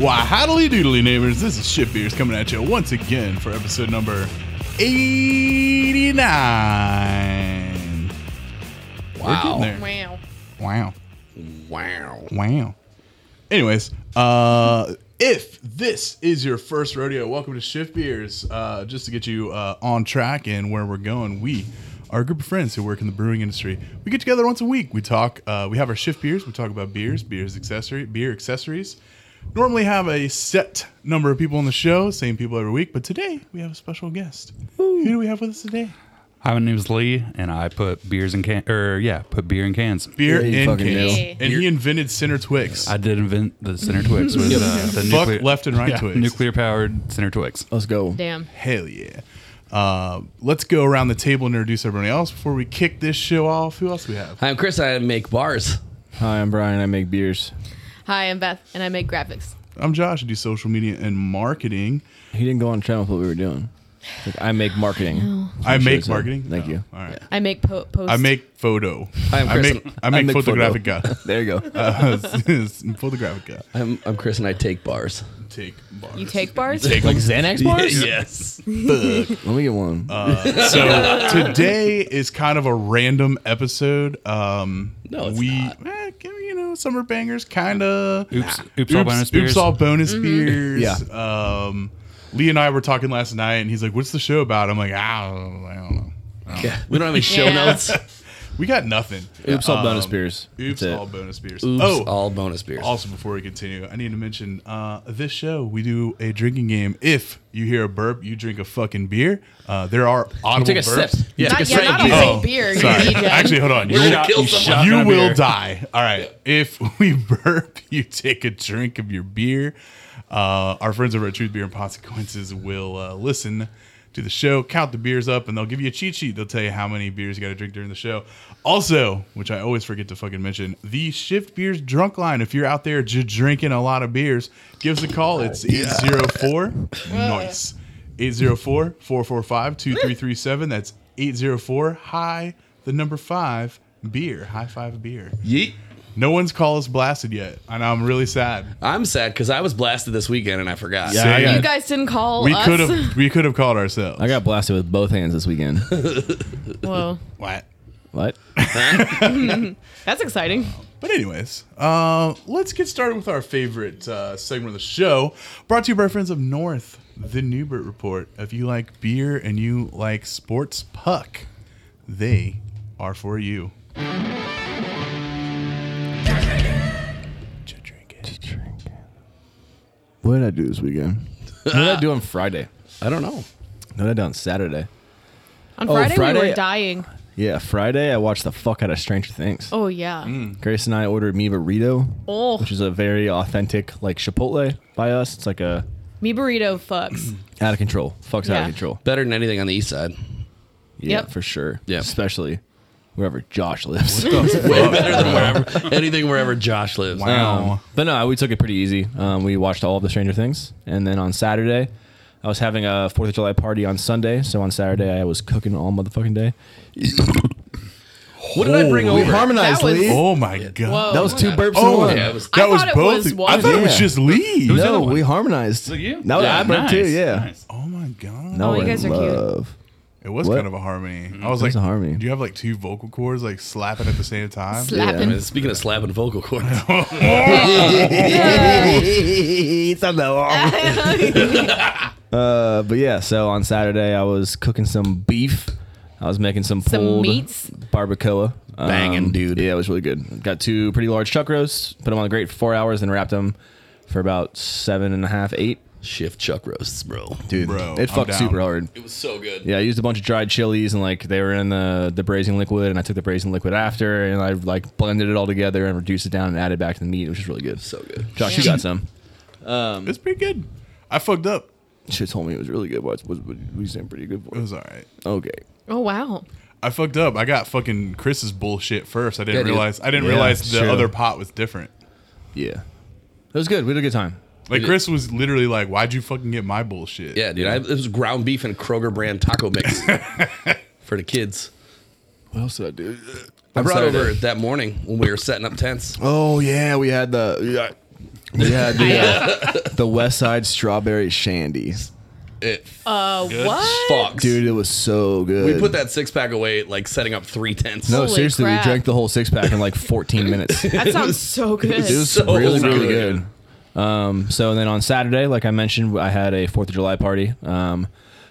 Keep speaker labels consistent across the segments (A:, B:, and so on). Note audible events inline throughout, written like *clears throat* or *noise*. A: Why, howdy doodly neighbors, this is Shit Beers coming at you once again for episode number 89. We're getting there.
B: Wow.
A: Wow.
C: Wow.
A: Wow. Anyways, uh, if this is your first rodeo, welcome to Shift Beers. Uh, just to get you uh, on track and where we're going, we are a group of friends who work in the brewing industry. We get together once a week. We talk. Uh, we have our shift beers. We talk about beers, beers accessory, beer accessories. Normally have a set number of people on the show, same people every week. But today we have a special guest. Who do we have with us today?
D: Hi, my name is Lee, and I put beers in can or yeah, put beer in cans.
A: Beer
C: Yeah, you
A: and
C: fucking
A: cans,
B: do.
A: and he invented Center Twix.
D: I did invent the center
A: *laughs*
D: Twix with uh, the
A: Fuck
D: nuclear,
A: left and right Twix.
D: nuclear powered center Twix.
C: Let's go.
B: Damn.
A: Hell yeah. Uh, let's go around the table and introduce everybody else before we kick this show off. Who else we have?
E: Hi, I'm Chris. I make bars.
C: Hi, I'm Brian. I make beers.
B: Hi, I'm Beth, and I make graphics.
A: I'm Josh. I do social media and marketing.
C: He didn't go on channel with what we were doing. It's like, I make marketing.
A: I
C: Sure
A: make
C: is it.
A: marketing. Oh,
C: Thank you.
A: All right.
B: I make po- posts.
A: I make photo.
E: Hi, I'm
A: I
E: Chris.
A: make I make photographic guy. *laughs*
C: photo. *laughs* there you go.
A: Uh, *laughs* photographic guy.
E: I'm, I'm Chris, and I take bars.
A: Take bars.
B: You take bars?
A: Take like
C: Xanax
B: *laughs*
E: yes.
C: Let me get one.
A: Uh, so today is kind of a random episode. Um,
E: No, it's
A: we
E: not.
A: eh, you know summer bangers kind of.
D: Oops, oops, all bonus beers.
A: Oops, all bonus beers.
C: Yeah.
A: Um, Lee and I were talking last night, and he's like, "What's the show about?" I'm like, "Ah, "I don't know. I don't know.
E: Yeah. We don't have any show
B: Yeah.
E: notes.
A: We got nothing."
C: Oops, all bonus
A: Um,
C: beers.
A: Oops,
C: That's it.
A: all bonus beers.
E: Oops,
A: oh,
E: all bonus beers.
A: also before we continue, I need to mention uh, this show. We do a drinking game. If you hear a burp, you drink a fucking beer. Uh, there are audible
E: Take a
A: burps.
E: sip. Yeah.
B: Not,
E: Take a
B: yeah, not a
E: sip.
B: whole
A: Oh,
B: beer, you
A: Sorry.
B: DJ.
A: Actually, hold on.
E: We're
A: You-
E: gonna kill someone.
A: you
D: Shotgun
A: will
D: beer.
A: die. All right. If *laughs* we burp, you take a drink of your beer. Uh, our friends over at Truth Beer and Consequences will uh, listen to the show, count the beers up, and they'll give you a cheat sheet. They'll tell you how many beers you got to drink during the show. Also, which I always forget to fucking mention, the Shift Beers Drunk Line. If you're out there j- drinking a lot of beers, give us a call.
E: Oh,
A: It's 804. Nice. 804-445-2337. That's 804 high the number 5 beer. High 5 beer.
E: Yeet.
A: No one's call us blasted yet, and I'm really sad.
E: I'm sad because I was blasted this weekend and I forgot.
C: Yeah, I
A: Same.
B: You
C: got,
B: guys didn't call
A: We
B: us.
A: could have we could have called ourselves.
C: I got blasted with both hands
A: *laughs*
C: this
B: *laughs*
C: weekend. *laughs*
B: Whoa.
A: What?
C: what?
B: That's exciting.
A: But anyways, uh, let's get started with our favorite uh, segment of the show, brought to you by our friends of North, the Newbert Report. If you like beer and you like sports puck, they are for you.
C: What did I do this
A: *laughs*
C: weekend? what did I do on Friday?
E: I don't know.
C: What did I do on Saturday?
B: On
C: Oh,
B: Friday, we
C: Friday-
B: were dying.
C: Yeah, Friday I watched the fuck out of Stranger Things.
B: Oh, yeah.
C: Grace and I ordered me burrito,
B: Oh,
C: Mm. which is a very authentic like Chipotle by us. It's like a
B: me burrito fucks.
C: out of control. Fucks out
B: Yeah.
C: of control.
E: Better than anything on the east side.
C: Yeah,
B: Yep.
C: for sure.
E: Yep.
C: Especially wherever Josh lives.
E: Way better than wherever anything wherever Josh lives.
A: Wow.
C: Um, but no, we took it pretty easy. Um, we watched all of the Stranger Things, and then on Saturday, I was having a Fourth of July party on Sunday. So on Saturday, I was cooking all motherfucking day.
E: What did I bring
C: we
E: over?
C: harmonized,
B: That was-
C: Lee.
A: Oh my god.
B: Whoa.
C: that was two burps in
A: Oh,
C: one.
E: Yeah, it was-
A: that
B: I
A: was
B: thought it
A: both.
B: was
A: I thought it was
C: one.
A: just Lee.
D: Who's the
C: no,
D: other one?
C: we harmonized.
D: Like you?
C: That was
E: Yeah,
C: I burped too. Yeah.
A: Oh my god.
C: No,
B: Oh, you
C: we're
B: guys
C: in
B: are cute.
C: love.
A: It was
C: What? Mm-hmm.
A: kind of a harmony. I was
C: It
A: like,
C: was a harmony.
A: Do you have like two vocal cords like slapping at the same time?
B: Slapping.
E: Speaking of slapping vocal cords, *laughs*
C: it's on the Uh, but yeah, so on Saturday I was cooking some beef. I was making some
B: Some
C: pulled
B: meats?
C: barbacoa.
E: Banging, dude.
C: Yeah, it was really good. Got two pretty large chuck roasts. Put them on the grate for four hours, then wrapped them for about seven and a half, eight.
E: shift chuck roasts, bro.
C: Dude,
A: Bro, I'm
C: it fucked
A: down.
C: super hard.
E: It was so good.
C: Yeah, I used a bunch of dried chilies and like they were in the the braising liquid, and I took the braising liquid after, and I like blended it all together and reduced it down and added back to the meat, which is really good.
E: So good.
C: Josh, you got some.
A: It's pretty good. I fucked up.
C: She told me it was really good. What was we sound pretty good
A: It was all right.
C: Okay.
B: Oh, wow.
A: I fucked up. I got fucking Chris's bullshit first. I didn't
E: Yeah, dude.
A: realize. I didn't
C: Yeah,
A: realize the
C: true.
A: other pot was different.
C: Yeah. It was good. We had a good time.
A: Like Chris was literally like, "Why'd you fucking get my bullshit?"
E: Yeah, dude. I, it was ground beef and Kroger brand taco
C: *laughs*
E: mix for the kids.
C: What else did I do?
E: I brought
C: Saturday.
E: over that morning when we were setting up tents.
C: Oh yeah, we had the We had the,
B: Yeah.
C: *laughs* the West Side Strawberry Shandy.
E: It,
B: Uh, what?
E: fucks.
C: Dude, it was so good.
E: We put that six pack away, like setting up three tents.
C: No,
B: Holy
C: seriously,
B: crap.
C: we drank the whole six pack in like 14 minutes. It
B: That sounds so good.
C: was
E: So
C: really, really
E: good.
C: good. Um, so then on Saturday, like I mentioned, I had a 4th of July party. Um,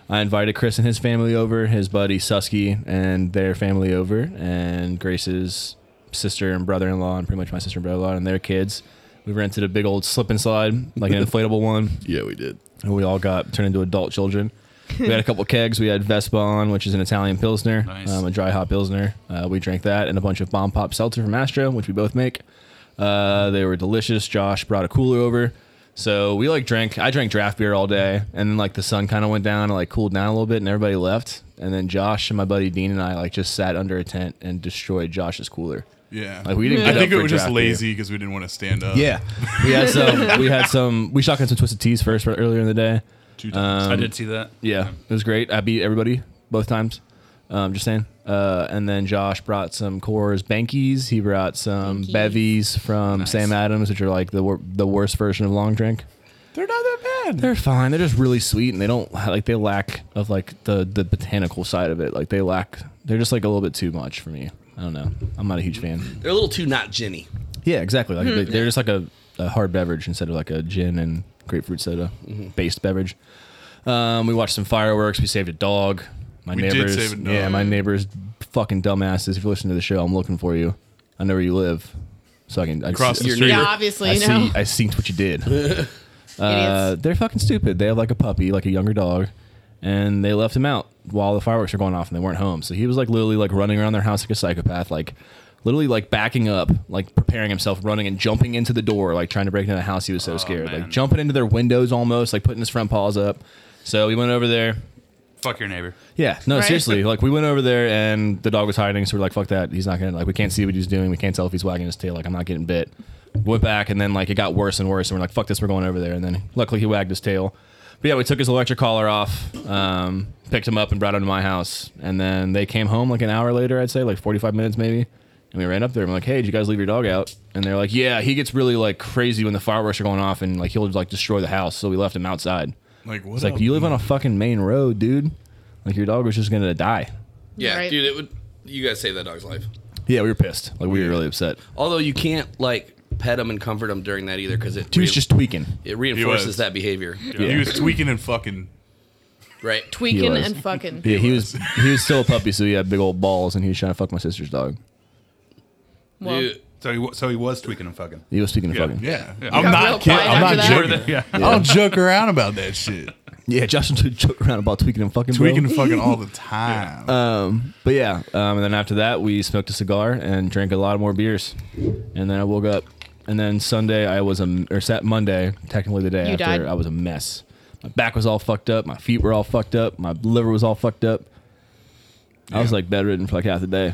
C: I invited Chris and his family over, his buddy Susky and their family over, and Grace's sister and brother in law, and pretty much my sister and brother in law, and their kids. We rented a big old slip and slide, like *laughs* an inflatable one.
E: Yeah, we did.
C: and we all got turned into adult children. We had a couple kegs. We had Vespon, which is an Italian pilsner,
D: Nice.
C: um, a dry hop pilsner. Uh, we drank that and a bunch of bomb pop seltzer from Astro, which we both make. Uh, they were delicious. Josh brought a cooler over, so we like drank. I drank draft beer all day, and then like the sun kind of went down and like cooled down a little bit, and everybody left. And then Josh and my buddy Dean and I like just sat under a tent and destroyed Josh's cooler.
A: Yeah.
C: Like we didn't.
A: I
C: get up
A: think it
C: for
A: was just
C: draft beer.
A: lazy because we didn't want to stand up.
C: Yeah, we had some. We had some. We shotgun some twisted teas first earlier in the day.
A: Two times.
C: um,
D: I did see that.
C: Yeah, it was great. I beat everybody both times. Um, just saying. Uh, and then Josh brought some Coors Bankies. He brought some
B: Bankies.
C: Bevies from Sam Adams, which are like the wor- the worst version of long drink.
A: They're not that bad.
C: They're fine. They're just really sweet, and they don't ha- like they lack of like the the botanical side of it. Like they lack. They're just like a little bit too much for me. I don't know. I'm not a huge fan.
E: They're a little too not Jenny.
C: Yeah, exactly.
A: Hmm.
C: Like they- they're just like a, a hard beverage instead of like a gin and grapefruit soda
A: Mm-hmm.
C: based beverage. Um, we watched some fireworks. We saved a dog. My
A: We did
C: neighbors,
A: save a dog.
C: yeah, my neighbors, fucking dumbasses. If you listen to the show, I'm looking for you. I know where you live, so I can I
A: Across
C: see-
A: the
E: Your
A: street.
B: yeah,
E: neighbor-
B: obviously,
C: I
B: you know.
C: see. I seen what you did.
B: *laughs*
C: uh,
B: Idiots.
C: they're fucking stupid. They have like a puppy, like a younger dog, and they left him out while the fireworks were going off, and they weren't home. So he was like literally like running around their house like a psychopath, like literally like backing up, like preparing himself, running and jumping into the door, like trying to break into the house. He was so scared, like
D: man.
C: jumping into their windows almost, like putting his front paws up. So we went over there.
D: Fuck your neighbor.
C: Yeah, no,
B: Right.
C: seriously. Like we went over there and the dog was hiding, so we're like, "Fuck that! He's not gonna like. We can't see what he's doing. We can't tell if he's wagging his tail. Like I'm not getting bit." Went back and then like it got worse and worse, and we're like, "Fuck this! We're going over there." And then luckily he wagged his tail. But yeah, we took his electric collar off, um, picked him up, and brought him to my house. And then they came home like an hour later, I'd say, like 45 minutes maybe. And we ran up there and we're like, "Hey, did you guys leave your dog out?" And they're like, "Yeah, he gets really like crazy when the fireworks are going off, and like he'll like destroy the house." So we left him outside.
A: Like what?
C: It's like
A: up?
C: you live on a fucking main road, dude. Like your dog was just gonna die.
E: Yeah,
B: Right.
E: dude, it would. You guys saved that dog's life.
C: Yeah, we were pissed. Like we were really upset.
E: Although you can't like pet him and comfort him during that either because it
C: He was
E: re-
C: just tweaking.
A: He
E: it
A: was.
E: reinforces that behavior,
A: He was tweaking and fucking.
E: right?
B: Tweaking
C: was.
B: and fucking.
C: Yeah, he was he was still a puppy, so he had big old balls, and he was trying to fuck my sister's dog.
B: Well,
E: Dude,
D: So he wa- so he was tweaking and fucking.
C: He was speaking of fucking.
A: Yeah.
B: Got
A: I'm
B: real
A: not kidding.
B: quiet
A: I'm
B: after
A: not
B: that.
A: joking.
D: *laughs* Yeah.
A: I don't joke around about that shit.
C: Yeah, Josh would joke around about tweaking and fucking. bro.
A: Tweaking and fucking all the time.
C: Uh, But yeah, um, and then after that, we smoked a cigar and drank a lot more beers, and then I woke up. And then Sunday, I was a or sat Monday, technically the day
B: You
C: after,
B: died?
C: I was a mess. My back was all fucked up. My feet were all fucked up. My liver was all fucked up. I was like bedridden for like half the day.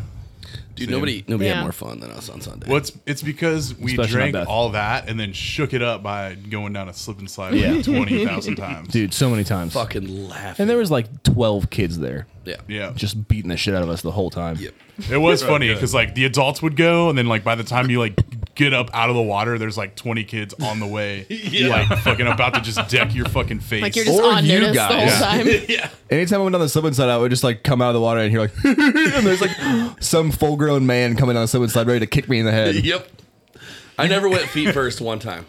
E: dude, nobody nobody
B: Yeah.
E: had more fun than us on Sunday.
A: Well, it's, it's because we
C: Especially not
A: drank
C: Beth.
A: all that and then shook it up by going down a slip and slide
C: Yeah.
A: like
C: *laughs*
A: 20,000 times.
C: dude, so many times.
E: Fucking laughing.
C: And there was like twelve kids there,
E: yeah,
A: Yeah.
C: just beating the shit out of us the whole time.
E: Yep.
A: It was funny because like the adults would go, and then like by the time you like get up out of the water, there's like 20 kids on the way, like fucking about to just deck your fucking face.
B: like you're just
C: Or
B: on
C: you
B: notice the whole
C: guys.
B: time.
E: *laughs*
C: Anytime I went on the slip and slide, I would just like come out of the water and hear like, *laughs* and there's like *gasps* some full grown man coming down the slip and slide ready to kick me in the
E: *laughs*
C: head.
E: yep. I never went feet first one *laughs* time.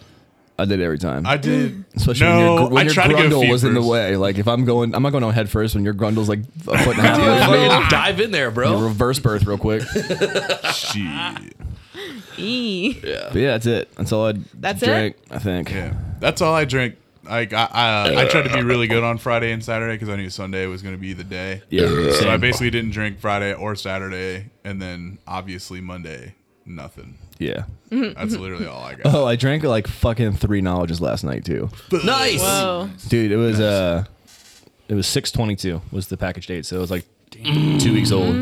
C: I did every time.
A: I did.
C: *clears throat* Especially
A: no,
C: when your, gr- when
A: I
C: your
A: tried to go
C: grundle
A: feet
C: was in the
A: first.
C: way. Like if I'm going, I'm not going on head first when your grundle's like a foot and
A: *laughs*
C: a half. away.
E: Fucking dive in there,
C: You
E: bro.
C: reverse birth real quick.
A: Shit.
B: *laughs* Eee.
C: But yeah, that's it. That's all I
B: That's
C: drank. I think.
A: Yeah, that's all I drank. Like I, I, I tried to be really good on Friday and Saturday because I knew Sunday was going to be the day.
C: Yeah,
A: So I
C: same.
A: basically didn't drink Friday or Saturday, and then obviously Monday, nothing.
C: yeah.
A: That's literally all I got.
E: *laughs*
C: Oh, I drank like fucking three knowledges last night too.
E: Nice.
B: Whoa.
C: dude it was uh it was 622 was the package date so it was like two weeks old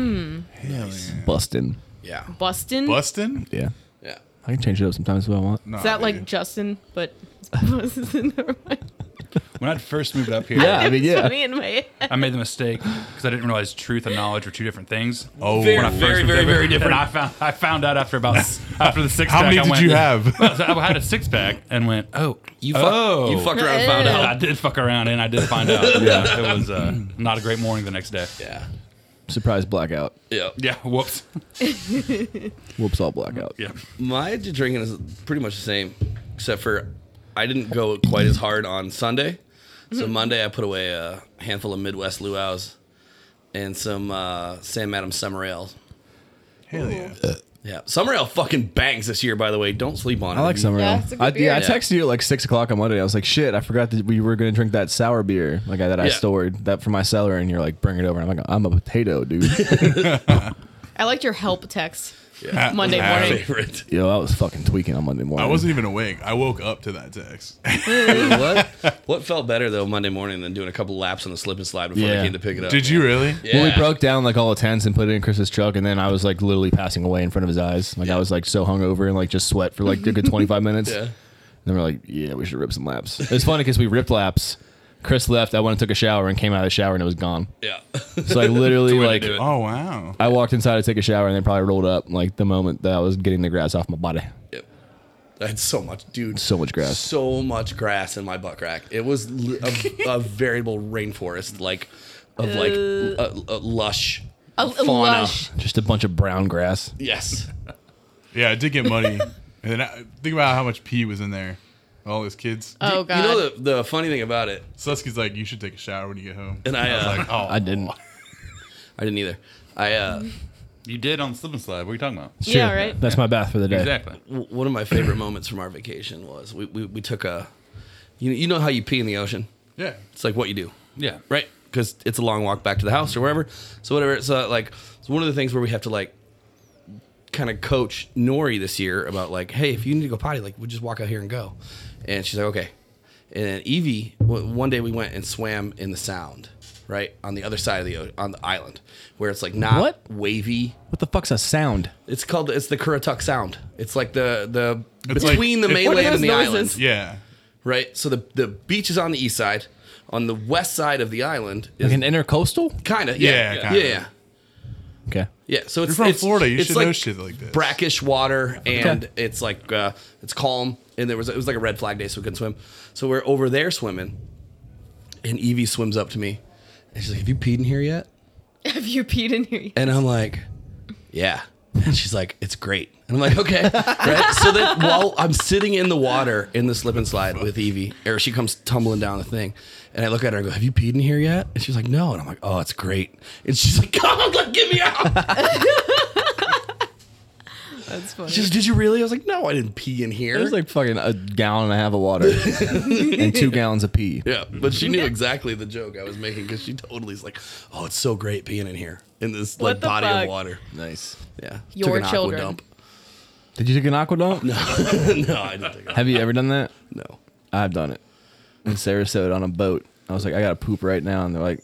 C: busting
E: Yeah.
B: Bustin?
A: Bustin?
C: yeah
E: Yeah.
C: i can change it up sometimes if i want
A: No,
C: *laughs*
B: Is that like
A: dude.
B: Justin? But Bustin, *laughs* never mind.
D: When When I first moved up here,
C: Yeah, I mean, yeah.
B: Me and my
D: I made the mistake because I didn't realize truth and knowledge were two different things.
A: Oh.
D: When
A: Very,
D: I first
E: very,
D: moved
E: very,
D: up here.
E: very different.
D: And I found I found out after about
A: *laughs*
D: after the six.
A: How
D: pack,
A: many
D: I
A: did
D: went-
A: you have?
D: Well, so *laughs* I had a six pack and went, oh,
E: You, fuck,
D: oh.
E: you fucked around and found
D: Oh,
E: out.
D: I did fuck around and I did find out.
A: *laughs*
D: yeah, it was uh, not a great morning the next day.
E: Yeah.
C: Surprise blackout.
E: Yeah.
D: Yeah,
A: *laughs*
D: whoops.
C: Whoops, all blackout.
D: Yeah,
E: My drinking is pretty much the same, except for I didn't go quite as hard on Sunday.
A: Hmm.
E: So Monday I put away a handful of Midwest luau's and some uh, Sam Adams summer ales.
A: Hell yeah.
E: Yeah, summer ale fucking bangs this year. By the way, don't sleep on it.
C: I like summer
B: Yeah,
C: ale.
B: it's a good
C: I, yeah, I
E: beer.
C: texted you at like six o'clock on Monday. I was like, "Shit, I forgot that we were gonna drink that sour beer, like that I
E: Yeah.
C: stored that for my cellar." And you're like, "Bring it over." And I'm like, "I'm a potato, dude." *laughs*
B: I liked your help text
E: Yeah.
B: Monday
E: My
B: morning.
E: favorite.
C: Yo, I was fucking tweaking on Monday morning.
A: I wasn't even awake. I woke up to that text.
E: what? What felt better though Monday morning than doing a couple laps on the slip and slide before
C: Yeah.
E: they came to pick it
A: *laughs*
E: up?
A: Did you really?
E: Yeah.
C: Well, we broke down like all the tents and put it in Chris's truck, and then I was like literally passing away in front of his eyes. Like I was like so hungover and like just sweat for like a good 25 minutes.
E: Yeah.
C: And then we're like, yeah, we should rip some laps. It's funny because we ripped laps. Chris left. I went and took a shower and came out of the shower and it was gone.
E: Yeah. *laughs*
C: So I literally
E: way to
C: like
E: do it.
A: Oh wow.
C: I walked inside to take a shower and then probably rolled up like the moment that I was getting the grass off my body.
E: Yep. I had so much, dude.
C: So much grass.
E: So much grass in my butt crack. It was li-
A: *laughs*
E: a, a variable rainforest, like of like a, a lush
B: A, a
E: fauna.
B: lush.
C: Just a bunch of brown grass.
E: Yes.
A: Yeah, I did get muddy. *laughs* and then I, think about how much pee was in there. All those kids.
B: Oh god.
E: *laughs* You know the, the funny thing about it,
A: Susky's like, you should take a shower when you get home.
E: and I, uh,
A: Like, oh,
C: I didn't.
E: I didn't either. I uh,
B: Mm-hmm.
D: you did on slip and slide. What are you talking
C: *laughs*
D: about?
B: Yeah,
C: Sure.
B: right.
C: That's my bath for the day.
D: Exactly.
E: w- one of my favorite moments from our vacation was we, we, we took a, you you know how you pee in the ocean.
A: yeah.
E: It's like what you do.
D: Yeah.
E: right? Because it's a long walk back to the house or wherever. So whatever. So like, it's one of the things where we have to like, kind of coach Nori this year about like, hey, if you need to go potty, like, we just walk out here and go. And she's like, okay. And then Evie, w- one day we went and swam in the Sound, right on the other side of the o- on the island, where it's like not
C: What?
E: wavy.
C: What the fuck's a sound?
E: It's called it's the Currituck Sound. It's like the the
A: It's like-
E: between
A: it- What
E: the
B: are
E: mainland
B: those
E: and the
B: noises?
E: island
A: Yeah.
E: right? So the the beach is on the east side. On the west side of the island is
C: Like an intercoastal?
E: kind of
A: Yeah,
E: yeah, yeah,
A: kinda.
E: yeah, yeah,
C: Okay.
E: yeah. So it's
A: You're from
E: it's-
A: Florida. You
E: it's
A: should
E: like
A: know shit like this.
E: brackish water, and
C: Okay.
E: it's like uh, it's calm. And there was it was like a red flag day, so we couldn't swim. So we're over there swimming, and Evie swims up to me, and she's like, "Have you peed in here yet?"
B: *laughs* Have you peed in here?
E: And I'm like, yeah. *laughs* And she's like, it's great. And I'm like, okay. *laughs* Right? So then while I'm sitting in the water in the slip and slide with Evie, or she comes tumbling down the thing, and I look at her and go, Have you peed in here yet? And she's like, No. And I'm like, Oh, it's great. And she's like, *laughs* Come on, like, get me out.
B: That's funny.
E: She goes, Did you really? I was like, No, I didn't pee in here.
C: It was like fucking a gallon and a half of *laughs* water and two gallons of pee.
E: yeah, but she
B: *laughs*
E: knew exactly the joke I was making because she totally is like, "Oh, it's so great being in here in this
B: What
E: like
B: the
E: body
B: fuck?
E: of water."
C: Nice.
E: Yeah,
B: Your
E: Took an aqua
B: children.
E: dump. *laughs*
C: Did you take an aqua dump?
E: no, I didn't take it.
C: Have you ever done that?
E: No,
C: I've done it. In Sarasota on a boat. I was like, I gotta poop right now, and they're like,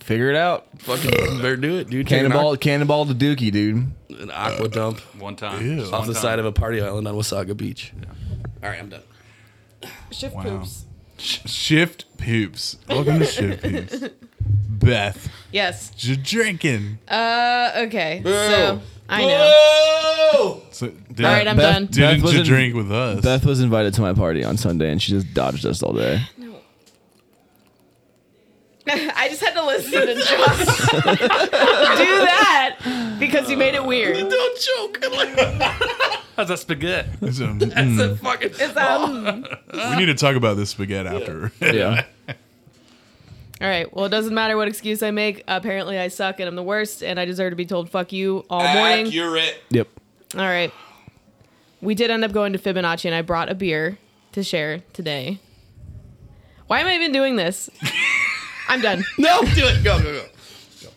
C: figure it out.
E: fucking better do it, dude. Take an
C: Cannonball, cannonball to Dookie, dude.
E: an aqua dump
D: One time.
A: Ew.
D: Just
E: off
D: one
E: the
D: time.
E: side of a party island on Wasaga Beach. All right, I'm done.
B: Shift
A: Wow.
B: poops.
A: Shift poops. Welcome to Shift poops.
B: *laughs*
A: Beth,
B: Yes.
A: you're drinking.
B: Uh. Okay. So I know. *laughs*
E: know.
A: So, did,
B: All right, I'm
C: Beth-
B: done.
C: Beth
A: didn't you
C: wasn't-
A: drink with us? *laughs*
C: Beth was invited to my party on Sunday, and she just dodged us all day.
B: I just had to listen to Josh *laughs* do that because you made it weird.
E: Don't choke.
D: How's that spaghetti?
A: It's, um,
E: That's a fucking.
B: It's, um,
A: we need to talk about this spaghetti after.
C: Yeah.
B: all right. Well, it doesn't matter what excuse I make. Apparently, I suck and I'm the worst, and I deserve to be told "fuck you" all morning.
E: Accurate.
C: yep.
B: All right. We did end up going to Fibonacci, and I brought a beer to share today. Why am I even
E: *laughs*
B: doing this? I'm done.
E: No, *laughs* do it. Go, go, go.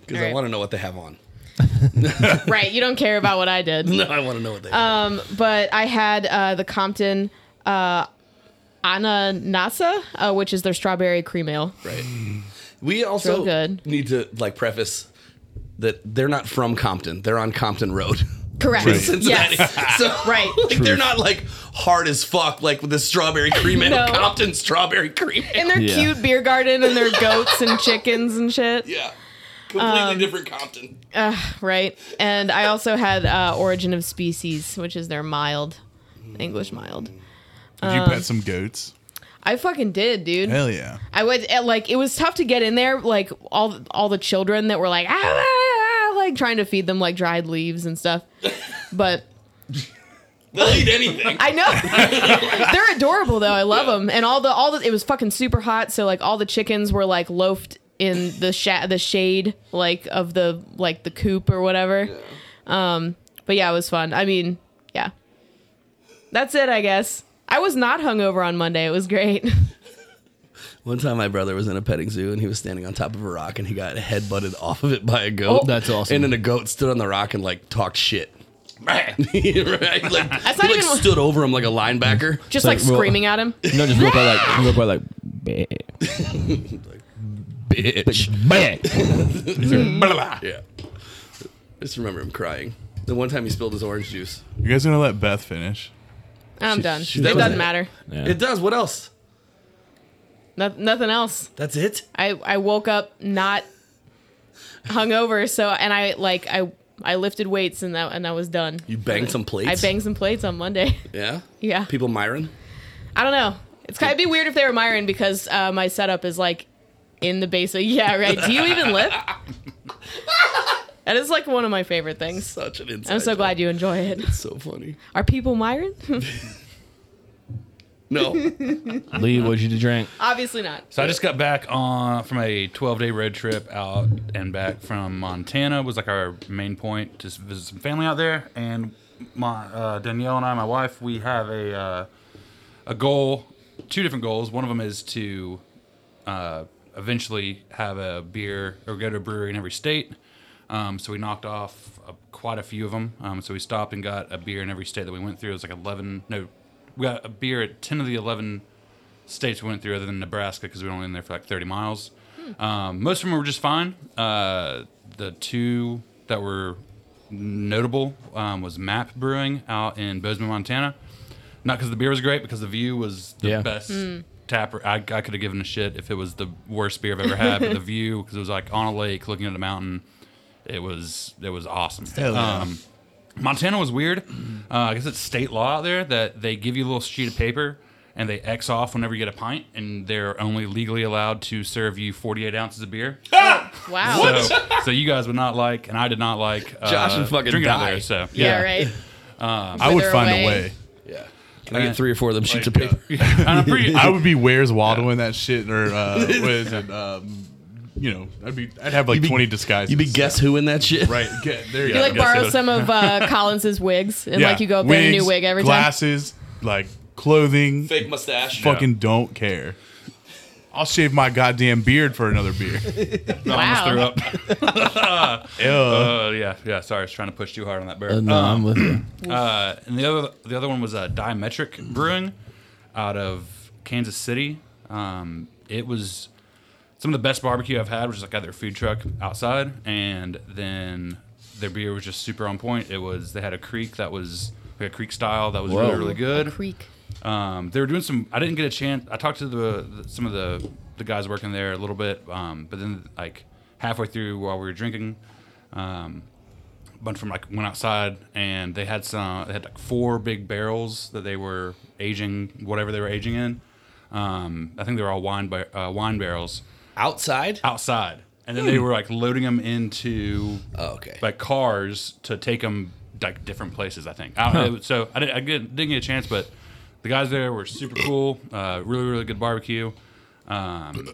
E: Because
B: All
E: I
B: right.
E: want to know what they have on. *laughs*
B: Right. You don't care about what I did.
E: No, I want to know what they have.
B: Um, but I had uh, the Compton uh, Anna Nasa, uh, which is their strawberry cream ale.
E: on. Right. We also
B: Mm. real good.
E: need to like preface that they're not from Compton. They're on Compton Road. *laughs*
B: Correct.
E: in Cincinnati.
B: Yes.
E: *laughs* So
B: Right.
E: like, they're not like hard as fuck like with the strawberry
B: *laughs*
E: cream ale,
B: No.
E: Compton strawberry cream *laughs* ale.
B: And their
C: Yeah.
B: cute beer garden and their goats and chickens and shit.
E: Yeah. Completely
B: Um,
E: different Compton.
B: Right. And I also had uh, Origin of Species, which is their mild, English mild.
A: Did you pet some goats?
B: I fucking did, dude.
A: Hell yeah.
B: I would uh, like it was tough to get in there. Like all all the children that were like "Ah, ah, ah," like trying to feed them like dried leaves and stuff, but.
E: They'll eat anything.
B: *laughs* I know *laughs* they're adorable though. I love them, and all the all the it was fucking super hot. So like all the chickens were like loafed in the sha- the shade like of the like the coop or whatever. Um, but yeah, it was fun. I mean, yeah, that's it. I guess I was not hungover on Monday. It was great. *laughs*
E: One time, my brother was in a petting zoo and he was standing on top of a rock and he got headbutted off of it by a goat.
C: Oh. That's awesome.
E: And then a goat stood on the rock and like talked shit. *laughs* right? He, Like,
B: not
E: he, like,
B: even-
E: stood over him like a linebacker.
B: Just
C: So,
B: like
C: well-
B: screaming
E: *laughs*
B: at him.
C: No, just real by like, real by like, bleh,
E: Bitch. *laughs*
C: bleh.
E: Yeah. I just remember him crying. The one time he spilled his orange juice.
A: You guys gonna let Beth finish?
B: I'm done.
E: she- that
B: it
E: was
B: doesn't
E: it.
B: matter.
C: Yeah.
E: It does. What else?
B: No, nothing else.
E: That's it.
B: I I woke
E: *laughs*
B: up not hungover. So and I like I I lifted weights and that and I was done.
E: You banged some plates.
B: I banged some plates on Monday. *laughs*
E: Yeah.
B: yeah.
E: People Myron.
B: I don't know. It's kind of be weird if they were Myron because uh, my setup is like in the basement. Yeah, right. Do you even lift? that is like one of my favorite things.
E: Such an inside.
B: I'm so glad you enjoy it.
E: It's so funny.
B: Are people Myron?
E: No.
C: Lee, what'd you drink?
B: *laughs* Obviously not.
D: So I just got back on from a 12 day road trip out and back from Montana was like our main point. Just visit some family out there, and my uh, Danielle and I, my wife, we have a uh, a goal, two different goals. One of them is to uh, eventually have a beer or go to a brewery in every state. Um, so we knocked off uh, quite a few of them. Um, so we stopped and got a beer in every state that we went through. It was like 11. No, we got a beer at 10 of the 11 states we went through other than Nebraska because we were only in there for like 30 miles. Um, most of them were just fine. Uh, the two that were notable um, was Map Brewing out in Bozeman, Montana. Not because the beer was great, because the view was the
C: Yeah.
D: best tapper. I, I could have given a shit if it was the worst beer I've ever had, but the view because it was like on a lake looking at a mountain. It was it was awesome.
A: Hell yeah.
D: Um, Montana was weird. Uh, I guess it's state law out there that they give you a little sheet of paper and they X off whenever you get a pint, and they're only legally allowed to serve you 48 ounces
E: *laughs*
D: of beer.
B: Wow.
D: So, so you guys would not like, and I did not like. Uh,
E: Josh would fucking
D: drinking out
E: die. *laughs*
D: there. So
B: Yeah, right.
A: I would
B: Wither
A: find
B: away.
A: a way.
E: yeah. Can I get three or four of them sheets of paper?
D: And I'm pretty.
A: I would be where's Waldo in that shit or
B: *laughs*
A: uh, what is it? Um, you know, I'd be I'd have like
E: be-
A: twenty disguises.
E: You be guess who in that shit?
A: right? Get, there you
B: You
A: go.
B: like borrow some of uh, Collins's wigs and
A: Yeah.
B: like you go up
A: Wigs,
B: there in a new wig every time.
A: Glasses, like clothing.
E: *laughs* Fake mustache.
A: Fucking don't care. I'll shave my goddamn beard for another
B: *laughs*
A: beer.
D: almost threw
B: Wow.
D: up.
E: *laughs*
D: *laughs*
A: Ew.
D: Uh, yeah, yeah. Sorry, I was trying to push too hard on that beer.
C: No, I'm with you.
D: Uh, and the other the other one was uh, Dimetric Brewing out of Kansas City. Um, it was some of the best barbecue I've had, which is like at their food truck outside, and then their beer was just super on point. It was they had a creek that was like a creek style that was really really good.
B: Creek.
D: Um, they were doing some. I didn't get a chance. I talked to the, the some of the the guys working there a little bit, um, but then like halfway through while we were drinking, um, a bunch from like went outside and they had some. They had like four big barrels that they were aging whatever they were aging in. Um, I think they were all wine bar- uh, wine barrels
E: Outside?
D: outside, and then they were like loading them into
E: Oh, okay.
D: like cars to take them like different places. I think. I, it- so I, didn't, I didn't didn't get a chance, but the guys there were super cool. Uh, really, really good barbecue. Um,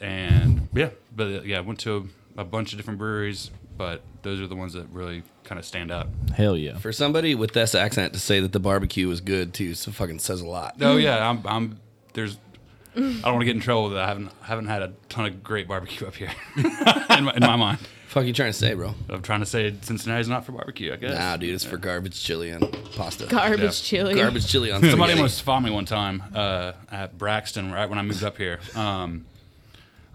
D: and yeah, but uh, yeah, went to a, a bunch of different breweries, but those are the ones that really kind of stand out.
C: *clears throat* Hell yeah.
E: For somebody with this accent to say that the barbecue was good too, so fucking says a lot.
D: Oh yeah, I'm. I'm there's. I don't want to get in trouble that I haven't haven't had a ton of great barbecue up here *laughs* in, my, in my mind.
E: Fuck you trying to say, bro?
D: I'm trying to say Cincinnati's not for barbecue. I guess.
E: Nah, dude, it's for garbage chili and pasta.
B: Garbage
D: Yeah.
B: chili.
E: Garbage chili on
D: Somebody
E: spaghetti.
D: almost fought me one time uh, at Braxton, right when I moved up here. Um,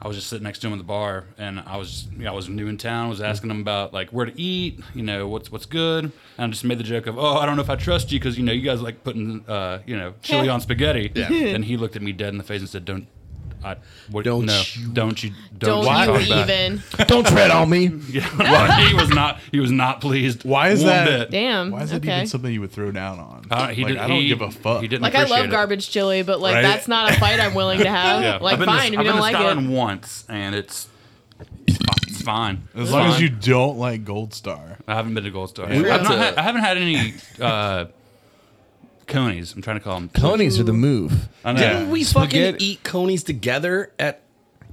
D: I was just sitting next to him at the bar, and I was you know, I was new in town. Was asking him about like where to eat, you know, what's what's good, and I just made the joke of, oh, I don't know if I trust you because you know you guys like putting uh, you know chili on spaghetti. *laughs* Yeah. and he looked at me dead in the face and said, don't. I, what,
E: Don't
D: no,
E: you-
D: don't you
B: Don't
D: don't, you talk
B: you
D: *laughs* about it.
B: even.
C: Don't tread on me.
D: Yeah, like, he was not he was not pleased.
A: Why is
D: one
A: that-
D: bit.
B: Damn.
A: Why is that
B: Um, okay.
A: even something you would throw down on?
D: Uh, he
A: Like,
D: did,
A: I don't
D: he-
A: give a fuck.
D: He didn't
B: like I
D: appreciate
B: love
D: it.
B: garbage chili, but like
A: Right?
B: that's not a fight I'm willing to
D: *laughs*
B: have.
D: Yeah.
B: Like
D: I've been to-
B: fine, if you
D: I've been
B: don't
D: to
B: like
D: Scotland
B: it.
D: once, and it's it's fine. It's fine.
A: As
D: It's
A: long as
D: fine.
A: you don't like Gold Star.
D: I haven't been to Gold Star.
E: We
D: I've
E: went
D: not
E: to-
D: had, I haven't had any uh, conies. I'm trying to call them
C: Ponies are the move.
D: I know.
E: Didn't we fucking
C: Spaghetti.
E: eat conies together at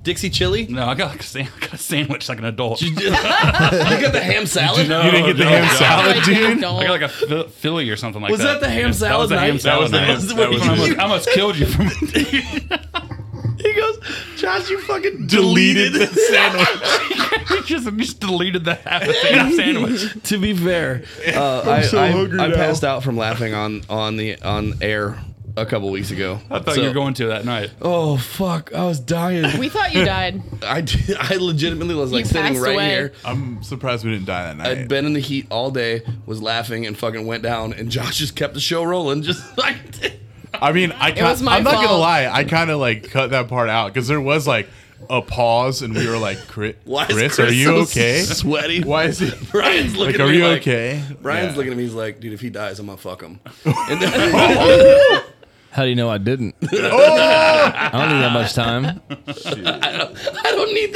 E: Dixie Chili?
D: No, I got, like a san- *laughs* I got a sandwich like an adult. *laughs*
E: you got the ham salad?
D: No,
A: You didn't get the
D: no,
A: ham
D: no.
A: salad,
B: Like,
A: dude.
B: don't.
D: *laughs* I got like a Phil- Philly or something like
E: Was that
D: that.
E: the ham
D: Yeah,
E: salad
D: That was
E: night?
D: the ham salad
E: That
D: night.
E: was the-
D: That was when I
E: you-
D: almost- I almost killed you from. *laughs*
E: He goes, Josh, you fucking
A: Deleted the sandwich.
D: you just, you just deleted the half a *laughs* thing sandwich.
E: to be
A: *laughs*
E: fair, uh, i
A: so
E: I,
A: hungry
E: I
A: now.
E: passed out from laughing on on the on air a couple weeks ago.
D: I thought you were going to that night.
E: Oh fuck! I was dying.
B: We thought you died.
E: I did, *laughs* I legitimately was like
B: You
E: sitting
B: passed
E: right
B: away.
E: here.
A: *laughs* I'm surprised we didn't die that night.
E: I'd been in the heat all day, was laughing, and fucking went down. And Josh just kept the show rolling, just *laughs* like
A: I mean, I kind
B: was my
A: I'm not gonna
B: fault.
A: lie. I kind of like cut that part out because there was like a pause, and we were like, "Chri-
E: *laughs* why
A: "Chris,
E: is Chris,
A: are you
E: so
A: okay? *laughs*
E: Sweaty.
A: Why is he?
E: Brian's
A: Like,
E: looking at
A: are
E: me
A: you
E: like,
A: okay?
E: Brian's
A: Yeah.
E: looking at me. He's like, dude, if he dies, I'm gonna fuck him. *laughs* And then,
C: How do you know I didn't? I don't need that much time.
E: I don't need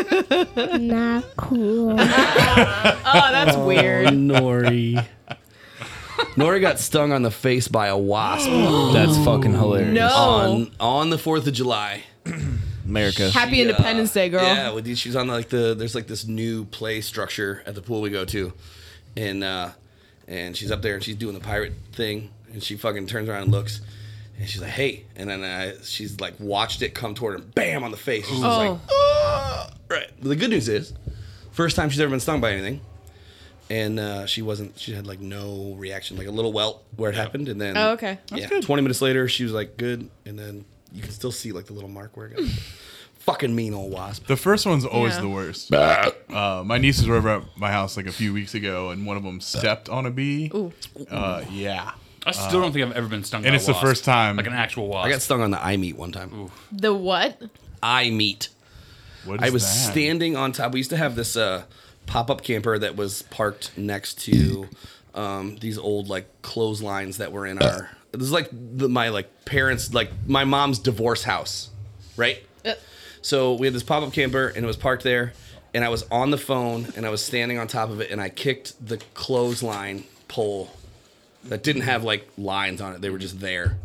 E: that much time.
F: Not cool.
B: Oh, that's weird.
E: Nori. Nori got stung on the face by a wasp
B: Oh.
C: That's fucking hilarious.
B: No.
E: on on the Fourth of July.
C: America.
B: Oh. Happy Independence Day, girl.
E: Yeah, with these, she's on like the there's like this new play structure at the pool we go to, and uh, and she's up there and she's doing the pirate thing and she fucking turns around and looks. And she's like, "Hey!" And then uh, she's like, watched it come toward her, bam, on the face. She's just like, "Ah."
B: Oh,
E: Right. But the good news is, first time she's ever been stung by anything, and uh, she wasn't. She had like no reaction, like a little welt where it happened, and then.
B: Oh, okay.
E: yeah. Twenty minutes later, she was like good, and then you can still see like the little mark where it
B: Hmm.
E: got. Fucking mean old wasp.
A: The first one's always
B: Yeah.
A: the worst. Uh, my nieces were over at my house like a few weeks ago, and one of them stepped on a bee.
B: Ooh.
A: Uh, yeah,
D: I still don't think I've ever been stung. by
A: and
D: a
A: it's the
D: wasp.
A: first time.
D: like an actual wasp.
E: I got stung on the eye meat one time.
B: the what?
E: Eye meat.
A: What
E: I
A: is
E: was
A: that?
E: standing on top. We used to have this uh, pop-up camper that was parked next to um, these old like clotheslines that were in our. This is like the, my like parents like my mom's divorce house, right?
B: Uh,
E: So we had this pop-up camper and it was parked there, and I was on the phone and I was standing on top of it and I kicked the clothesline pole that didn't have like lines on it. They were just there.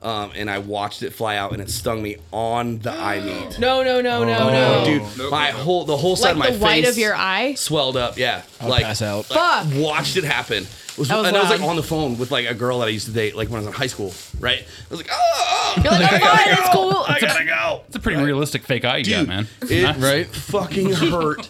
E: Um, and I watched it fly out, and it stung me on the eye meat.
B: No, no, no, no, no.
E: Dude, my whole the whole side
B: Like
E: of my
B: the white
E: face
B: of your eye?
E: swelled up. Yeah, like
C: pass out.
E: like,
B: Fuck.
E: Watched it happen. It was-
B: That was
E: and I was like
B: loud.
E: on the phone with like a girl that I used to date, like when I was in high school, right? I was like, oh, oh,
B: You're like,
E: I
B: oh,
E: gotta
B: fine, it's
E: go.
B: cool.
E: *laughs* I gotta go.
D: It's a pretty realistic fake eye you got, man.
E: It fucking hurt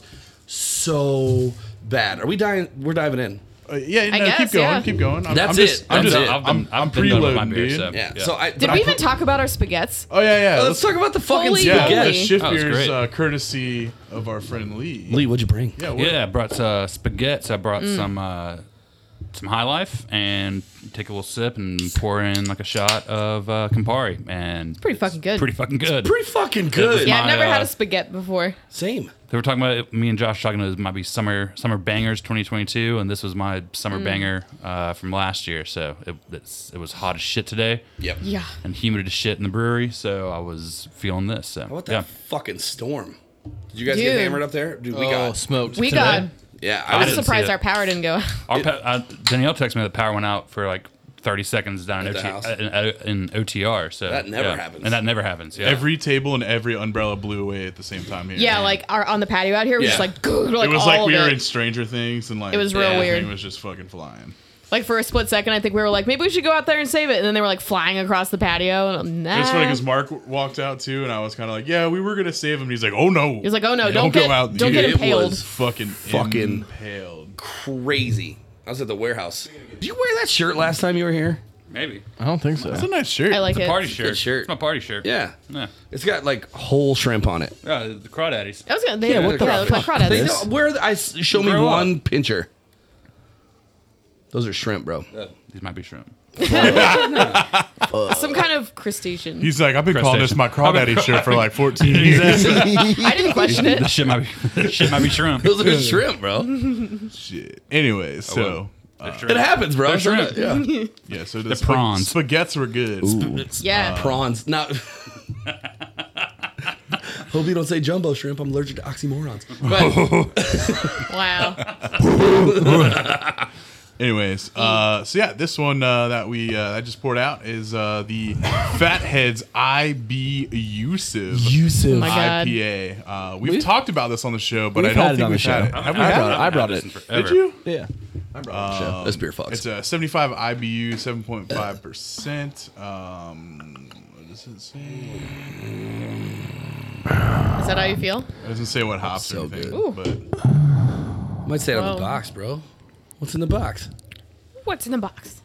E: so bad. Are we dying? We're diving in.
A: Uh, yeah, no,
B: I
A: keep
B: guess,
A: going,
B: yeah.
A: keep going. I'm,
E: That's
A: I'm just,
E: it.
A: I'm
E: That's
A: just,
E: it.
A: I'm,
D: I've been-
A: I'm,
D: I've been done with my
A: preloading,
D: beer,
A: dude.
D: so-
E: Yeah.
D: Yeah.
E: So I but
B: Did we
E: I
B: even
E: put-
B: talk about our spaghettis?
A: Oh yeah, yeah.
E: Let's talk about the fucking
B: Holy
A: Yeah,
B: moly.
A: the
E: spaghetti.
A: shift
D: That was
A: beers
D: great.
A: uh, courtesy of our friend Lee.
E: Lee, what'd you bring?
A: Yeah, what-
D: Yeah, I brought uh, spaghetti. I brought some uh, some High Life and take a little sip and pour in like a shot of uh, Campari and it's
B: pretty fucking good.
D: Pretty fucking good.
E: Pretty fucking
D: was
E: good.
B: Yeah, I've
D: my,
B: never had
D: uh,
B: a spaghetti before.
E: Same.
D: they were talking about it, me and Josh talking about it might be summer summer bangers 2022, and this was my summer banger uh, from last year. So it it's, it was hot as shit today.
E: Yep.
B: Yeah.
D: And humid as shit in the brewery, so I was feeling this. So
E: What that
D: yeah,
E: fucking storm? Did you guys get
B: Dude.
E: hammered up there? Dude, we
C: oh,
E: got
C: smoked.
B: We
C: today.
B: got.
E: yeah.
D: I
E: I
B: I'm
E: was
D: didn't
B: surprised
D: see it.
B: our power didn't go. *laughs*
D: Our pa- uh, Danielle texted me the power went out for like 30 seconds down in,
E: At the
D: OT-
E: house.
D: uh, in, uh, in OTR. So
E: That never
D: yeah.
E: happens.
D: and that never happens. Yeah.
A: Every table and every umbrella blew away at the same time here.
B: Yeah, like our on the patio out here, we're just
E: Yeah.
B: like, *laughs* good, like
A: it was
B: all
A: like
B: of
A: we were
B: it.
A: in Stranger Things and like
B: It was real
E: Yeah.
A: everything
B: weird.
A: was just fucking flying.
B: Like for a split second, I think we were like, maybe we should go out there and save it, and then they were like flying across the patio. And I'm, nah.
A: It's funny because Mark w- walked out too, and I was kind of like, "Yeah, we were gonna save him." And he's like, "Oh no!"
B: He's like, oh no, don't, get, don't
E: Dude,
B: get
E: it
B: impaled.
E: was-
A: fucking
E: Fucking-
A: impaled.
E: crazy. I was at the warehouse. Did you wear that shirt last time you were here?
D: Maybe.
C: I don't think so.
A: It's a nice shirt.
B: I like
D: It's a
B: it.
D: party
E: good
D: shirt.
E: shirt.
D: It's my party shirt.
E: Yeah.
D: Yeah.
E: It's got like whole shrimp on it.
D: Uh, the crawdaddies.
B: I was gonna. They, yeah,
E: what the
B: they look like crawdads.
E: They
B: They
E: don't- where are the- I s- show me
D: Grow up.
E: one pincher. Those are shrimp, bro.
D: These might be shrimp.
B: look- Some kind of crustacean.
A: He's like, I've been calling this my crawdaddy shirt for
D: *laughs*
A: like 14 years.
B: I didn't question it.
D: This *laughs* shit might be.
A: *laughs*
D: This shit might be shrimp.
E: Those are shrimp, bro.
A: Shit. Anyway, so
D: They're shrimp.
E: It happens, bro.
D: They're shrimp.
E: Yeah.
D: *laughs*
A: yeah, so the,
D: The
A: spag-
D: prawns.
A: spaghettis were good.
B: Yeah.
E: prawns. Not. *laughs* Hope you don't say jumbo shrimp. I'm allergic to
D: *laughs*
E: oxymorons.
D: Oh,
E: But
B: wow.
A: Anyways, uh, so yeah, this one uh, that we uh, I just poured out is uh, the Fatheads IB Yusuf
C: Yusuf.
B: Oh my God.
A: IPA. Uh, we've, talked about this on the show, but I
C: We've
A: don't
C: had it
A: think
C: on the
A: we've had
C: show.
A: it.
C: I
A: Have we
C: brought
A: had
C: it.
A: it?
C: I brought it.
A: Did you?
C: Yeah.
E: Yeah, this beer fucks.
A: It's uh, a 75 IBU, 7.5 percent. Um, what does it say?
B: Is that how you feel?
A: It doesn't say what hops or
E: so
A: anything,
B: good.
A: but
E: Might say it on
B: Whoa.
E: the box, bro. What's in the box?
B: What's in the box?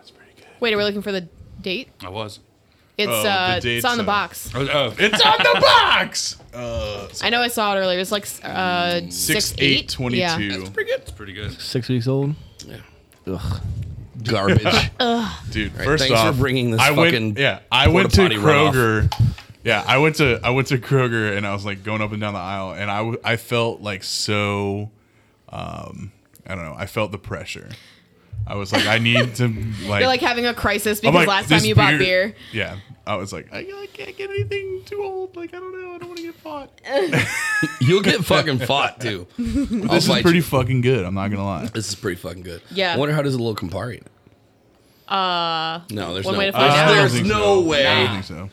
A: it's pretty good.
B: Wait, are we looking for the date?
D: I was.
B: It's
A: Oh, the
B: uh,
A: date's
B: it's on the
A: on.
B: box.
D: I was- oh,
A: It's on the box. Uh,
B: I know I saw it earlier. It's like uh,
A: six
B: six
A: eight twenty
B: Yeah.
A: two.
D: pretty good. It's pretty good.
C: Six weeks old. Ugh.
E: Garbage.
A: *laughs* Dude, first
E: thanks for
A: off,
E: bringing this
A: I went,
E: fucking
A: yeah. I went to
E: porta potty
A: Kroger. Yeah, I went to I went to Kroger and I was like going up and down the aisle and I w- I felt like so, um, I don't know. I felt the pressure. I was like, I need
E: *laughs*
A: to like.
B: You're like having a crisis
A: I'm
B: because
A: like,
B: last time
A: this
B: you bought beer.
A: Yeah, I was like, I, I can't get anything too old. Like I don't know. I don't want to get caught.
E: You'll get fucking fought too. I'll
A: This is
E: fight
A: pretty
E: you.
A: fucking good. I'm not gonna lie.
E: This is pretty fucking good.
B: Yeah.
E: I wonder how does a little Campari in it. Uh. No, there's
B: one
E: no.
B: way to find
E: there's
B: out.
A: I don't
E: there's
A: think
E: no
A: so.
E: way.
A: I don't think so.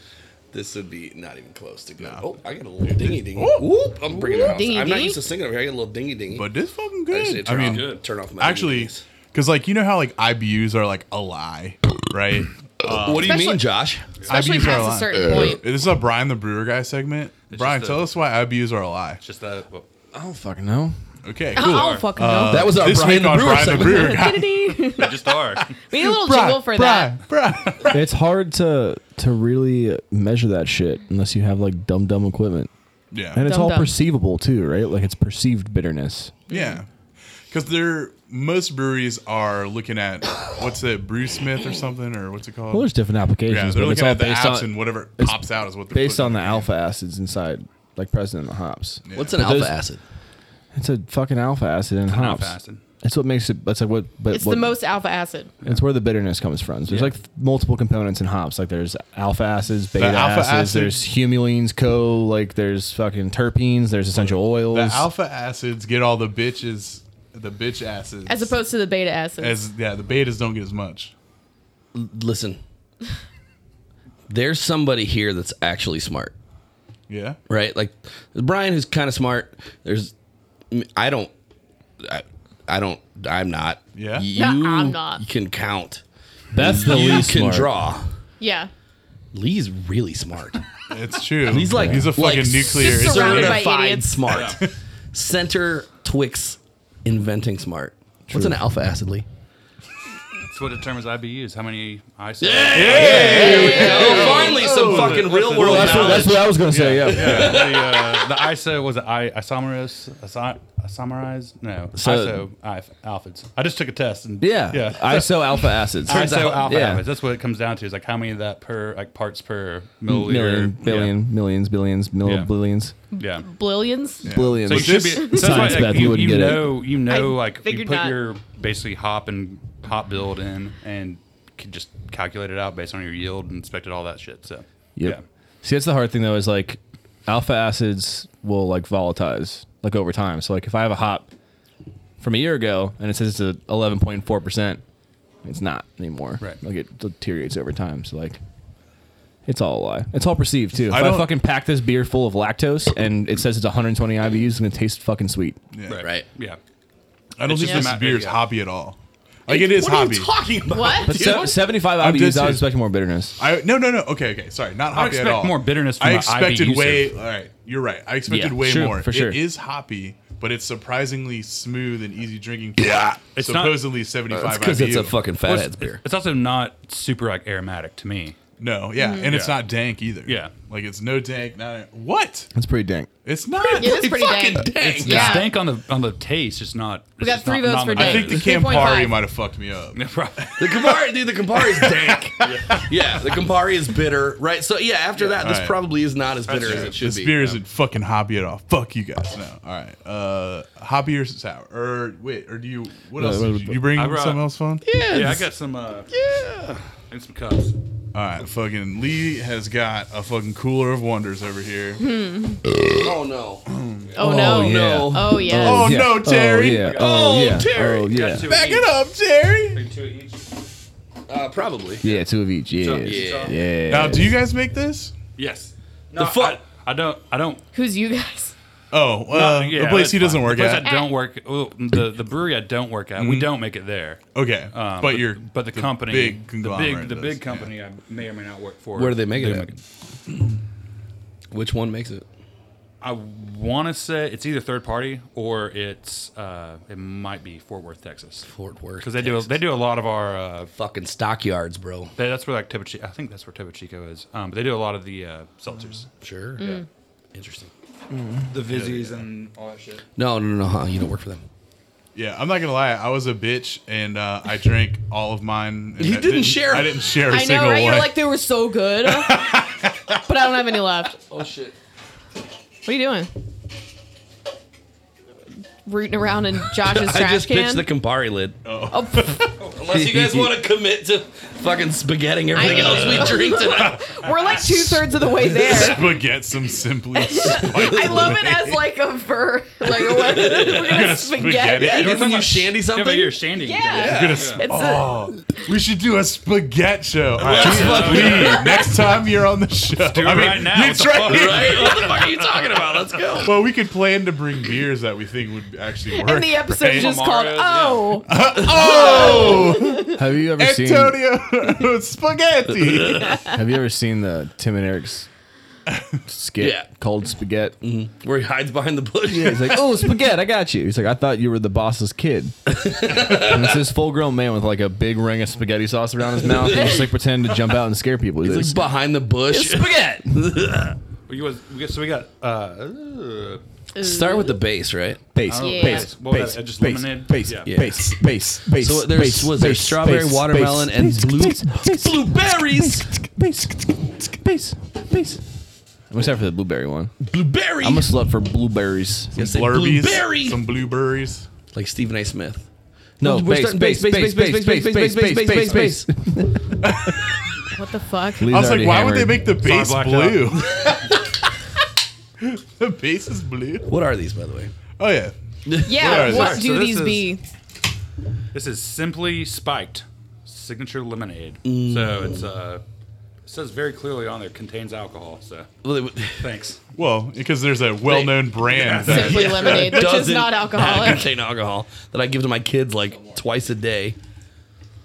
E: This would be not even close to good. Oh, I got a little dingy dingy. Whoop! I'm bringing the house.
B: Dingy
E: I'm not
B: dingy?
E: used to singing over here. I got a little dingy dingy.
A: But this fucking
E: I just
A: good.
E: need to
A: I
E: turn
A: mean,
E: off, turn off my
A: actually
E: dingies.
A: because like you know how like ibus are like a lie right uh,
E: what do you mean,
B: Especially-
E: Josh?
B: *clears throat* Especially
A: IBUs are
B: past a
A: lying.
B: certain point.
A: this is a brian the brewer guy segment brian
D: just a-
A: tell us why ibus are a lie
D: It's just that. Well,
C: I don't fucking know.
A: okay
B: *laughs* I
A: cool
B: don't Oh, fucking know. *laughs*
E: that was our
A: this week
E: Brian the
A: on
E: Brewer
A: brian the
E: segment.
A: brewer guy
B: we
D: they
E: *laughs*
D: just are.
B: need a little jingle for that.
A: Brian,
C: it's hard to to really measure that shit unless you have like dumb dumb equipment, and
A: yeah
C: it's all
B: Dum-dum.
C: perceivable too, right? Like it's perceived bitterness.
A: yeah because they're most breweries are looking at what's it brew smith or something or what's it called
C: Well, there's different applications,
A: yeah they're
C: but it's
A: looking
C: all
A: at the
C: based
A: apps
C: on
A: and whatever
C: it's
A: pops out is what they're
C: based
A: putting
C: on the
A: in.
C: alpha acids inside, like present in the hops.
E: What's an
C: But
E: alpha
C: those-
E: acid?
C: It's a fucking alpha acid in hops.
D: Alpha acid.
C: It's what makes it. That's like what. But
B: It's
C: what-
B: the most alpha acid.
C: It's where the bitterness comes from. So there's like th- multiple components in hops. Like there's alpha acids, beta
A: alpha
C: acids,
A: acid-
C: there's humulines, co. Like there's fucking terpenes. There's essential oils.
A: the alpha acids get all the bitches the bitch acids
B: As opposed to the beta acid.
A: as yeah the betas don't get as much
B: *laughs*
E: Listen, there's somebody here that's actually smart,
A: yeah
E: right? Like Brian, who's kind of smart. There's, I don't, I, I don't, I'm not.
A: Yeah?
E: you
B: I'm not.
E: You can count.
C: That's the
E: you
C: least
E: can
C: smart.
E: draw.
B: yeah.
E: Lee's really smart.
A: It's true.
E: He's like
A: he's a fucking
E: like
A: nuclear.
B: Just
A: it's
B: surrounded
A: really-
B: by
E: certified
B: idiots.
E: smart. Center Twix inventing smart. What's an alpha acid, Lee?
D: It's what determines IBUs. How many I said.
E: Oh, finally, some fucking real world
C: That's what, that's what I was gonna say. Yeah.
D: the, uh, the ISO was it I isomerase iso- isomerize no
C: So-
D: ISO I, alphas. I just took a test and
C: Yeah.
D: yeah
C: ISO alpha acids.
D: ISO alpha
C: yeah.
D: alphas. That's what it comes down to is like how many of that per like parts per milliliter
C: Million, billion, millions, billions,
D: Yeah.
C: millibillions,
D: yeah. yeah.
B: Billions.
C: billions.
D: So you should be.
A: this-
D: So that's why
C: Science
D: like,
C: math, you
D: you,
C: wouldn't
D: you
C: get it.
D: know you know
B: I
D: like you
B: figured
D: put
B: not.
D: your basically hop and hop build in and can just calculate it out based on your yield and expected all that shit. So
C: Yep. See, that's the hard thing though is like alpha acids will like volatize like over time. So like if I have a hop from a year ago and it says it's a 11.4 percent, it's not anymore.
D: Right.
C: Like it deteriorates over time. So like. It's all a lie. It's all perceived too. If
A: I
C: I,
A: don't-
C: fucking pack this beer full of lactose and it says it's 120 IBUs, it's gonna taste fucking sweet.
A: Yeah.
D: yeah.
E: Right.
D: Yeah.
A: I don't
D: It's
A: think
D: just
A: this
D: a-
A: beer is
D: yeah.
A: hoppy at all. Like it is hoppy.
E: talking about?
B: What?
C: But se- 75
A: I'm
C: IBUs,
A: just-
C: I was expecting more bitterness.
A: I no no no. Okay okay. Sorry, not hoppy at
D: expect
A: all.
D: more bitterness from
A: I
D: a
A: expected
D: IBU
A: way. All right, you're right. I expected
C: Yeah,
A: way
C: sure,
A: more.
C: for sure.
A: It is hoppy, but it's surprisingly smooth and easy drinking. Yeah, it's
D: It's not-
A: supposedly seventy five.
E: because it's a fucking
D: Well,
E: fathead's
D: it's,
E: beer.
D: it's also not super like aromatic to me.
A: No, yeah, and it's
D: Yeah.
A: not dank either.
D: Yeah.
A: like it's no dank. Not what?
F: That's pretty dank.
A: It's not.
B: It is pretty
E: fucking
B: dank.
E: dank.
D: It's
B: Yeah.
D: dank on the on the taste. It's not.
B: We got three votes for
A: I
B: dank.
A: think the Campari
B: 3.5.
A: might have fucked me up.
E: The Campari, dude, the Campari is dank. *laughs* yeah. the Campari is bitter, right? So yeah, after that, this
A: Alright.
E: probably is not as bitter as it should
A: This
E: be.
A: beer isn't fucking hoppy at all. Fuck you guys. No. All right. Uh, hoppy or sour? Or wait? Or do you? What else?
F: what-
A: Did you, you bring
D: I brought-
A: something else, fun?
D: yeah, I got some. Uh, yeah, and some cups.
A: All right. Fucking Lee has got a fucking cooler of wonders over here.
D: Hmm.
E: Oh no!
B: Oh, no.
E: no.
B: Oh yes.
A: Oh, no,
F: Oh
A: Terry.
F: yeah. Oh, yeah. Oh yeah.
D: Got two of
A: Back
D: each.
A: it up, Terry.
D: Two of each.
E: Uh, probably.
F: Yeah, two of each. Yes.
E: Yeah.
F: Yeah.
A: Now, do you guys make this?
D: Yes. No,
E: The fu-
D: I, I don't. I don't.
B: Who's you guys?
A: Oh,
D: no,
A: uh,
D: yeah,
A: the place
D: that's
A: he doesn't
D: fine.
A: work
D: the place
A: at.
D: I don't work. oh, the the brewery I don't work at. We don't make it there.
A: okay,
D: Um,
A: but you're
D: but the, company,
A: big
D: the
A: conglomerate
D: big, the
A: does,
D: big
A: yeah.
D: company I may or may not work for.
E: Where do they make it at? Which one makes it?
D: I want to say it's either third party or it's uh, it might be Fort Worth, Texas,
E: Fort Worth.
D: because they do they do a lot of our. Uh,
E: fucking stockyards, bro.
D: they, that's where like Topo Chico, I think that's where Topo Chico is. Um, but they do a lot of the uh, seltzers,
E: Sure.
B: Mm.
E: Interesting. Mm-hmm.
D: the Vizzies, and all that shit.
E: No, no, no, no. huh? You don't work for them.
A: Yeah, I'm not gonna lie. I was a bitch, and uh, I drank all of mine. And
E: You
A: I
E: didn't share
A: I
E: it.
A: didn't share a
B: I know,
A: single
B: right?
A: one.
B: You're like
A: *laughs*
B: they were so good, but I don't have any left.
E: Oh shit!
B: What are you doing? Rooting around in Josh's trash
E: I just
B: can.
E: pitched the Campari lid.
B: oh, *laughs* pff,
E: Unless you guys want to commit to fucking spaghetting everything
B: I-
E: else we drink *laughs* tonight.
B: we're like two thirds of the
A: *laughs*
B: way there.
A: but get some
D: *laughs*
A: simply.
B: I love it as like a ver, like a *laughs* what? We're gonna spaghetti.
A: spaghetti.
E: When you shandy
D: Yeah,
E: something,
D: but you're standing.
B: Yeah. It's a,
A: Oh, we should do a spaghetti show. All right,
E: fuck
A: Lee, next time you're on the show,
D: do it right now.
A: You
D: What the
A: try
D: fuck?
E: right? What the fuck are you talking about? Let's go.
A: Well, we could plan to bring beers that we think would actually work.
B: and the episode
A: right?
B: is just called
D: Mario's, yeah.
B: "Oh."
A: oh,
F: Have you ever seen?
A: Antonio *laughs* spaghetti.
F: Have you ever seen the Tim and Eric's skit
E: Yeah.
F: called Spaghetti?
E: Where he hides behind the bush.
F: Yeah, he's like, "Oh, spaghetti, I got you." He's like, "I thought you were the boss's kid." and it's this full-grown man with like a big ring of spaghetti sauce around his mouth, and just like pretend to jump out and scare people. He's,
E: It's
F: like,
E: like behind the bush.
D: We was, we got, so we got. Uh, uh,
E: Start with the base, right?
F: base,
B: Yeah.
F: base,
D: What
F: base,
D: was that? Just
F: base,
D: lemonade?
F: base,
D: Yeah.
E: Yeah.
F: base, base, base.
E: So there's-
F: base,
E: was there
F: base,
E: strawberry,
F: base,
E: watermelon,
F: base,
E: and
F: base,
E: blue-
F: base, base,
E: blueberries?
F: Base, base, base. I'm excited for the blueberry one.
E: Blueberry.
F: I'm a slut for blueberries.
E: Yes, they
A: Blurbies,
E: blueberry.
A: some blueberries.
E: Like Stephen A. Smith.
F: No,
E: we're
F: base,
E: starting
F: base, base, base, base, base, base, base, base, base.
B: What the *laughs* fuck?
A: I was like, why would they make the base
D: blacked
A: blue? *laughs* the base is blue.
E: What are these, by the way?
A: Oh yeah.
B: Yeah,
A: Alright,
B: what
A: sorry.
B: do
D: So this
B: these
D: is-
B: be?
D: This is simply spiked signature lemonade. So it's uh it says very clearly on there contains alcohol. So
E: Well, they-
D: thanks.
A: Well, because there's a well-known brand. that-
B: Simply lemonade, which is
E: Doesn't *laughs*
B: not alcoholic.
E: contain alcohol that I give to my kids like twice a day.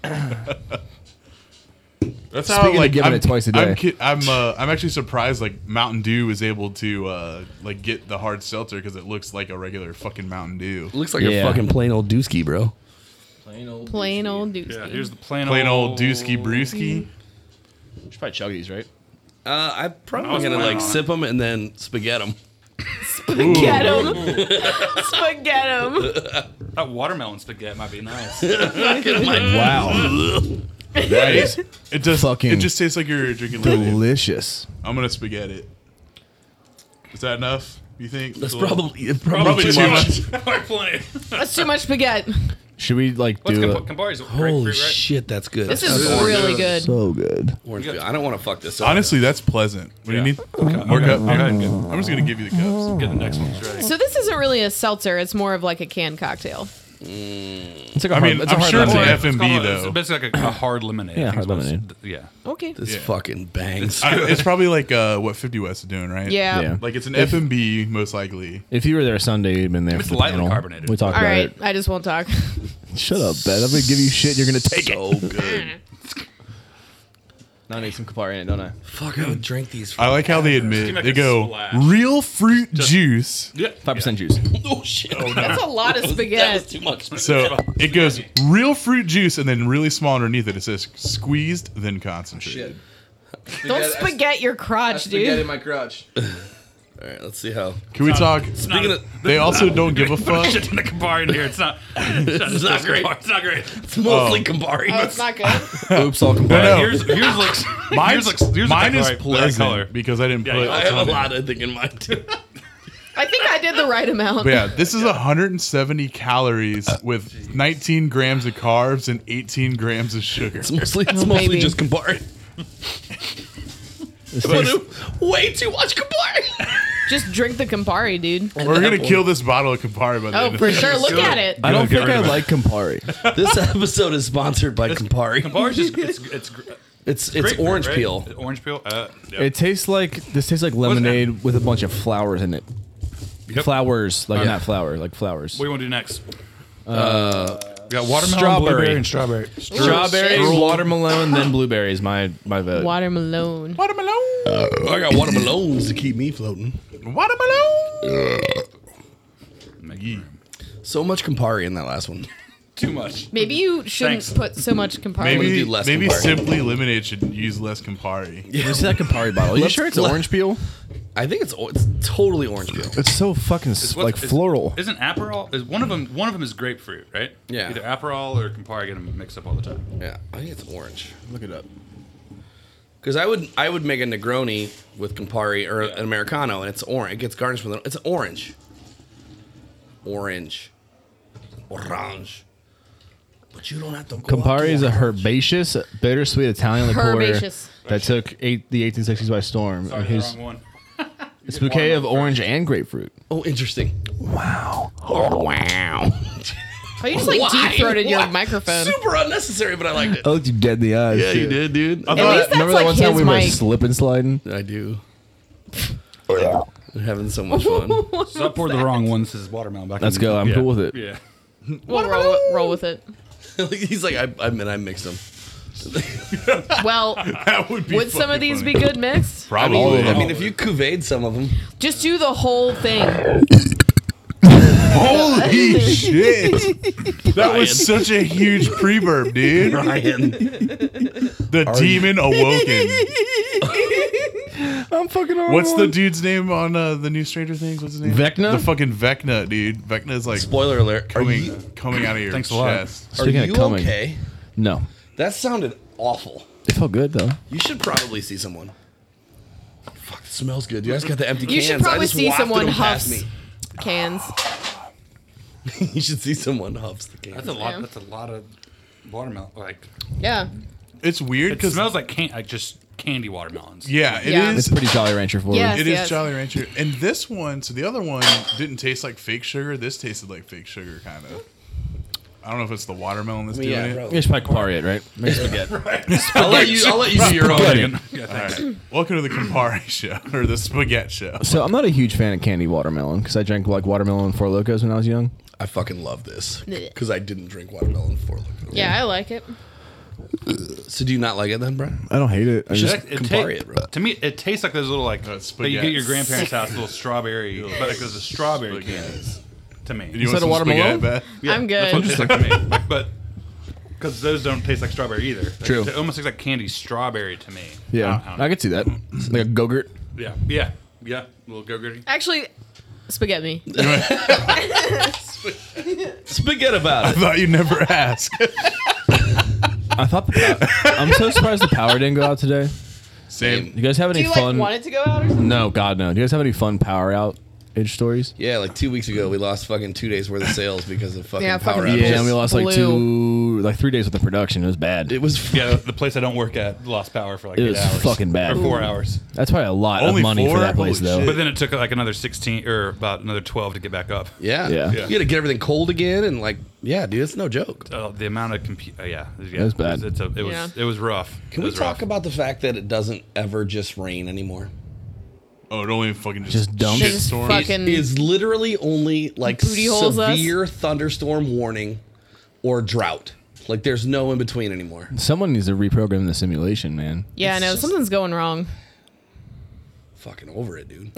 A: that's
F: Speaking
A: how
F: of
A: like
F: giving
A: I'm,
F: it twice a
A: I'm
F: day.
A: ki- I'm uh, I'm actually surprised like Mountain Dew was able to uh, like get the hard seltzer because it looks like a regular fucking Mountain Dew.
E: Looks like a
F: Yeah.
E: fucking plain old dooski, bro.
B: Plain old doozy.
D: Yeah, here's the plain,
A: Plain old Dewski Brewski.
F: Should probably chug these, right?
E: Uh, I'm
D: I
E: probably
D: was
E: gonna
D: planning
E: like
D: on it.
E: sip them and then spaghetti them.
B: Get 'em. Spaghetti *laughs* 'em.
D: That watermelon spaghetti might be nice. *laughs*
F: Wow,
A: That is, it does.
F: Fucking
A: it just tastes like you're drinking lemonade.
F: delicious.
A: I'm gonna spaghetti it. Is that enough? You think?
E: That's
A: A little-
E: probably it's
A: probably too much.
D: Quite plenty.
B: That's too much spaghetti.
F: Should we like
D: What's
F: do
D: Camp-
F: it?
D: Campari's grapefruit,
E: Holy
D: right?
E: shit, that's good.
B: This
E: That's
B: is
E: good.
B: really good.
F: So good.
E: Orange peel. I don't want to fuck this up.
A: Honestly, that's pleasant. What
D: Yeah.
A: do you need? More cup.
D: Go ahead and get,
A: I'm just gonna give you the cups.
D: get the next one's ready.
B: So this isn't really a seltzer. It's more of like a canned cocktail.
F: It's like a
A: I mean, I'm sure it's an
F: lemonade.
D: It's
A: FMB
D: called a-
A: though.
D: It's basically like a, a hard lemonade.
F: Yeah,
D: I think
F: hard
D: is what it's-
F: lemonade.
D: Yeah.
B: Okay.
E: this fucking bangs.
A: I- it's probably like uh, what 50 West is doing, right?
B: Yeah.
F: Yeah.
A: Like it's an FMB most likely.
F: If you were there Sunday, you'd been there.
D: It's
F: for the
D: lightly
F: panel.
D: carbonated.
F: We talked
B: All
F: about
B: right. I just won't talk.
F: it. Shut up, Ben. I'm gonna give you shit. You're gonna take it.
E: so good.
C: *laughs* Now I need some Campari in it, don't I?
E: Fuck, I would drink these. For
A: I like how they admit
D: Just make
A: they
D: a
A: go
D: splash.
A: real fruit juice.
D: Yeah.
C: Five percent juice.
E: *laughs* oh shit.
B: *laughs* That's a lot of
E: That was
B: spaghetti.
E: too much.
A: So it goes real fruit juice, and then really small underneath it. It says squeezed, then concentrated.
B: Don't spaghetti your crotch, dude.
C: my crotch.
E: All right, let's see how.
A: Can we talk?
E: Speaking of,
A: They also don't give a fuck.
D: *laughs* Shit in the Campari in here.
E: *laughs*
D: It's not.
E: it's not great.
D: It's not great.
E: It's mostly Campari.
B: Oh, it's not good.
C: Oops, all Campari.
A: No.
D: Here's
E: *laughs*
D: here's looks.
A: Mine's,
D: Here's looks. Here's
A: mine is
D: looks like
A: pleasant
D: color.
A: because I didn't
D: Yeah,
A: put.
D: yeah,
E: I have a lot of thing in mind too.
B: I think I did the right amount.
A: But yeah, this is 170 calories
E: Uh,
A: with 19 grams of carbs and 18 grams of sugar.
E: It's *laughs* mostly, it's mostly
B: Maybe.
E: just Campari. But it- way too much Campari.
B: Just drink the Campari, dude.
A: We're gonna kill this bottle of Campari by the
B: Oh,
A: end. of
B: for
A: this.
B: sure. Look at it.
C: I don't
D: Get
C: think
D: rid
C: I
D: of it.
E: *laughs*
C: like Campari.
E: this episode is sponsored by Campari.
D: Campari's
E: *laughs*
D: just it's it's gr-
E: It's it's
D: grapefruit,
E: orange
D: right?
E: peel.
D: Orange peel. Uh, yeah.
C: it tastes like this tastes like lemonade with a bunch of flowers in it.
D: Yep.
C: Flowers, like
D: Alright.
C: not flour, like flowers.
D: What do you want to do next? Uh, got watermelon,
C: strawberry.
D: blueberry, and strawberry.
C: Strawberry,
B: shit.
C: watermelon, then blueberries. My my vote.
B: Watermelon.
A: Watermelon,
E: I got watermelons to keep me floating.
A: watermelon.
E: So much Campari in that last one.
D: Too much.
B: Maybe you shouldn't
D: Thanks.
B: put so much Campari.
A: Maybe
E: do less
A: maybe
E: Campari.
A: simply lemonade should use less Campari.
C: You see that Campari bottle? Are you
E: Let's-
C: sure it's
E: let-
C: orange peel?
E: I think it's o- it's totally orange peel.
C: It's so fucking
D: It's
C: s
D: what-
C: like
D: is-
C: floral.
D: Isn't Aperol? Is one of them? One of them is grapefruit, right?
E: Yeah.
D: Either Aperol or Campari. I get them mixed up all the time.
E: Yeah, I think it's orange. Look it up. Because I would I would make a Negroni with Campari or an Americano, and it's orange. It gets garnished with an, it's orange. Orange. Orange. But you don't have to. Go out
C: Campari
E: to
C: is a
E: orange.
C: herbaceous, bittersweet Italian liqueur
B: Herbaceous.
C: that took eight, the 1860s by storm.
D: Sorry,
C: and
D: the
C: whose-
D: wrong *laughs* one.
C: it's a bouquet of orange and grapefruit.
E: Oh, interesting. Wow. Oh, wow.
B: Oh, you just like
E: Why?
B: deep throated your
E: Why?
B: microphone.
E: Super unnecessary, but I liked it.
C: I looked Oh, you dead in the eyes.
E: yeah, you did, dude.
B: At least that's
C: Remember
B: like
C: that one time
B: his
C: we were
B: mic.
C: slipping sliding?
E: I do. We're *laughs* having so much fun.
B: *laughs*
E: *laughs*
D: So I poured the wrong one. This is watermelon. Back
C: Let's
D: in the-
C: go. I'm
D: yeah.
C: cool with it.
D: Yeah.
B: We'll roll, roll with it.
E: He's like, I, I mean, I mixed them.
B: Well,
A: *laughs* That would be.
B: would some of
A: fucking
B: these
A: funny.
B: be good mixed?
A: Probably.
D: *laughs*
E: I
B: Oh.
E: mean, if you cuvade some of them,
B: Just do the whole thing.
A: Holy
B: *laughs*
A: shit! *laughs* That was such a huge pre burp, dude.
D: *laughs*
E: Ryan.
A: The demon
B: *laughs*
A: awoken.
C: I'm fucking on
A: What's the dude's name on uh, the new Stranger Things? What's his name?
C: Vecna?
A: The fucking Vecna, dude. Vecna is like
E: Spoiler alert. Are
A: coming
E: you,
A: coming out of your
D: Thanks a lot.
A: chest.
E: are
C: Speaking of
E: you
C: coming.
E: okay?
C: No.
E: That sounded awful.
C: It felt good though.
E: You should probably see someone. Fuck, it smells good. You guys got the empty
B: You
E: cans.
B: should
E: I
B: probably
E: just
B: see
E: wafted
B: someone
E: them
B: huffs
E: past me. *laughs*
B: cans.
E: you should see someone huffs the cans.
D: That's a lot.
B: Yeah.
D: That's a lot of watermelon. Like
B: Yeah.
A: It's weird
D: it
A: because
D: smells like can like just candy watermelons. *laughs*
A: yeah, it is.
B: Yeah.
C: It's pretty Jolly Rancher for
B: Yes.
A: It is
B: yes.
A: Jolly Rancher, and this one, so the other one didn't taste like fake sugar. This tasted like fake sugar, kind of. I don't know if it's the watermelon that's
E: I mean,
A: doing
E: yeah,
A: it.
E: bro.
C: You should probably Campari it, right?
E: I'll let you. I'll let you do your own.
D: Yeah, thanks.
A: Welcome to the Campari *laughs* show or the Spaghetti show.
C: So I'm not a huge fan of candy watermelon because I drank like watermelon and Four Locos when I was young.
E: I fucking love this
B: Blech.
E: because I didn't drink watermelon for. Like,
B: Yeah, I like it.
E: So do you not like it then, Brian?
C: I don't hate it. I
E: Should
C: just,
E: I-
D: It ta-
E: Campari it, bro.
D: To me, it tastes like those little like
A: Uh,
D: that you get at your
A: spaghettis.
D: grandparents' house, little *laughs* strawberry, but like those are strawberry cans. To me, *laughs*
A: You want
C: that a
A: some
C: watermelon?
A: spaghetti,
B: *laughs*
A: Beth?
B: I'm
D: That's what it
B: good.
D: tastes like to me. But because those don't taste like strawberry either.
C: True.
D: It almost tastes like candy strawberry to me.
C: yeah,
D: I
C: I,
D: don't know.
C: could see that. Like a gogurt.
D: Yeah. Yeah. Yeah. A little go gritty.
B: Actually, spaghetti me.
E: Spaghetti about
A: I thought you'd never *laughs* ask.
C: I thought. The, I'm so surprised the power didn't go out today.
A: Same.
C: You guys have any
B: Do you like
C: fun?
B: want it to go out or something?
C: no, God no. Do you guys have any fun power out age stories?
E: Yeah, like two weeks ago, we lost fucking two days worth of sales because of fucking
B: Yeah,
E: power
B: fucking-
E: outages.
C: Yeah, and we lost like two,
B: blew.
C: like three days with the production. It was bad.
E: It was f-
D: Yeah. The place I don't work at lost power for like
C: It
D: eight
C: was
D: hours.
C: fucking bad.
D: Or four hours.
C: That's probably a lot
A: Only
C: of money
A: four?
C: for that place,
A: Holy
C: though.
A: shit.
D: But then it took like another sixteen or about another twelve to get back up.
E: yeah.
C: Yeah.
E: You had to get everything cold again, and like, yeah, dude, it's no joke.
D: Uh, the amount of compute, uh, yeah, yeah,
C: It was bad.
D: It's, it's a, it was
B: Yeah.
D: it was rough.
E: Can
D: It
E: we
D: was
E: talk
D: rough.
E: about the fact that it doesn't ever just rain anymore?
A: Oh, it only fucking just,
C: Just dump.
A: shit
B: Just
A: storm.
B: fucking-
E: It is literally only like
B: Booty holes us?
E: severe thunderstorm warning or drought. Like there's no in between anymore.
C: Someone needs to reprogram the simulation, man.
B: Yeah, I
E: It's
B: know
E: just-
B: something's going wrong.
E: Fucking over it, dude.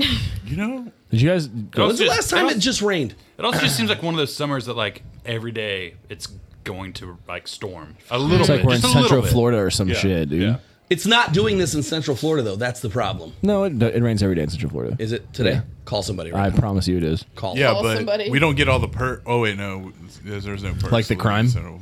A: You know,
C: Did you guys?
E: When's the
D: just-
E: last time it just rained?
D: It also
C: *clears throat*
D: just seems like one of those summers that like every day it's going to like storm a little
C: It's
D: bit.
C: like we're in
D: just a little
C: Central
D: bit.
C: Florida or some
D: Yeah,
C: shit, dude.
D: yeah.
E: It's not doing this in Central Florida though. That's the problem.
C: No, it, it rains every day in Central Florida.
E: Is it today? Call somebody right
C: I
E: now.
C: promise you, it is.
E: Call.
A: yeah,
B: Call
A: but
B: somebody.
A: we don't get all the per. Oh wait, no, there's, there's no per.
C: Like the crime?
A: So,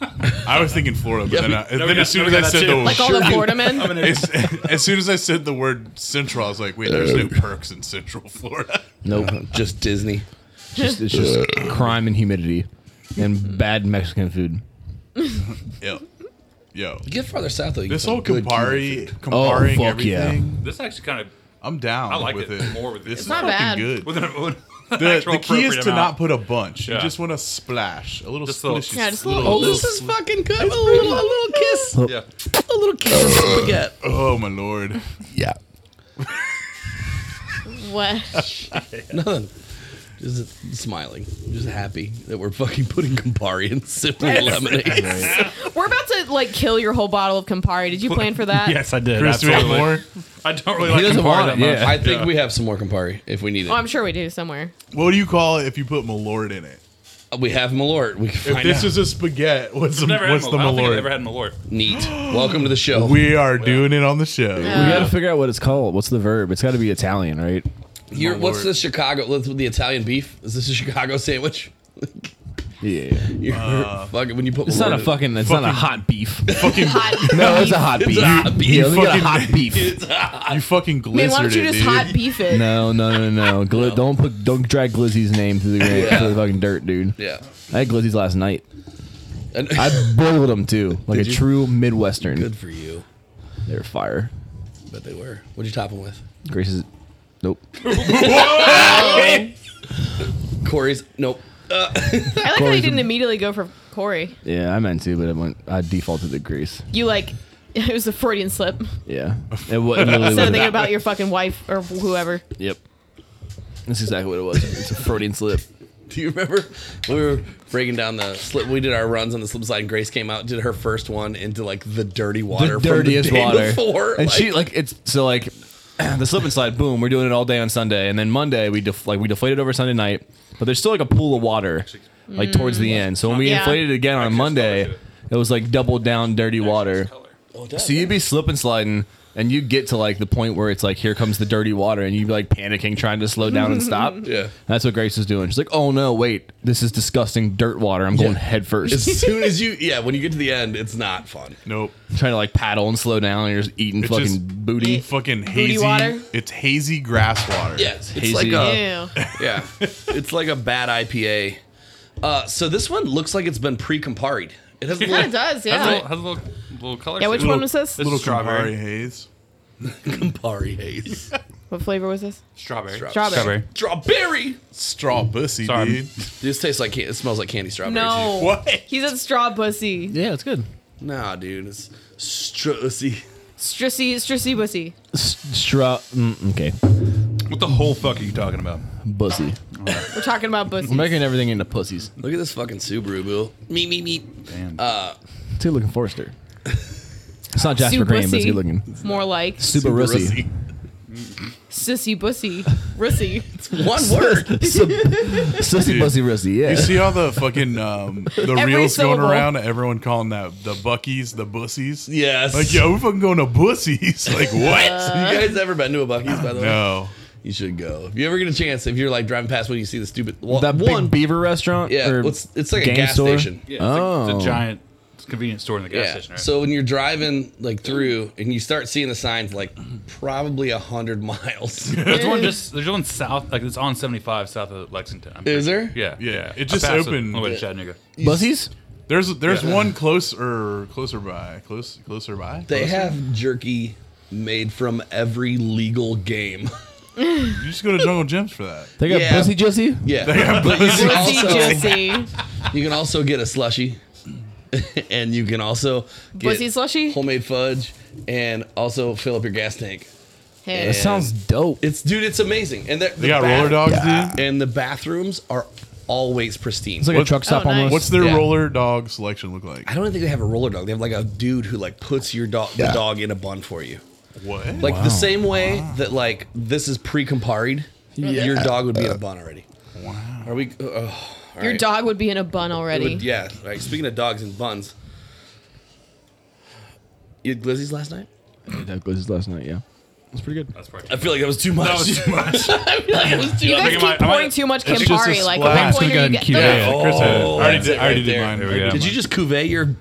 A: yeah. I was thinking Florida, but then, I,
D: we
A: then
D: got-
A: as soon
D: no,
A: as
D: we
A: I
D: got that
A: said
D: too.
A: the
B: Like all the Florida men.
A: as, *laughs* as soon as I said the word Central, I was like, wait, there's no perks in Central Florida. *laughs*
E: Nope. *laughs* just Disney.
C: Just, it's just crime and humidity, and bad Mexican food.
A: Yo, yo,
E: Get farther south though. you
A: this
E: can
A: whole
E: find good Cuban
A: Campari,
E: food.
A: Campari,
C: fuck
A: everything.
D: This actually kind of
A: I'm down.
D: I like
A: with it,
D: it more with
A: this.
D: it.
A: is
D: It's
B: not
A: fucking
B: bad.
A: Good.
D: with an, with an
A: The,
D: actual
A: the key is
D: appropriate
A: to
D: amount.
A: not put a bunch. You
D: Yeah.
A: just want to splash a little
D: Just a little-
A: splish.
B: Yeah, just a little-
E: Oh, this is fucking good. A little, a little kiss. A
D: Yeah.
E: little kiss of spaghetti.
A: Oh my lord.
C: Yeah.
B: *laughs* What?
E: Nothing. Just smiling. Just happy that we're fucking putting Campari in simple lemonade.
B: We're about to like kill your whole bottle of Campari. Did you plan for that?
D: Yes, I did.
A: Chris, do we have
D: absolutely.
A: more?
D: I don't really like
C: doesn't
D: Campari
C: want
D: that
C: it,
D: much.
C: yeah.
E: I think
D: Yeah.
E: we have some more Campari if we need it.
B: Oh, I'm sure we do somewhere.
A: What do you call it if you put malort in it?
E: we have Malort. We can
A: If
E: find
A: this
E: out.
A: is a spaghetti, what's, the,
D: I've never had
A: what's
D: Malort.
A: the
D: I don't think I've
A: malort?
D: ever had Malort.
E: Neat. Welcome to the show.
A: we are doing it on the show.
C: We gotta
B: Uh.
C: figure out what it's called. What's the verb? It's got to be Italian, right?
E: You're- what's the Chicago? What's with the Italian beef? Is this a Chicago sandwich? *laughs*
C: Yeah.
E: You're fucking when you put.
C: It's not
E: Malort
C: a
E: in-
C: fucking. It's not a hot *laughs* beef.
A: Fucking, *laughs*
B: Hot.
C: no, it's a hot beef.
E: a hot beef.
C: Yeah, we got a
A: Fucking-
C: hot beef.
A: you fucking glistered
B: Man, why don't you
A: it,
B: just
A: dude.
B: hot beef it?
C: No, no, no, *laughs* no. Gli- Don't put, don't drag Glizzy's name *laughs* through the, through the fucking dirt, dude.
E: Yeah.
C: I had Glizzy's last night.
E: And-
C: I boiled them too, like
E: Did
C: a
E: you?
C: true
E: *laughs*
C: Midwestern.
E: good for you.
C: They're fire.
E: But they were. What'd you top them with?
C: Grace's, nope.
E: Corey's. Nope.
B: I like how you didn't immediately go for Corey.
C: Yeah, I meant to, but I went. I defaulted to Grace.
B: You like, *laughs* it was a Freudian slip.
C: Yeah, it, wa- *laughs* it really
B: Instead of
C: wasn't.
B: thinking about your fucking wife or whoever.
C: Yep, that's exactly what it was. It's a Freudian slip.
E: Do you remember when we were breaking down the slip? We did our runs on the slip slide, and Grace came out, and did her first one into like the dirty water,
C: the
E: from
C: dirtiest
E: the day
C: water.
E: before.
C: and
E: like,
C: she like it's so like *clears throat* the slip and slide. Boom, we're doing it all day on Sunday, and then Monday we def- like we deflated over Sunday night, but there's still like a pool of water like towards the end. So when we
B: Yeah.
C: inflated it again on Monday,
D: it.
C: it was like double down dirty water.
E: Oh, it does.
C: So you'd be slip and sliding. And you get to like the point where it's like, here comes the dirty water, and you'd be like panicking, trying to slow down and stop.
E: *laughs* Yeah.
C: that's what Grace is doing. She's like, "Oh no, wait, this is disgusting dirt water. I'm going head first.
E: *laughs* as soon as you, yeah, when you get to the end, it's not fun.
B: *laughs*
A: Nope.
C: *laughs* trying to like paddle and slow down, and you're just eating
A: It's
C: fucking
A: just-
C: booty.
A: Fucking hazy.
B: water?
A: It's hazy grass water.
E: Yes, it's
C: Hazy.
E: like
B: Ew.
E: a yeah, it's like a bad IPA. Uh, so this one looks like it's been pre-comparied. It has a
B: Kind
E: little
B: of does,
D: Has a
B: yeah.
D: little, has a little, little color.
B: Yeah, which
D: to it.
B: one was this?
A: Little strawberry
D: Strawberry.
A: haze.
E: Campari haze.
B: What flavor was this?
D: Strawberry.
B: Strawberry.
E: Strawberry.
A: Straw pussy,
D: Sorry.
A: dude.
E: This tastes like can- it smells like candy strawberry.
B: No.
A: What?
B: He said straw pussy.
C: Yeah, it's good.
E: juice. nah, dude, it's strussy.
B: Strissy, strissy pussy.
C: Stra. Mm, okay,
D: What the whole fuck are you talking about?
C: pussy.
B: We're talking about pussy.
C: We're making everything into pussies.
E: Look at this fucking Subaru, Bill. Me, me, me.
D: Damn.
C: Two looking Forrester. It's not Jasper
B: Sue
C: Graham, but it's
B: Bussy.
C: good looking.
B: More like
C: Super Russy.
B: sissy pussy. Russy.
E: One
C: *laughs*
E: word.
C: Sussy
A: Dude.
C: Bussy Russy,
A: You
C: yeah.
A: see all the fucking um, the
B: *laughs* Every
A: reels
B: syllable.
A: going around? Everyone calling that the Buckies, the Bussies.
E: yes.
A: Like, yo, we fucking going to Bussies. *laughs* Like,
B: Uh.
A: what?
E: Have you guys ever been to a Bucky's, by the way?
A: no.
E: You should go. If you ever get a chance, if you're like driving past when you see the stupid well,
C: That
E: one,
C: big beaver restaurant?
E: yeah,
C: or
E: it's, it's like a
C: gang
E: gas
C: store?
E: station.
D: Yeah, it's, oh. a,
C: Oh.
D: it's a giant convenience store in the gas
E: Yeah.
D: station. Right?
E: So when you're driving like through and you start seeing the signs like probably a hundred miles.
D: there's one just there's one south like it's on 75 south of Lexington. I'm pretty
E: Is
D: sure.
E: there?
D: Yeah,
A: Yeah, it
D: I
A: just
D: passed
A: opened.
D: on the way to Chattanooga.
C: Bussies?
A: There's there's one closer closer by close closer by.
E: they
A: Closer?
E: have jerky made from every legal game. *laughs*
A: You just go to Jungle Gyms for that.
C: They got
E: Yeah.
C: Bussy Jussie?
E: Yeah. but you can,
B: Russy
E: also,
B: juicy.
E: you can also get a slushy. *laughs* and you can also get
B: Bussy slushy?
E: homemade fudge and also fill up your gas tank.
B: Hey.
C: That sounds dope.
E: It's dude, it's amazing. And the,
A: They got roller dogs, dude.
E: And the bathrooms are always pristine.
F: It's like a truck stop
B: Oh, nice.
F: almost.
A: What's their
E: Yeah.
A: roller dog selection look like?
E: I don't think they have a roller dog. They have like a dude who like puts your dog the dog in a bun for you.
A: What?
E: Like the same way that like this is pre comparied your dog would be in a bun already. Wow. Are we? Oh, all
B: Your
E: right.
B: dog would be in a bun
E: It
B: already. *laughs*
E: would- yeah. Right. Speaking of dogs and buns, you had glizzies last night.
F: that was last night? Yeah, it's pretty good.
D: That's
E: I feel like that was too much. *laughs*
D: That was *laughs* too much.
E: I feel like it was too
B: You
E: much.
B: guys keep
D: think I might- I might-
B: pouring too much
A: It's just a
B: Campari. Like
A: splash.
B: at
A: I'm
B: what point
A: gonna
B: are
A: go
B: you get-
A: ahead and
B: they're-
A: keep it. Chris had it. I already did- I already did mine.
E: Oh, There
A: I
E: we go.
A: already
E: Did you just
A: *laughs*
E: cuvee your?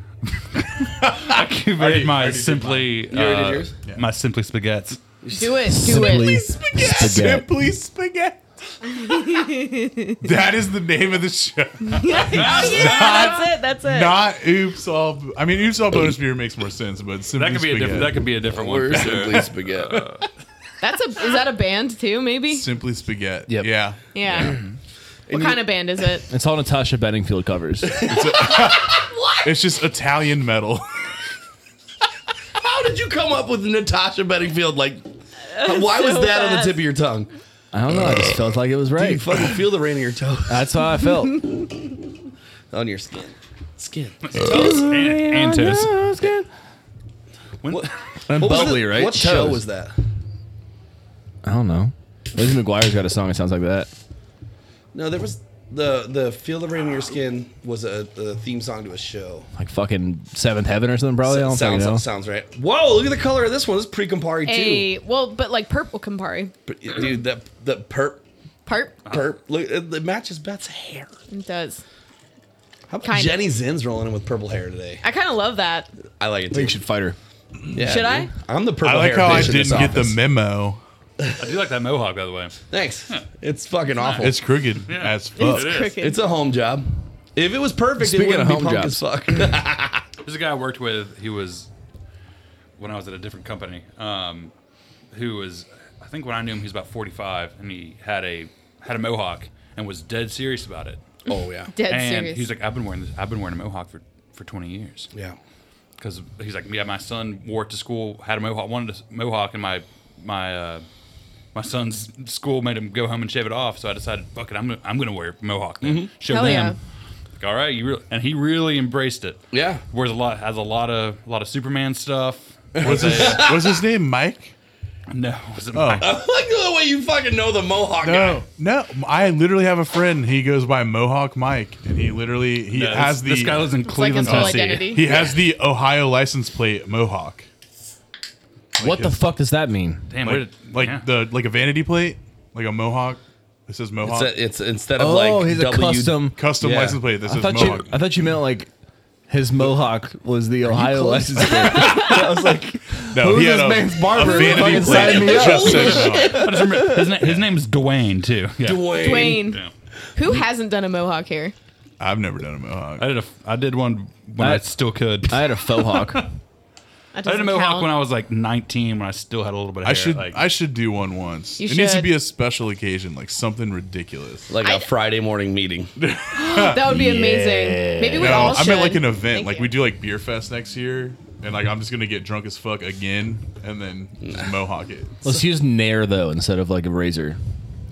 D: I conveyed my simply
E: already did
D: uh,
E: yours?
D: my simply spaghettis.
B: Do it. Do it. *laughs*
A: spaghetti. Simply spaghetti.
B: *laughs*
A: that is the name of the show. *laughs*
B: Yeah, that's it. That's it.
A: Not oops all. I mean, oops all bonus beer makes more sense, but simply
D: That could be a different. That could be a different one.
E: *laughs* We're
D: for sure.
E: simply spaghetti.
B: That's a. Is that a band too? Maybe.
A: simply spaghetti.
F: Yep.
A: Yeah.
B: Yeah. What kind of band is it?
F: It's all Natasha Bedingfield
E: *laughs*
F: covers.
A: It's just Italian metal.
E: How did you come up with Natasha Bedingfield?
B: *laughs*
E: Like, why was
B: so
E: that on the
B: bad.
E: tip of your tongue?
F: I don't know. I just felt like it was
E: You
F: right.
E: fucking feel the rain on your toe *laughs*
F: That's how I felt.
E: on your skin. Skin.
D: And- Antos. When-
F: And
E: *laughs* What was
F: bubbly,
E: the-
F: right?
E: What show
F: Toes.
E: was that?
F: I don't know. Lizzie McGuire's got a song that sounds like that.
E: No, there was the the feel the rain on your skin was a, a theme song to a show.
F: Like fucking Seventh Heaven or something, probably. I don't fucking
E: sounds
F: know.
E: sounds right. Whoa, look at the color of this one. This is pre Campari too.
B: A well, but like purple Campari.
E: But, dude, that the perp
B: Perp.
E: perp look it, it matches Beth's hair.
B: It does.
E: How about
B: Kinda.
E: Jenny Zinn's rolling in with purple hair today?
B: I kind of love that.
E: I like it
F: You
E: too.
F: should fight her.
E: Yeah,
B: Should I?
E: dude. I'm the purple
A: I like
E: hair
A: how I
E: bitch in this
A: didn't get the
E: office.
A: memo.
D: I do like that mohawk, by the way.
E: Thanks. It's fucking awful.
A: It's crooked as fuck.
D: It is.
B: Crooked.
E: It's a home job. If it was perfect,
F: Speaking
E: it wouldn't
F: of
E: be
F: home
E: punk
F: jobs.
E: as fuck.
F: *laughs*
E: *laughs*
D: There's a guy I worked with. He was when I was at a different company. Um, who was I think when I knew him, he was about 45, and he had a had a mohawk and was dead serious about it.
E: oh yeah.
B: *laughs* Dead
D: and
B: serious.
D: he's like, I've been wearing this. I've been wearing a mohawk for for 20 years.
E: Yeah. *laughs*
D: because he's like, yeah, my son wore it to school, had a mohawk, wanted a mohawk, and my my uh, my son's school made him go home and shave it off. So I decided, fuck it, I'm gonna, I'm gonna wear a mohawk. Then.
A: Mm-hmm.
D: Show
B: Hell yeah.
D: them. Like, all right, you really, and he really embraced it.
E: Yeah.
D: wears a lot, has a lot of a lot of
A: *laughs*
D: Superman stuff.
A: What's his, what's his name? Mike?
D: No, was it *laughs*
A: Oh.
E: I like the way you fucking know the Mohawk guy.
A: No, Oh. no. I literally have a friend. He goes by Mohawk Mike, and he literally he
D: no,
A: has
D: this, this
A: the
D: guy lives in
B: It's like his
D: Cleveland,
B: whole
D: Tennessee.
B: identity.
A: he has the Ohio license plate Mohawk.
F: what the fuck does that mean?
D: Damn,
A: like,
D: where did-
A: like
D: yeah.
A: the like a vanity plate, like a mohawk. It says
E: It's,
A: mohawk
E: a, it's instead of
F: Oh,
E: like
F: he's a
E: W-
F: custom.
A: custom
E: yeah.
A: license plate. This
F: I
A: is
F: thought
A: mohawk.
F: you. I thought you meant like his mohawk was the Ohio license plate. *laughs* I was like,
A: no,
F: who's
A: he had
F: this
A: a,
F: man's barber?
A: a
F: Fucking
A: vanity
F: sign
A: plate.
F: me up.
A: that just said mohawk.
D: I just remember- his, na- his name's Dwayne too. Yeah.
E: Dwayne.
B: Dwayne.
D: Yeah.
B: Who hasn't done a mohawk here?
A: I've never done a mohawk.
D: I did a f- I did one when I,
F: I-
D: still could.
F: I had a faux hawk.
B: That
D: I did a
B: doesn't
D: mohawk
B: count.
D: when I was like 19 when I still had a little bit of
A: I
D: hair.
A: should
D: like,
A: I should do one once.
B: You
A: it needs to
B: should.
A: be a special occasion, like something ridiculous.
E: Like a Friday morning
F: *laughs*
E: meeting.
B: That would be amazing. Maybe we
A: no,
B: all
A: I
B: should.
A: meant like an event.
B: Thank
A: like
B: you.
A: we do like beer fest next year, and like I'm just gonna get drunk as fuck again, and then just mohawk it.
F: *laughs* Let's use nair though instead of like a razor.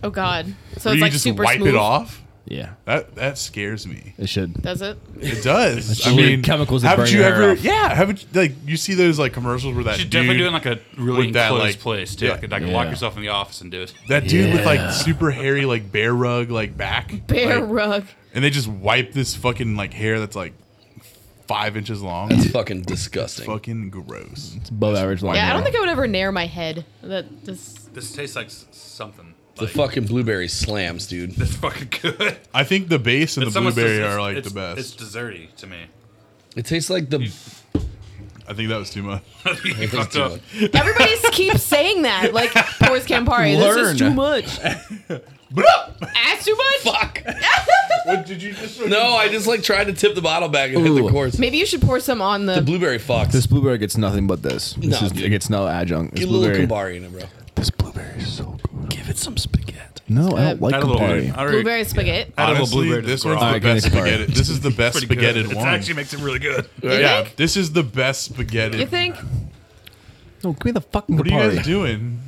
B: Oh God. So
A: Or
B: it's
A: you
B: like
A: just
B: super
A: wipe
B: smooth.
A: it off.
F: Yeah,
A: That that scares me.
F: it should.
B: Does it?
A: It does. I
F: just
A: mean,
F: chemicals that
A: haven't
F: burn
A: you
F: your hair
A: ever?
F: off.
A: Yeah, haven't you- like you see those like commercials where that
D: She's
A: dude
D: definitely doing like a really
A: with that,
D: enclosed
A: like-
D: place too.
A: yeah.
D: Like, like lock
F: Yeah.
D: yourself in the office and do it.
A: that dude with
F: Yeah.
A: like super hairy like bear rug like back
B: Bear
A: like,
B: rug.
A: and they just wipe this fucking like hair that's like five inches
F: *laughs*
A: long.
E: That's fucking disgusting.
A: fucking gross.
F: It's above average. long
B: Yeah, I
F: hair.
B: don't think I would ever nair my head. That this.
D: This tastes like s- something.
E: The
D: Like, *laughs*
E: fucking blueberry slams, dude.
D: That's fucking good.
A: *laughs* I think the base and
D: It's
A: the
D: almost-
A: blueberry
D: it's-
A: are like
D: it's-
A: the best.
D: It's desserty to me.
E: It tastes like the.
A: I think that was too
D: *laughs*
A: much.
D: You
E: That's
D: fucked
E: too
D: up.
E: much.
B: Everybody keeps saying that. Like pours Campari. This
F: Learn.
B: is too much.
A: Blah!
B: That's too much.
E: Fuck.
A: what did you just?
E: No, I just like tried to tip the bottle back and hit the
F: Ooh.
E: course.
B: Maybe you should pour some on the.
E: The blueberry fox.
F: This blueberry gets nothing but this. This
E: No,
F: is,
E: dude.
F: it gets no adjunct. This
E: Get a little
F: blueberry,
E: Campari in it, bro.
F: this blueberry is so good.
E: Give it some spaghetti.
F: No, I don't like
D: Add a little
F: Campari.
D: I already-
B: Blueberry spaghetti.
D: Add a little
A: Honestly,
D: blueberry to
A: this
D: the
A: one's
D: grog.
A: the
F: Alright, give me
A: best
F: the card.
A: spaghetti. This is
D: *laughs*
A: the best
D: Pretty good.
A: spaghetti
D: It
A: one.
D: actually makes it really good.
A: yeah, this is the best
B: You
A: spaghetti.
B: think?
F: No, give me the fucking
A: What are you
F: Campari.
A: guys doing?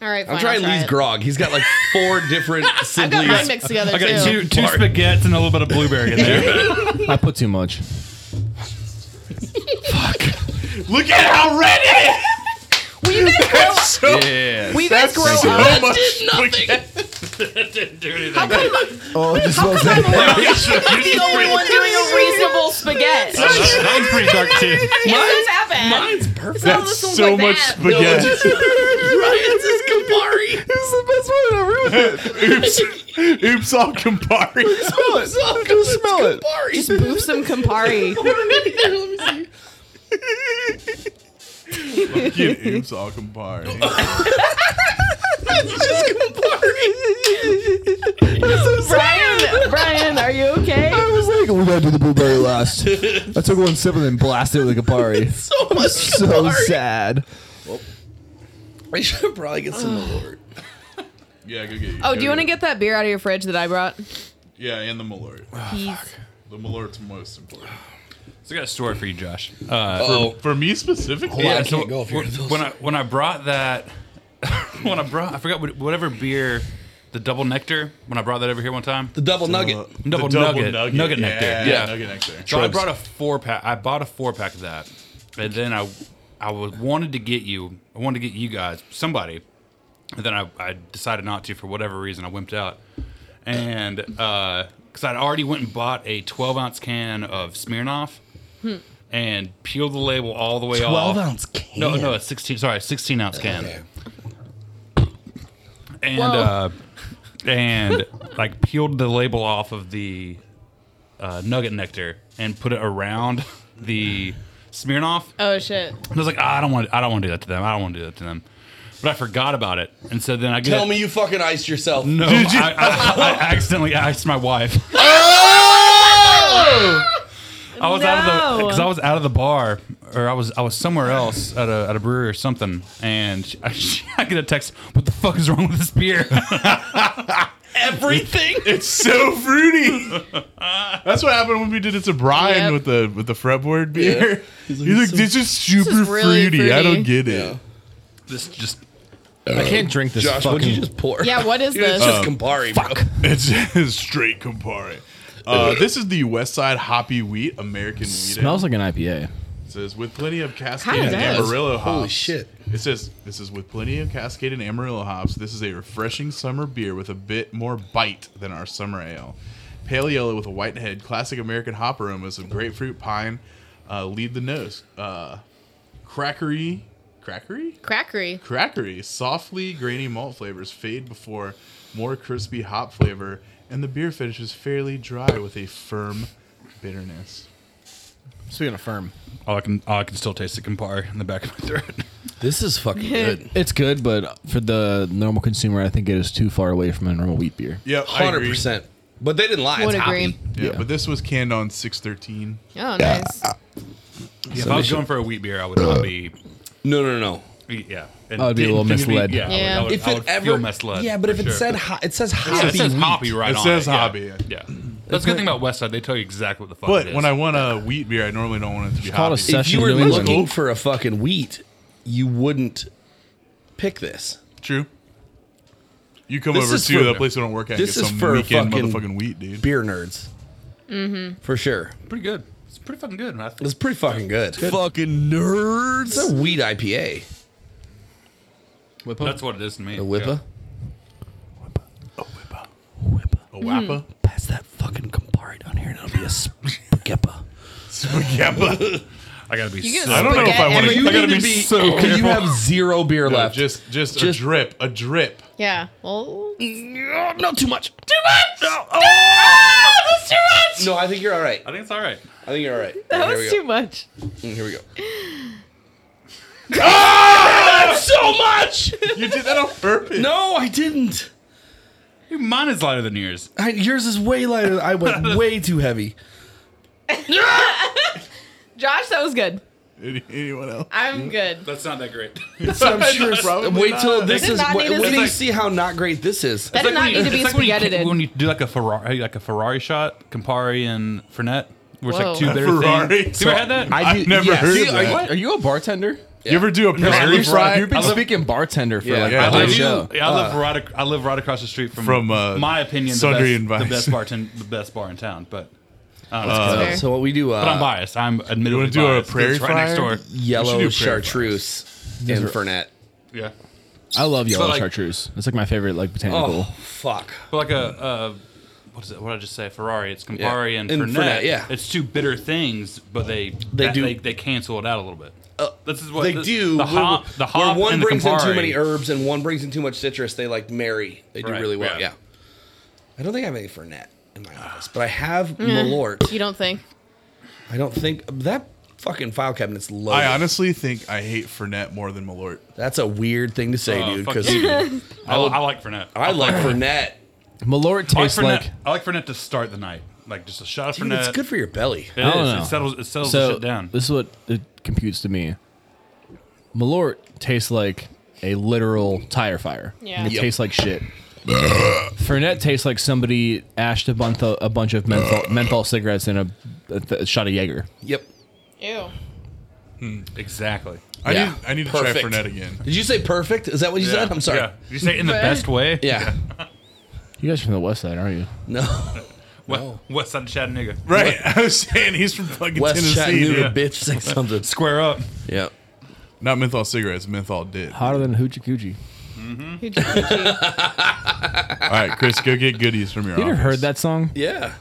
B: All right, fine,
E: I'm trying
B: I'll try
E: Lee's
B: it.
E: grog. He's got like four
B: *laughs*
E: different
B: I've got mine
E: siblings.
B: mixed together
D: I got
B: too.
D: two, two spaghettis and a little bit of blueberry in *laughs* there.
F: I put too *laughs* much.
A: Look at how red it
B: *laughs*
A: is.
B: Will you guys grow?
A: So
C: Yeah.
B: Will you guys grow
A: so
B: up?
A: much
B: How come,
F: Oh, it just
B: how
F: smells
B: come I'm
F: like
B: the only one doing a reasonable spaghetti? What
D: That was pretty dark too.
B: is happening?
E: Mine's perfect.
B: Some of
A: That's
B: us don't
A: so
B: like
A: much
B: that.
E: *laughs*
A: spaghetti.
E: Ryan's is Campari.
F: It's the best one I've ever
E: *laughs*
F: had.
A: oops, *laughs* oops, all
B: *laughs*
A: Campari.
F: Smell it. Just smell it.
B: Just *laughs* boof some Campari.
A: Get oops, all
B: *laughs*
A: Campari.
B: Brian, Brian, are you okay?
F: *laughs*
C: *laughs*
F: I was like, we gotta do the blueberry last.
E: *laughs*
F: I took one sip and then blasted it with a Campari.
E: So much
F: *laughs* so
E: Campari.
F: sad.
E: I should probably get
D: *sighs*
E: some Malort.
A: Yeah, go get you.
B: Oh, do you want
A: to
B: to get that beer out of your fridge that I brought?
A: Yeah, and the Malort.
B: He's
A: The Malort's most important.
D: So I got a story for you, Josh. Uh,
E: Oh,
A: For me specifically,
E: yeah, I
D: Yeah,
E: can't
D: so
E: go if you're
D: wh- when I when I brought that *laughs* when I brought I forgot what, whatever beer the double nectar when I brought that over here one time
E: the double nugget.
A: uh,
D: double nugget. Nugget nectar.
A: Yeah,
D: Yeah.
A: nugget nectar.
D: so I brought a four pack I bought a four pack of that and then I I was, wanted to get you I wanted to get you guys somebody and then I, I decided not to for whatever reason I wimped out and because I'd already went and bought a 12 ounce can of Smirnoff and peeled the label all the way off
E: ounce can.
D: no, no, a sixteen. Sorry, a sixteen ounce can.
E: Okay.
D: And
B: Whoa.
D: uh, and like peeled the label off of the uh, nugget nectar and put it around the Smirnoff.
B: oh shit.
D: And I was like, "Ah, I don't want, I don't want to do that to them. I don't want to do that to them. But I forgot about it, and so then I get
E: Tell me you fucking iced yourself.
D: No, I, I, I accidentally iced
E: *laughs*
D: my wife.
E: Oh!
D: I was out of the
B: No.
D: because I was out of the bar, or I was I was somewhere else at a, at a brewery or something, and she, *laughs* I, she, I get a text. What the fuck is wrong with this beer? *laughs*
E: Everything.
A: It's so fruity. That's what happened when we did it to Brian
B: Yep.
A: with the with the fretboard beer. He's like, this is super
B: really
A: fruity. I
B: fruity."
A: don't get it.
D: this just
C: I can't drink this
E: Josh,
C: fucking.
E: what'd you just pour?
B: Yeah, what is
E: Dude, it's
B: this?
E: just
D: Um,
E: Campari, bro.
A: It's *laughs* just straight Campari. Uh, this is the West Side Hoppy Wheat American Wheat.
C: smells like an IPA.
A: It says with plenty of
B: Kinda
A: Cascade and
B: does.
A: Amarillo hops.
E: Holy shit.
A: It says this is with plenty of Cascade and Amarillo hops. This is a refreshing summer beer with a bit more bite than our summer ale. Pale yellow with a white head. Classic American hop aromas of grapefruit, pine uh, lead the nose. Uh, crackery, crackery,
B: Crackery.
A: crackery. Softly grainy malt flavors fade before more crispy hop flavor, and the beer finishes fairly dry with a firm bitterness.
C: Speaking of firm,
D: all I can all I can still taste the Campari in the back of
E: *laughs*
D: my throat.
E: This is
B: *laughs*
E: fucking good.
F: It's good, but for the normal consumer, I think it is too far away from a normal wheat beer.
A: Yep, I
E: Hundred
A: agree.
E: percent. But they didn't lie.
B: Would
E: It's
B: agree.
E: hoppy.
A: Yeah, but this was canned on six thirteen.
B: Oh, nice.
D: if I was going for a wheat beer, I would not be.
E: No, no, no.
D: Yeah, and
F: I would be a
D: didn't
F: little
D: think it'd be-
F: misled.
D: yeah,
B: Yeah.
D: I would, I would,
E: If
D: I
E: it
D: would feel
E: ever,
D: misled.
E: yeah, but if
D: for
E: it
D: sure.
E: said ho- it says hoppy.
D: it says hoppy right
A: It
D: on
A: says
D: it. yeah.
A: hobby.
D: Yeah, that's the good thing about Westside. They tell you exactly what the fuck. it
A: But
D: is.
A: when I want a wheat beer, I normally don't want it to be
F: called a
A: hoppy.
F: se-
E: if
F: Session
E: you were
F: New England.
E: looking for a fucking wheat, you wouldn't pick this.
A: True. You come
E: This
A: over
E: is
A: to
E: for-
A: that place I don't work at.
E: this
A: get
E: is
A: some
E: for
A: weekend
E: fucking
A: motherfucking wheat, dude.
E: Beer nerds, mm-hmm. for sure.
D: pretty good, it's pretty fucking good. I think.
E: It's pretty fucking good.
F: Fucking nerds.
E: It's a wheat IPA.
D: That's what it is to me.
E: The Whippa.
D: Yeah.
A: A wappa. *laughs*
E: Pass that fucking Campari down here, and it'll be a skippa. *laughs*
A: Spaghetti.
D: I gotta be.
B: You
D: so
B: get
A: I don't know if I
B: spaghetti
A: want to.
B: every-
A: I gotta be
D: Oh,
A: so careful.
E: You have zero beer
A: No,
E: left.
A: just, just,
E: Just-
A: a drip, a drip.
B: Yeah. Well,
E: Oh, no, too much. Too much. No, No, I think you're all right.
D: I think it's all right.
E: I think you're all right.
B: that
E: Here
B: was
E: we
B: too much.
E: go. Mm, Here we go.
A: *laughs*
E: Ah, so much.
A: You did that on purpose.
E: No, I didn't.
D: Dude, mine is lighter than yours.
E: I, yours is way lighter.
A: *laughs*
E: I went way too heavy.
B: Josh, that was good.
A: Any- Anyone else?
B: I'm good.
D: That's not that great.
E: So I'm sure. it's-
A: Probably
E: wait till
A: not.
E: this
B: did
E: is.
B: not
E: Wait,
B: need to
E: wait till you
D: be-
E: see how not great this is.
B: That did not need to be spaghetti.
D: When you do like a Ferrari, like a Ferrari shot, Campari and Fernet, where it's
B: Whoa.
D: like two bitter
A: Ferrari?
D: things. You ever had that?
A: I've never
E: yes.
A: heard
E: See,
A: of
E: are
A: that.
F: Are you a bartender?
A: You ever do a prairie fry?
C: You've been speaking bartender for
E: Yeah.
C: like
A: Yeah.
C: the
A: I
C: whole
A: live-
C: show.
D: Yeah, I live right. ac- I live right across the street from,
A: From, uh,
D: my opinion,
A: Sundry
D: the
A: and
D: best,
A: Vice.
D: the best bar, in- the best bar in town. But
B: Fair.
E: So what we do, uh,
D: but I'm biased. I'm admittedly
A: wanna do a
D: biased.
A: prairie
D: It's right next
A: fire?
D: door.
A: We
E: yellow
A: should do prairie
E: chartreuse and Fernet.
D: Yeah,
C: I love yellow
D: like-
C: chartreuse. It's like my favorite like botanical.
E: Oh fuck!
D: but like a uh, what is it? What did I just say? Ferrari. It's Campari
E: Yeah.
D: and,
E: And
D: Fernet.
E: Fernet, yeah.
D: it's two bitter things, but they
E: They
D: that-
E: do-
D: They, they cancel it out a little bit. Uh, this is what
E: They
D: this-
E: do.
D: The
E: where-
D: hop, the hop,
E: where one
D: and the
E: brings in
D: Campari.
E: too many herbs and one brings in too much citrus. They like marry. They do
D: Right,
E: really well. Yeah.
D: yeah.
E: I don't think I have any Fernet in my office, but I have Malort.
B: Mm. You don't think?
E: I don't think that fucking file cabinet's low.
A: I honestly think I hate Fernet more than Malort.
E: That's a weird thing to say,
D: Oh,
E: dude.
D: fuck
E: Because
D: you. I, I like Fernet.
E: I
D: *laughs*
E: like Fernet.
C: Malort
D: I like
C: tastes
D: Fernet.
C: like
D: I like Fernet to start the night, like just a shot of
E: Dude,
D: Fernet.
E: it's good for your belly.
D: It
C: I don't
D: is.
C: know.
D: It settles. It settles the
C: so.
D: shit down.
C: This is what it computes to me. Malort tastes like a literal tire fire.
B: Yeah.
C: It
E: Yep.
C: tastes like shit. *laughs* Fernet tastes like somebody ashed a bunch of, a bunch of menthol, menthol cigarettes and a, a, th- shot of Jaeger.
E: Yep.
B: Ew.
D: Exactly.
A: I
E: Yeah.
A: need I need to
E: Perfect.
A: try Fernet again.
E: Did you say perfect? Is that what you said? I'm sorry.
D: Yeah. Did you say in the best way?
E: Yeah.
C: You guys are from the west side, aren't you?
E: No. *laughs*
D: What, what's on Chattanooga?
A: Right, *laughs* I was saying he's from fucking
E: West
A: Tennessee.
E: Chattanooga,
A: dude.
E: bitch. Say
D: *laughs*
E: something.
D: Square up.
E: yeah.
A: Not menthol cigarettes, menthol did. All
C: Hotter than Hoochie Coochie.
B: Who'd you- who'd you-
A: right, Chris, go get goodies from your.
C: You ever
A: office.
C: heard that song?
E: Yeah.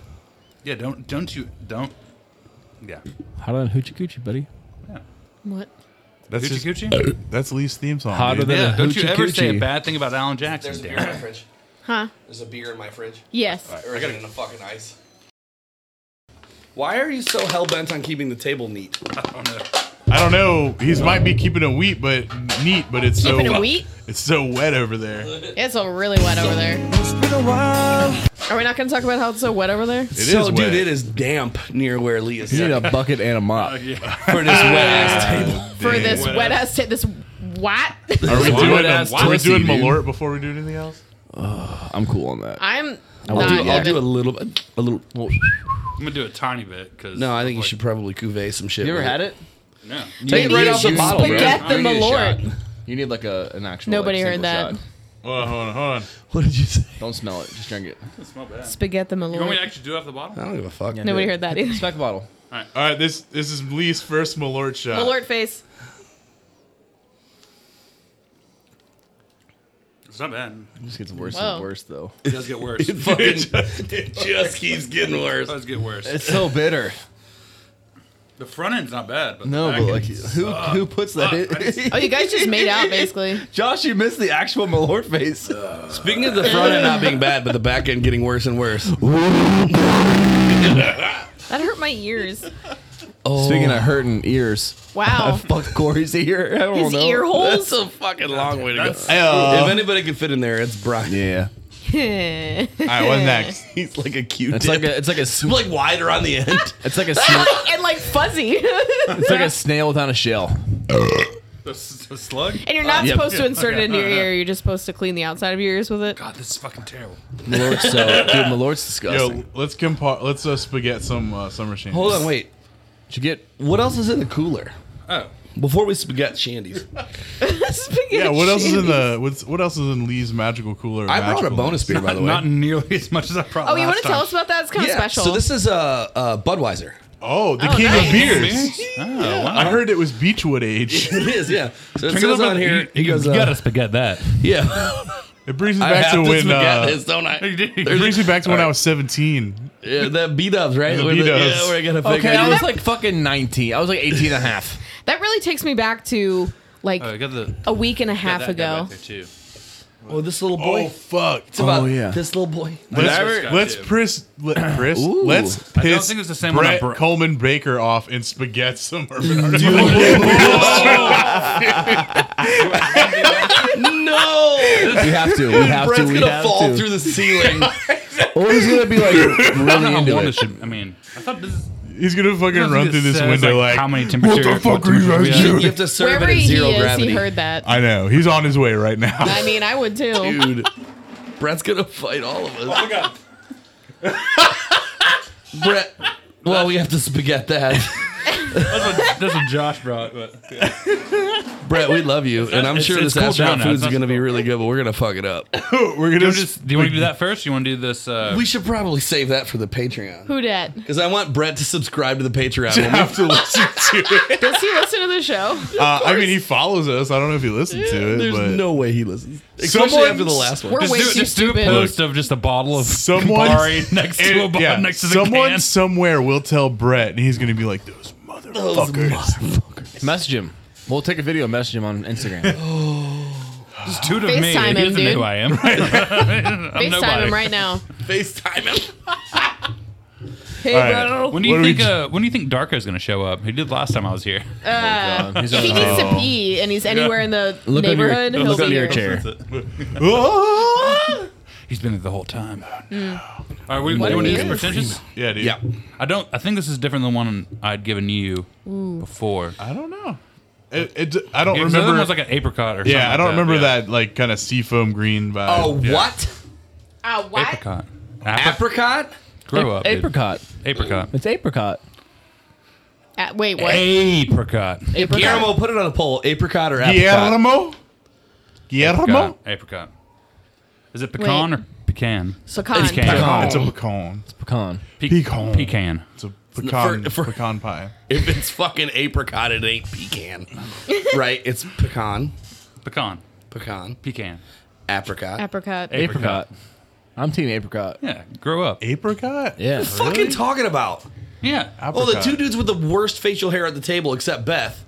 D: Yeah. Don't. Don't you. Don't. Yeah.
C: Hotter than Hoochie Coochie, buddy.
B: what?
A: That's just,
D: Gucci, Gucci.
A: that's Lee's theme song.
C: Hotter
A: dude.
E: uh,
C: than
D: Yeah.
C: a
D: Don't you
C: Hoochie
D: ever say
C: Coochie.
D: a bad thing about Alan Jackson,
E: There's a beer in
D: Darren.
E: my fridge.
B: Huh?
E: There's a beer in my fridge.
B: Yes.
E: Or is it in a fucking ice? Why are you so hell bent on keeping the table neat?
A: I don't know. He's might be keeping a wheat, but neat, but it's so
B: Keeping it wheat?
A: It's so wet over there. It
B: It's all really wet over there. Are we not going to talk about how it's so wet over there?
A: is
E: so,
A: wet.
E: dude, it is damp near where Lee is.
C: You
E: sitting
C: need a bucket and a
E: for
D: *laughs*
C: mop.
E: this wet ass table.
B: For this
D: Wet
B: wet
D: ass.
B: ass, ta- this white.
A: Are Uh, we doing?
C: ass
A: Are we
C: pussy,
A: doing
C: dude.
A: Malort before we do anything else?
C: I'm cool on that.
B: I'm
C: I'll
B: not.
C: do-
E: I'll do a
B: even-
E: little bit. A little.
D: I'm gonna do a tiny bit because.
E: No, I think you should probably cuvee some shit. with
C: it?
D: No.
E: Take it right
B: You
E: off the
B: should
E: bottle, bro.
B: spaghetti
C: I need a
B: Malort.
C: shot. You need like a an actual.
B: Nobody
C: like,
B: heard
C: single
B: that.
C: shot.
A: Hold on, Oh, hold on, hold on.
E: What did you say?
C: Don't smell it. Just drink it.
D: It's not bad.
B: Spaghetti
D: You want me to
B: Malort.
D: actually do it off the bottom?
E: I don't give a fuck.
B: Nobody heard that either.
C: Back bottle.
A: All right, this this is Lee's first Malort shot.
B: Malort face.
D: It's not bad.
C: This gets worse
B: Whoa.
C: and worse though.
D: It does get worse. it
E: *laughs* Fucking, it *laughs* just keeps getting worse.
D: does get worse.
C: It's so bitter.
D: The front end's not bad, but
C: *laughs* No,
D: the back
C: but like
D: end's-
C: who who puts that? in?
B: Oh, you guys just made out basically.
C: Josh, you missed the actual Malort face.
E: Speaking of the front end not being bad, but the back end getting worse and *laughs* worse.
B: That hurt my ears.
C: Speaking of hurting ears,
B: Wow.
C: fucked Corey's ear. I don't
B: Oh. His ear holes. *laughs*
E: That's a fucking long way to
D: *laughs*
E: go.
D: That's-
E: If anybody could fit in there, it's Brian.
C: Yeah,
A: All right, what's next? *laughs*
E: He's like a cute.
C: it's like a it's like a sw-
E: *laughs* like wider on the end. *laughs*
C: it's like a
B: *laughs*
C: sna-
B: *laughs* and like fuzzy. *laughs* and
C: it's like a snail without a shell.
D: the, s- the slug.
B: you're not
C: Yep.
B: supposed to insert it into your ear. You're just supposed to clean the outside of your ears with it.
D: God, this is fucking terrible.
C: Malort's so dude, Malort's disgusting.
A: Yo, let's compar. Let's uh, spaghetti some uh, summer shanties.
E: Hold on, wait.
C: Did you get
E: What else is in the cooler?
D: Oh,
E: Before we spaghetti shandies,
B: *laughs* Spaghetti
A: Yeah, what else is in
B: shandies.
A: the what's, what else is in Lee's magical cooler?
E: I brought a
A: Magical-
E: bonus beer, *laughs* by the way.
D: not nearly as much as I probably.
B: Oh, you want to tell us about that? It's kind of
E: yeah.
B: special.
E: So this is uh, uh Budweiser.
A: Oh, the
B: Oh,
A: king
B: nice.
A: of
E: *laughs*
A: beers.
D: Oh,
A: I heard it was Beechwood age.
E: It is, yeah. So it says on here. He goes, uh,
D: spaghetti that.
E: *laughs* yeah.
A: It brings me
E: I
A: back
E: have
A: to
E: to
A: when
E: spaghetti
A: uh,
E: this, don't
A: *laughs*
E: I?
D: *laughs*
A: it brings me back to when
E: All
A: I
E: right.
A: was seventeen.
E: Yeah, that B Dubs, right?
A: The
E: Where
A: B-dubs.
E: Yeah, where I got a
C: Okay,
E: finger.
C: I was like fucking 19. I was like 18 and a half.
B: that really takes me back to like
D: Oh, I got the
B: a week and a half ago.
E: Oh, this little
A: Oh
E: boy.
A: fuck!
E: it's about
C: oh, yeah.
E: this little
C: *laughs*
E: boy.
A: Let's,
D: That's what
A: let's
D: Scott did.
A: piss, let, Chris,
C: Ooh.
A: let's
D: I don't
A: piss
D: think it's the same one I
A: Brett
D: brought.
A: Coleman Baker off and spaghetti some urban *laughs* Artifact.
E: no,
C: We have to. We have to.
E: Brett's
C: We
E: gonna
C: have
E: fall
C: to.
E: through the
C: *laughs*
E: ceiling.
C: Or he's gonna be like
D: I
C: really
D: don't know how
C: into
D: warm this
C: it.
D: should. I mean, I thought this. is-
A: He's gonna fucking
D: I don't
A: run
D: think it
A: through this
D: says,
A: window like,
D: how many temperatures?
A: the fuck are you guys
E: you have to serve
B: Wherever
E: it at
B: he
E: zero
B: is,
E: gravity.
B: he heard that.
A: I know he's on his way right now.
B: I mean, I would too.
E: Dude,
C: *laughs*
E: Brett's gonna fight all of
D: Oh,
E: us.
C: *laughs*
E: Brett. Well, we have to spaghetti that.
D: That's what, that's what Josh brought. But
E: Brett, we love you, and I'm
D: it's-
E: sure
D: it's
E: this
D: cooled down
E: astronaut
D: now.
E: food's
D: It's not
E: going to be
D: so-
E: really good, but we're going to fuck it up.
A: *laughs* We're gonna
D: do you,
A: just
D: just, do you want to do that first? You want to do this? Uh,
E: we should probably save that for the Patreon
B: Who dat?
E: because I want Brett to subscribe to the
C: *laughs*
E: Patreon. When we-
A: have to listen to it.
B: Does he listen to the show?
A: Uh, I mean, he follows us. I don't know if he listens to it,
E: There's
A: but
E: no way he listens, especially
A: Someone-
E: after the last one.
B: We're
D: just
B: way
D: do,
B: too
D: just do a
B: stupid.
D: post of just a bottle of
A: someone
D: Campari *laughs* next to a
A: and-
D: bottle
A: yeah,
D: next to the
A: someone
D: can.
A: somewhere will tell Brett, and he's gonna be like, "Those motherfuckers."
C: Message him. We'll take a video. and Message him on Instagram.
D: Just toot of me. He
B: FaceTime him,
D: doesn't know
B: dude.
D: who
A: *laughs*
D: I am. I'm
B: FaceTime
D: nobody.
B: him right now.
E: FaceTime him.
B: Hey,
A: All right.
B: bro.
D: When do you
A: What do we
D: think?
A: do?
D: uh, when do you think Darko's gonna show up? He did last time I was here.
C: God. Uh, He's
B: If he
C: on-
B: needs to pee and he's anywhere in the
C: under your-
B: neighborhood, he'll
C: look
B: be
C: under your
B: here.
C: chair.
A: Ah!
D: He's been there the whole time.
C: Hmm.
D: All right, we,
B: Oh, What
D: you want
B: a
D: to do this
B: weird
D: pretentious?
A: yeah, dude.
E: Yeah.
D: I don't. I think this is different than the one I'd given you before.
A: I don't know. It, it, I don't
D: Yeah, 'cause the
A: remember.
D: other one was like an apricot or something.
A: yeah, I don't
D: like
A: remember
D: yeah.
A: that, like kind of seafoam green vibe.
E: Oh,
A: yeah.
E: what?
B: Ah, what?
D: apricot. Apri-
E: Apricot?
D: grow up, dude.
C: apricot.
D: apricot,
C: It's apricot.
B: Ah, wait, what?
D: apricot,
B: Apricot?
E: Guillermo, put it on a poll. Apricot or apricot?
A: Guillermo? Guillermo?
D: apricot, apricot. Is it pecan
B: Wait.
D: or pecan?
B: Pecan.
D: Pecan.
A: Pecan. It's a pecan. It's
C: Pecan.
D: Pe-
A: Pecan.
D: Pecan.
A: a pecan,
E: For- for-
A: pecan pie.
E: If it's fucking apricot, it ain't
B: *laughs*
E: pecan. right? It's pecan.
D: Pecan.
E: Pecan.
D: Pecan.
E: Apricot.
B: Apricot.
C: Apricot. I'm team apricot.
D: Yeah, grow up.
A: Apricot? *laughs*
C: Yeah.
E: Fucking talking about.
D: Yeah.
E: Oh, the
A: Apricot.
E: two dudes with the worst facial hair at the table except Beth.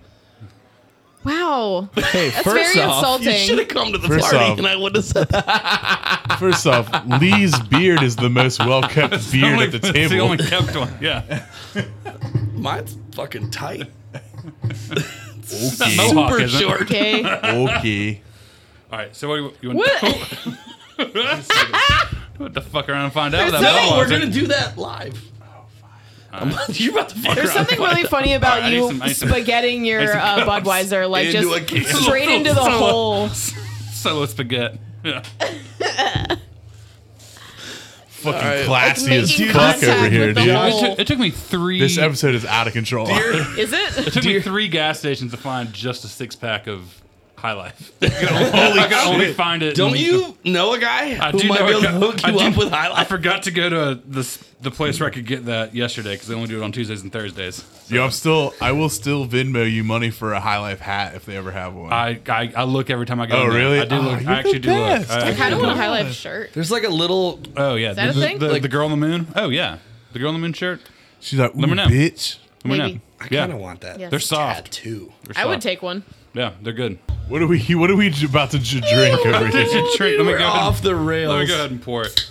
B: Wow.
C: Hey,
B: That's
C: first
B: very
C: off,
E: You should
B: insulting.
E: have come to the
A: First
E: party
A: off-
E: and I would have said that.
A: First off, Lee's beard is the most well kept beard
D: Only-
A: at the
D: It's the
A: table.
D: only kept one. Yeah.
E: Mine's fucking tight.
D: That
A: Okay.
D: mohawk
E: Super
D: isn't.
E: short.
B: Okay.
A: okay.
D: All right. So what do you, you want?
B: What?
D: What the fuck around and find out?
B: There's
D: what that
B: something-
E: No,
D: mohawk
E: we're
D: is.
E: gonna do that live.
D: Oh,
E: I'm- *laughs* You're about to fuck
B: There's
E: around. *laughs*
B: something really funny about
D: All right, I need
B: you
D: some- I need some-
B: spaghetting your uh, Budweiser, like
E: Into a can.
B: just straight into the hole.
D: Solo spaghetti. Yeah.
A: Fucking
E: right.
A: classy
B: Like
A: as
B: making
A: fuck over
B: contact
A: here,
B: with the
A: dude.
B: wall.
D: It, took, it took me three.
A: This episode is out of control.
B: Is it?
D: It took me three gas stations to find just a six pack of High Life. I could only, I could only find it.
E: Don't
D: in-
E: you know a guy
D: I
E: who
D: do
E: might
D: know
E: be
D: a
E: able to
D: guy-
E: hook
D: I
E: you
D: do-
E: up with
D: I
E: highlight?
D: forgot to go to the s- the place where I could get that yesterday because they only do it on Tuesdays and Thursdays.
A: Yo, I'm still, I will still Venmo you money for a High Life hat if they ever have one.
D: I, I, I look every time I go.
A: Oh,
D: in there.
A: really?
D: I do
A: Oh,
D: look.
A: you're
D: I actually
A: the
D: do look.
A: best.
D: I
B: I kind of
D: actually
B: want a
D: do.
B: High Life shirt.
E: There's like a little
D: Oh yeah,
B: that a
D: the,
B: thing?
D: The,
E: Like-
D: the girl on the moon. Oh yeah, the girl on the moon shirt.
A: She's like, Ooh,
D: me know.
A: bitch.
D: Let me
B: Maybe.
D: know.
E: I
D: Yeah.
E: kinda want that.
B: Yes.
D: They're soft.
E: Tattoo.
D: They're
B: I would
D: soft.
B: take one.
D: Yeah, they're good.
A: What are we, *laughs* what are we j- about to j-
B: *laughs*
A: drink over here?
D: It's a treat.
E: *laughs*
D: Let me
E: We're
D: go ahead and-
E: off the rails.
D: Let me go ahead and pour it.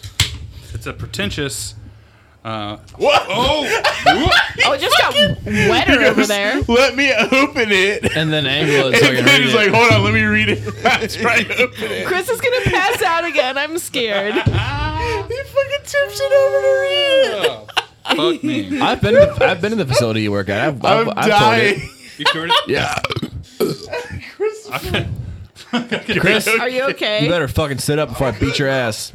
D: It's a pretentious. Uh,
A: What?
D: oh,
B: Oh, it just got
C: *laughs*
B: wetter over there.
A: Let me open it.
C: and then
A: *laughs*
C: Angela is
A: And then he's like,
C: like,
A: hold on, let me read it. *laughs* He's trying to open it.
B: Chris is gonna pass out again. I'm scared.
A: He fucking tips it over to read it.
D: fuck
C: *laughs*
D: me.
C: I've been to, I've been to the facility you work at. I've, I've,
A: I'm
C: I've told it.
A: dying. *laughs*
D: You cured it?
C: Yeah,
A: Chris,
B: Are you okay?
C: you better fucking sit up before I beat your ass.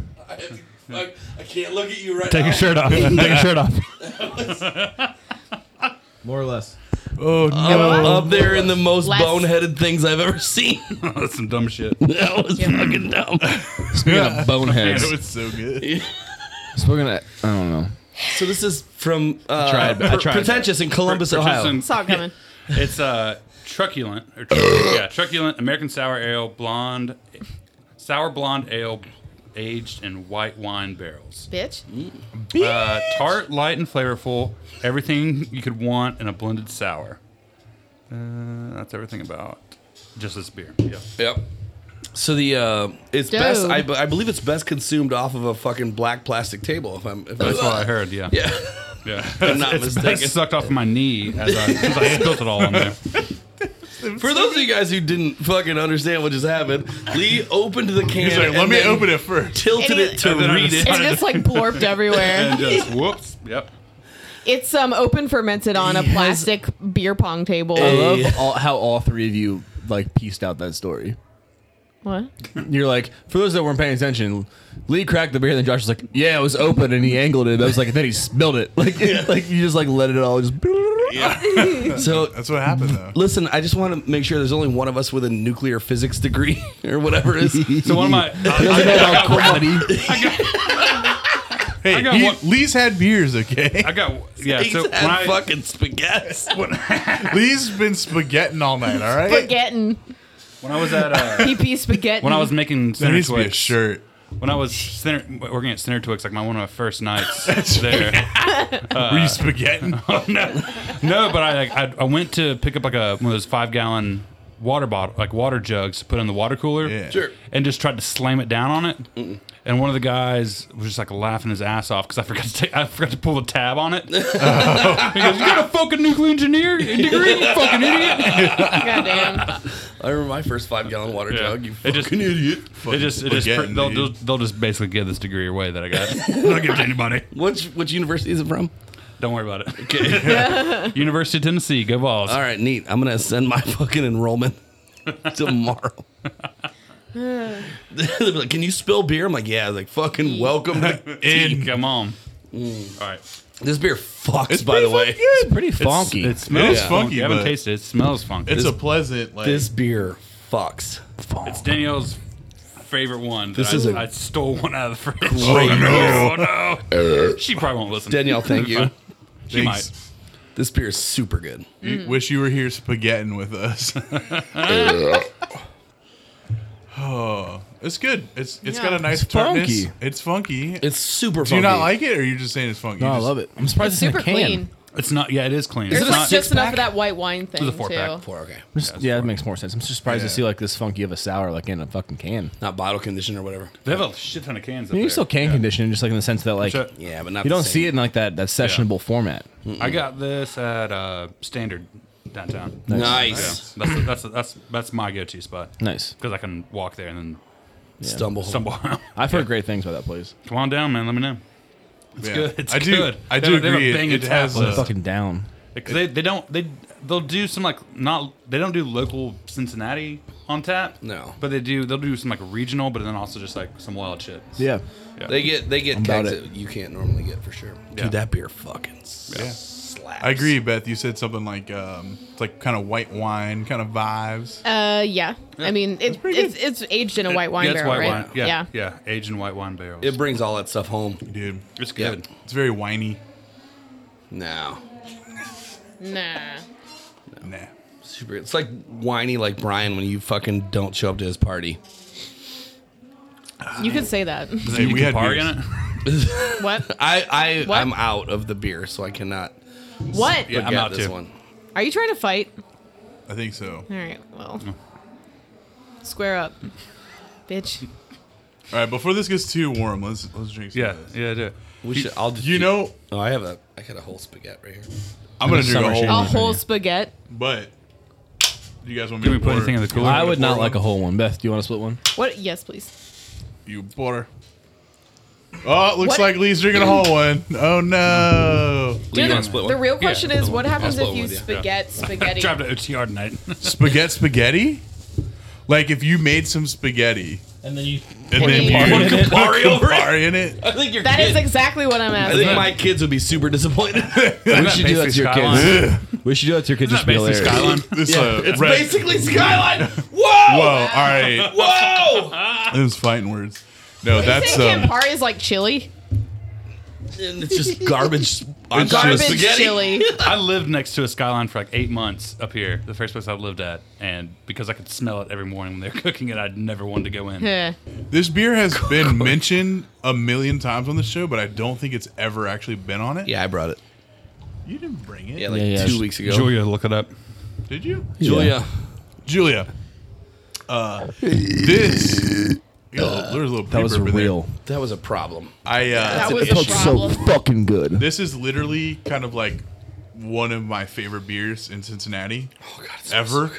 E: Fuck, I can't look at you right
D: Take
E: now.
D: your shirt
C: *laughs*
D: off. Take your shirt off.
C: More or less.
A: Oh,
E: I'm
A: no.
E: up there in the most
B: Less.
E: boneheaded things I've ever seen.
D: *laughs*
E: *laughs*
D: That's some dumb shit.
E: that was fucking dumb.
C: Speaking of
A: Man,
C: boneheads.
A: it was so good.
C: Speaking of, I don't know.
E: *laughs* So this is from uh,
C: tried, but I
E: Pre-
C: tried.
E: pretentious in Columbus, Ohio.
B: It's
D: *laughs*
B: all coming.
D: It's uh, truculent. Or truculent yeah, truculent American sour ale, blonde, sour blonde ale, aged in white wine barrels.
B: Bitch.
D: Uh, tart, light, and flavorful. Everything you could want in a blended sour. Uh, that's everything about just this beer. Yeah.
E: Yep. So the uh, it's best.
B: Dude.
E: I, I believe it's best consumed off of a fucking black plastic table. If I'm. If
D: That's what I
E: I'm
D: heard. Yeah. *laughs*
E: yeah.
D: Yeah.
E: I'm not
D: That
E: mistaken.
D: sucked off my knee as I, as I spilt it all on there.
E: For those of you guys who didn't fucking understand what just happened, Lee opened the can.
A: He's like,
E: and
A: let me
E: then
A: open it first.
E: Tilted
B: And he-
E: it to
D: And then I
E: read it.
D: just-
B: It's just like
C: *laughs*
B: blorped everywhere.
D: And just whoops. Yep.
B: It's um open fermented on a plastic beer pong table.
C: I love all, how all three of you like pieced out that story.
B: What?
C: You're like, for those that weren't paying attention, Lee cracked the beer, and then Josh was *laughs* like, "Yeah, it was open," and he angled it. I was like, and then he spilled it. Like, like you just like let it all just.
E: So
A: That's what happened though.
E: listen, I just want to make sure there's only one of us with a nuclear physics degree *laughs* or whatever it is.
D: So one of my, I,
C: *laughs*
D: I got one- I got,
A: Hey,
D: I got
A: he-
D: one-
A: Lee's had beers, okay?
D: *laughs* I got, yeah.
E: He's
D: So when
E: had
D: I,
E: fucking spaghetti.
A: Lee's been spaghetting all night, all right?
B: Spaghetti.
D: when I was at, uh,
B: PP spaghetti.
D: when I was making
A: There
D: center
A: needs to be a
D: Twix,
A: shirt.
D: when I was center, working at center Twix, like my one of my
A: *laughs*
D: first nights there.
A: Were you spaghetting?
D: No, but I like I, I went to pick up like a one of those five gallon water bottle, like water jugs to put in the water cooler,
A: Yeah. Sure.
D: and just tried to slam it down on it. And one of the guys was just like laughing his ass off because I forgot to take, I forgot to pull the tab on it. *laughs* he goes, "You got a fucking nuclear engineer degree, you fucking idiot!" *laughs*
B: Goddamn.
E: I remember my first five gallon water jug. You
D: It just,
E: fucking
D: it just, it just,
A: Forgetting,
D: they'll, they'll,
A: dude.
D: they'll just basically give this degree away that I got.
A: *laughs*
D: They'll give it to anybody.
E: Which which university is it from?
D: Don't worry about it. University of Tennessee, go
E: *laughs*
D: balls.
E: All right, neat. I'm gonna send my fucking enrollment *laughs* tomorrow. *laughs* They'll be like, Can you spill beer? I'm like, yeah. Like, fucking welcome.
D: *laughs*
E: To-
D: in, come on.
E: Mm.
D: All right.
E: this beer fucks, by the way.
A: It's pretty
F: Funky.
D: It smells
A: Yeah.
D: funky.
A: funky,
D: I haven't
A: but-
D: tasted it. It smells funky.
A: It's
D: It's,
A: a pleasant, like.
E: This beer fucks.
D: Danielle's favorite one. This
E: This
D: I
E: is a-
D: I stole one out of the fridge.
A: oh, no.
D: *laughs* Oh no! she probably won't listen.
E: Danielle,
D: *laughs*
E: thank you.
D: She might.
A: Thanks.
E: This beer is super good.
A: You Wish you were here spaghetting with us. *laughs* oh, it's good. It's it's got
B: Yeah.
A: a nice
F: It's
A: tartness.
F: funky.
A: It's funky.
E: It's super.
A: Do you not
E: funky.
A: like it, or you're just saying it's funky?
F: No,
A: You
F: I
A: just-
F: love it. I'm surprised it's, in
B: Super
F: a can.
B: clean.
D: It's not. Yeah, it is clean.
B: There's
D: it's
B: like
D: not,
B: just enough of that white wine thing
D: a four-pack.
B: too.
E: Four, okay.
F: I'm just- yeah, it makes more sense. I'm just surprised
A: Yeah.
F: to see like this funky of a sour like in a fucking can.
E: Not bottle conditioned or whatever.
D: They have a shit ton of cans.
F: I mean,
D: up
F: you still
D: there.
F: can condition it, just like in the sense that like
D: So,
E: Yeah, but not.
F: you
E: the
F: don't
E: same.
F: see it in like that that sessionable format.
D: I got this at uh, Standard downtown. Yeah,
E: Nice.
D: that's that's that's that's my go-to spot.
F: Nice.
D: Because I can walk there and then
E: Stumble.
D: stumble *laughs* around.
F: I've heard great things about that place.
D: Come on down, man. Let me know. It's
A: Yeah.
D: good. It's
A: I do-
D: good.
A: I
D: They
A: do
D: have- they have a
A: agree. It-
D: banging
A: it has
D: tap
A: a-
D: list.
F: Fucking down.
D: Because they, they don't they they'll do some like not they don't do local Cincinnati on tap.
E: No.
D: but they do they'll do some like regional, but then also just like some wild shit.
F: Yeah.
E: They get they get
F: about
E: kegs
F: it.
E: that you can't normally get for sure.
D: Yeah.
E: Dude, that beer fucking slaps.
A: I agree, Beth. You said something like um, it's like kind of white wine kind of vibes.
B: Uh, yeah. I mean, it,
A: pretty
B: it's it's aged in a white wine
D: yeah, it's
B: barrel,
D: white
B: right?
D: wine. Yeah, yeah, Asian white wine barrels.
E: It brings all that stuff home.
A: Dude,
D: it's
E: Yeah.
D: good.
A: it's very winey.
E: No.
B: Nah.
A: Nah.
E: Super. It's like whiny like Brian when you fucking don't show up to his party.
B: You could say
D: *laughs*
B: that.
D: Does
A: Hey,
D: it
A: we
D: we
A: had
D: had party
A: beers.
D: in it.
B: What?
E: I I
B: What?
E: I'm out of the beer, so I cannot.
B: What?
D: Yeah. I'm
E: get
D: out
E: this
D: too.
E: one.
B: Are you trying to fight?
A: I think so.
B: All right. Well, square up, bitch.
A: All right, before this gets too warm, let's let's drink. Some
D: Yeah,
A: Of this.
D: yeah, I do.
E: We should. I'll.
A: You know,
E: Oh, I have a. I got a whole spaghetti right here.
A: I'm gonna
F: There's
A: drink a
F: summer
A: whole,
F: shade.
B: A
A: one,
B: whole spaghetti.
A: but do you guys want me
D: Can we
A: to
D: put
A: pour-
D: anything in the cooler?
F: I would not
A: Pour
F: like
A: one.
F: a whole one. Beth, do you want to split one?
B: What? Yes, please.
A: You butter. Oh, it looks
B: What-
A: like Lee's drinking a whole one. Oh no!
E: you
B: the,
E: wanna split one?
B: the real
D: Yeah,
B: question is, what happens
E: split
B: if
E: one
B: you
E: with you.
B: spaghetti
D: I *laughs*
B: spaghetti?
D: tried to OTR tonight.
A: spaghetti, spaghetti. Like if you made some spaghetti
G: And then you
A: and
B: then
A: then
B: you-
A: you
E: Put Campari over it.
A: are in it.
E: I think your
B: That
E: kid-
B: is exactly what I'm
E: I think
B: asking.
E: my kids would be super disappointed.
F: We should do that to your kids. We should do that to your kids. Just be
D: Basically,
F: hilarious. *laughs*
D: Skyline.
A: This uh,
E: it's
A: red-
E: basically Skyline.
A: Whoa!
E: Whoa!
A: All right,
E: Whoa!
A: it was fighting words. No, that's
B: Say
A: um,
B: Campari is like chili.
E: And it's *laughs* just garbage. on top of
B: Garbage chili.
D: I lived next to a skyline for like eight months up here, the first place I lived at, and because I could smell it every morning when they were *laughs* cooking it, I never wanted to go in.
B: Heh.
A: this beer has been mentioned a million times on the show, but I don't think it's ever actually been on it.
E: Yeah, I brought it.
A: you didn't bring it,
E: Yeah, like
F: Yeah, yeah.
E: two weeks ago.
D: Julia, look it up.
A: did you?
E: Julia.
A: Julia. Uh, this. Yo, there's a little
F: Uh, That was
A: paper over there.
F: real.
E: That was a problem.
A: I uh,
B: That was
E: an
B: a
E: issue.
B: problem.
F: fucking good.
A: this is literally kind of like one of my favorite beers in Cincinnati
E: Oh god, it's
A: ever.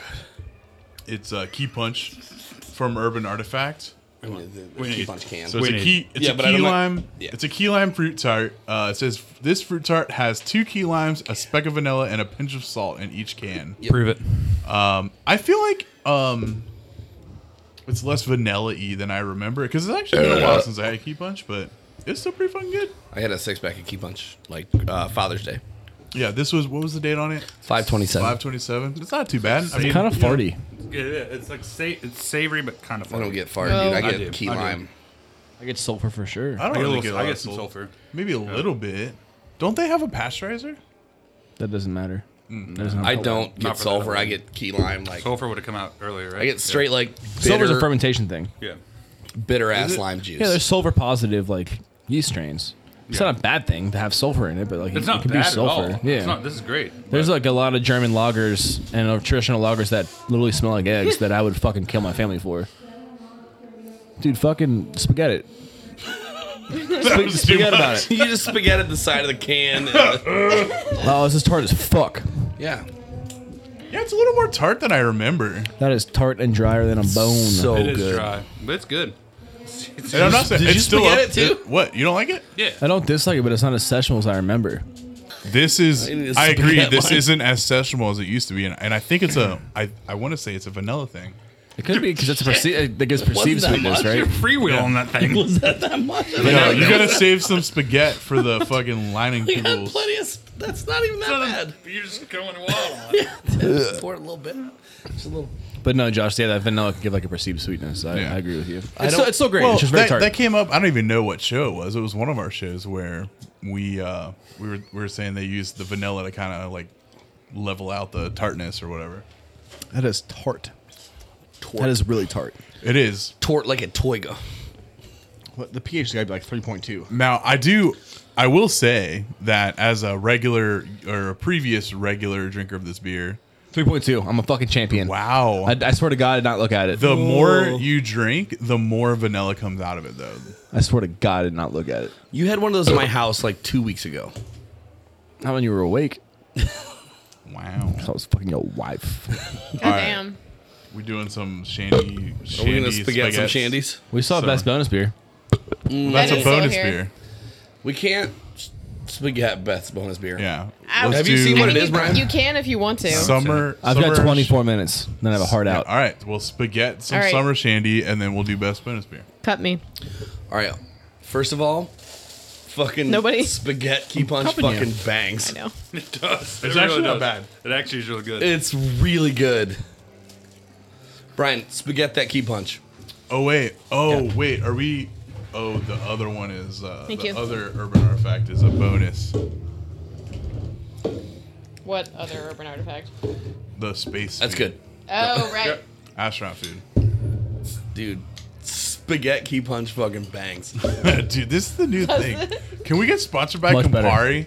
A: It's a key punch from Urban Artifact.
E: I mean, the- the
D: We need-
E: key punch can.
A: So it's
D: We
A: a
D: need-
A: key. It's
E: Yeah,
A: a
E: but I
A: key
E: don't like-
A: lime.
E: yeah.
A: It's a key lime fruit tart. Uh, it says this fruit tart has two key limes, a speck of vanilla, and a pinch of salt in each can.
D: Prove it.
A: Um, I feel like um, it's less vanilla-y than I remember because it's actually been a while since I had a key punch, but it's still pretty fucking good.
E: I had a six pack of key punch like uh, Father's Day.
A: Yeah, this was what was the date on it?
E: 527.
A: Five twenty-seven. It's not too bad. I mean,
C: kind of
A: you know,
C: farty.
D: Yeah, it's like sa- it's savory, but kind of.
E: I don't get far,
B: No.
E: dude. I
D: I
E: get
D: do.
E: key
D: I do.
E: lime.
C: I get sulfur for sure.
A: I don't
D: I get, a
A: really
D: little,
A: get. a
D: I
A: lot
D: get
A: of
D: some
A: sulfur.
D: sulfur.
A: Maybe a little bit. Don't they have a pasteurizer?
C: That doesn't matter.
E: I don't
D: Not
E: get
D: for
E: sulfur.
D: that.
E: I get key lime. Like
D: Sulfur would have come out earlier, right?
E: I get straight like
C: Sulfur's a
E: bitter,
C: fermentation thing.
D: Yeah.
E: bitter ass lime juice. *laughs*
C: Yeah, there's *laughs* sulfur positive like yeast strains. It's
D: Yeah.
C: not a bad thing to have sulfur in it, but like
D: It's
C: it,
D: not
C: can
D: bad
C: be sulfur.
D: at all.
C: Yeah.
D: It's not, this is great.
C: There's
D: but
C: like a lot of German lagers and of traditional lagers that literally smell like eggs that I would fucking kill my family for. Dude, fucking spaghetti. Spag- spaghetti about it.
E: you just spaghetti the side of the can. *laughs* and-
C: Oh, this is tart as fuck.
E: yeah.
A: Yeah, it's a little more tart than I remember.
C: That is tart and drier than a bone.
E: So
D: it is
E: good.
D: dry, but it's good. It's- it's-
A: And I'm not saying
E: did
A: it's
E: you
A: still
E: spaghetti
A: up-
E: it too?
A: it- what you don't like it?
D: yeah.
C: I don't dislike it, but it's not as sessional as I remember.
A: This is.
E: I need to
A: I agree.
E: spaghetti
A: This
E: mine.
A: isn't as sessionable as it used to be, and, and I think it's a. I I want to say it's a vanilla thing.
C: It could be because *laughs* it's a perceived. It gives
E: Wasn't
C: perceived
E: that
C: sweetness,
E: much?
C: right?
D: You're freewheeling that *laughs* thing.
E: Was that that much? I mean,
A: No,
E: I-
A: you gotta save some spaghetti for the fucking lining
E: we had
A: people.
E: plenty of. sp- That's not even that bad.
D: You're just going wild.
E: Just pour it a little bit. Just a little.
C: But no, Josh, yeah, that vanilla could give like a perceived sweetness. I,
A: Yeah.
C: I agree with you.
E: I
C: It's still,
E: don't-
C: it's still great.
A: Well,
C: it's just very
A: that,
C: tart.
A: that came up. I don't even know what show it was. It was one of our shows where we uh, we were we were saying they used the vanilla to kind of like level out the tartness or whatever.
C: that is tart.
E: Tort,
C: That is really tart.
A: It is
E: tort like a toigo.
H: What, the pH is got to be like 3.2.
A: Now I do. I will say that as a regular or a previous regular drinker of this beer,
C: Three point two. I'm a fucking champion.
A: wow.
C: I, I swear to God, I did not look at it.
A: the more you drink, the more vanilla comes out of it, though.
C: I swear to God, I did not look at it.
E: You had one of those in my house like two weeks ago.
C: Not when you were awake.
A: Wow.
C: I was fucking your wife.
B: Goddamn.
A: We doing some shandy.
E: Are we gonna
A: shandy
E: spaghetti some
A: spagettes?
E: shandies?
C: We saw
A: So-
C: best bonus beer.
A: That's
B: That
A: a
B: is so
A: bonus
B: here.
A: beer.
E: We can't s- spaghetti Beth's bonus beer.
A: Yeah.
B: I-
A: Let's
B: Have
E: you
A: do
E: seen
B: I
E: what
B: mean,
E: it is,
B: you,
E: Brian?
B: you can if you want to.
A: Summer.
C: I've
A: summer
C: got 24 minutes, then I have a heart
A: Yeah,
C: out.
A: all right. We'll spaghetti some
B: All right.
A: summer shandy, and then we'll do best bonus beer.
B: Cut me.
E: All right. First of all, fucking
B: Nobody-
E: spaghetti key punch
C: Company.
E: fucking bangs.
B: No.
D: It does. It
A: It's
D: really
A: actually not
D: does.
A: bad.
D: It actually is really good.
E: It's really good. Brian, spaghetti that key punch.
A: Oh wait. Oh wait. Are we? Oh, the other one is. Uh,
B: Thank
A: the
B: you.
A: other urban artifact is a bonus.
B: What other urban artifact?
A: The space.
E: That's
A: food.
E: good.
B: Oh right.
A: Astronaut food. *laughs*
E: Dude, spaghetti key punch fucking
A: *laughs*
E: bangs.
A: Dude, this is the new thing. Can we get sponsored by
C: Much better.
A: Campari?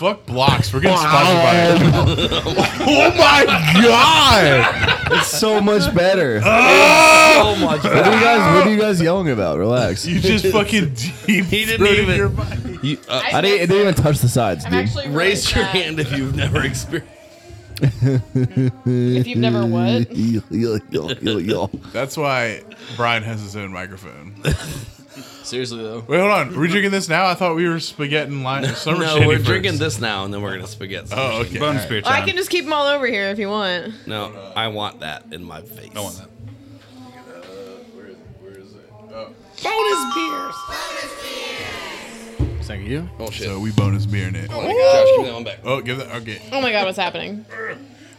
A: Fuck blocks. We're getting sponsored by. *laughs* oh my god!
C: *laughs* It's so much better. what,
E: so much.
C: are you guys, what are you
B: *laughs*
C: guys yelling about? Relax.
A: You just fucking deep. He
E: didn't even-
A: Your body.
E: You, uh,
C: I didn't, it didn't even touch the sides,
B: I'm
C: dude. *laughs*
B: actually really
E: raise your
B: sad.
E: hand if you've never experienced.
B: if you've never what. *laughs*
A: That's why Brian has his own microphone.
C: Seriously, though.
A: Wait, hold on. Are we drinking this now? I thought we were spaghetti and
E: *laughs*
A: lime. summer
E: No,
A: shandy
E: we're
A: first.
E: drinking this now, and then we're gonna spaghetti. some
A: Oh,
E: shit.
A: okay.
D: Bonus beer
B: Well,
D: time.
B: I can just keep them all over here if you want.
A: uh,
E: No, I want that in my face.
D: I want that.
E: Bonus beers.
C: Is that you?
E: Oh shit.
A: So we bonus beer in it.
E: Oh my God, Josh, give me that one back.
A: Oh, give that. Okay.
B: Oh my god, what's happening?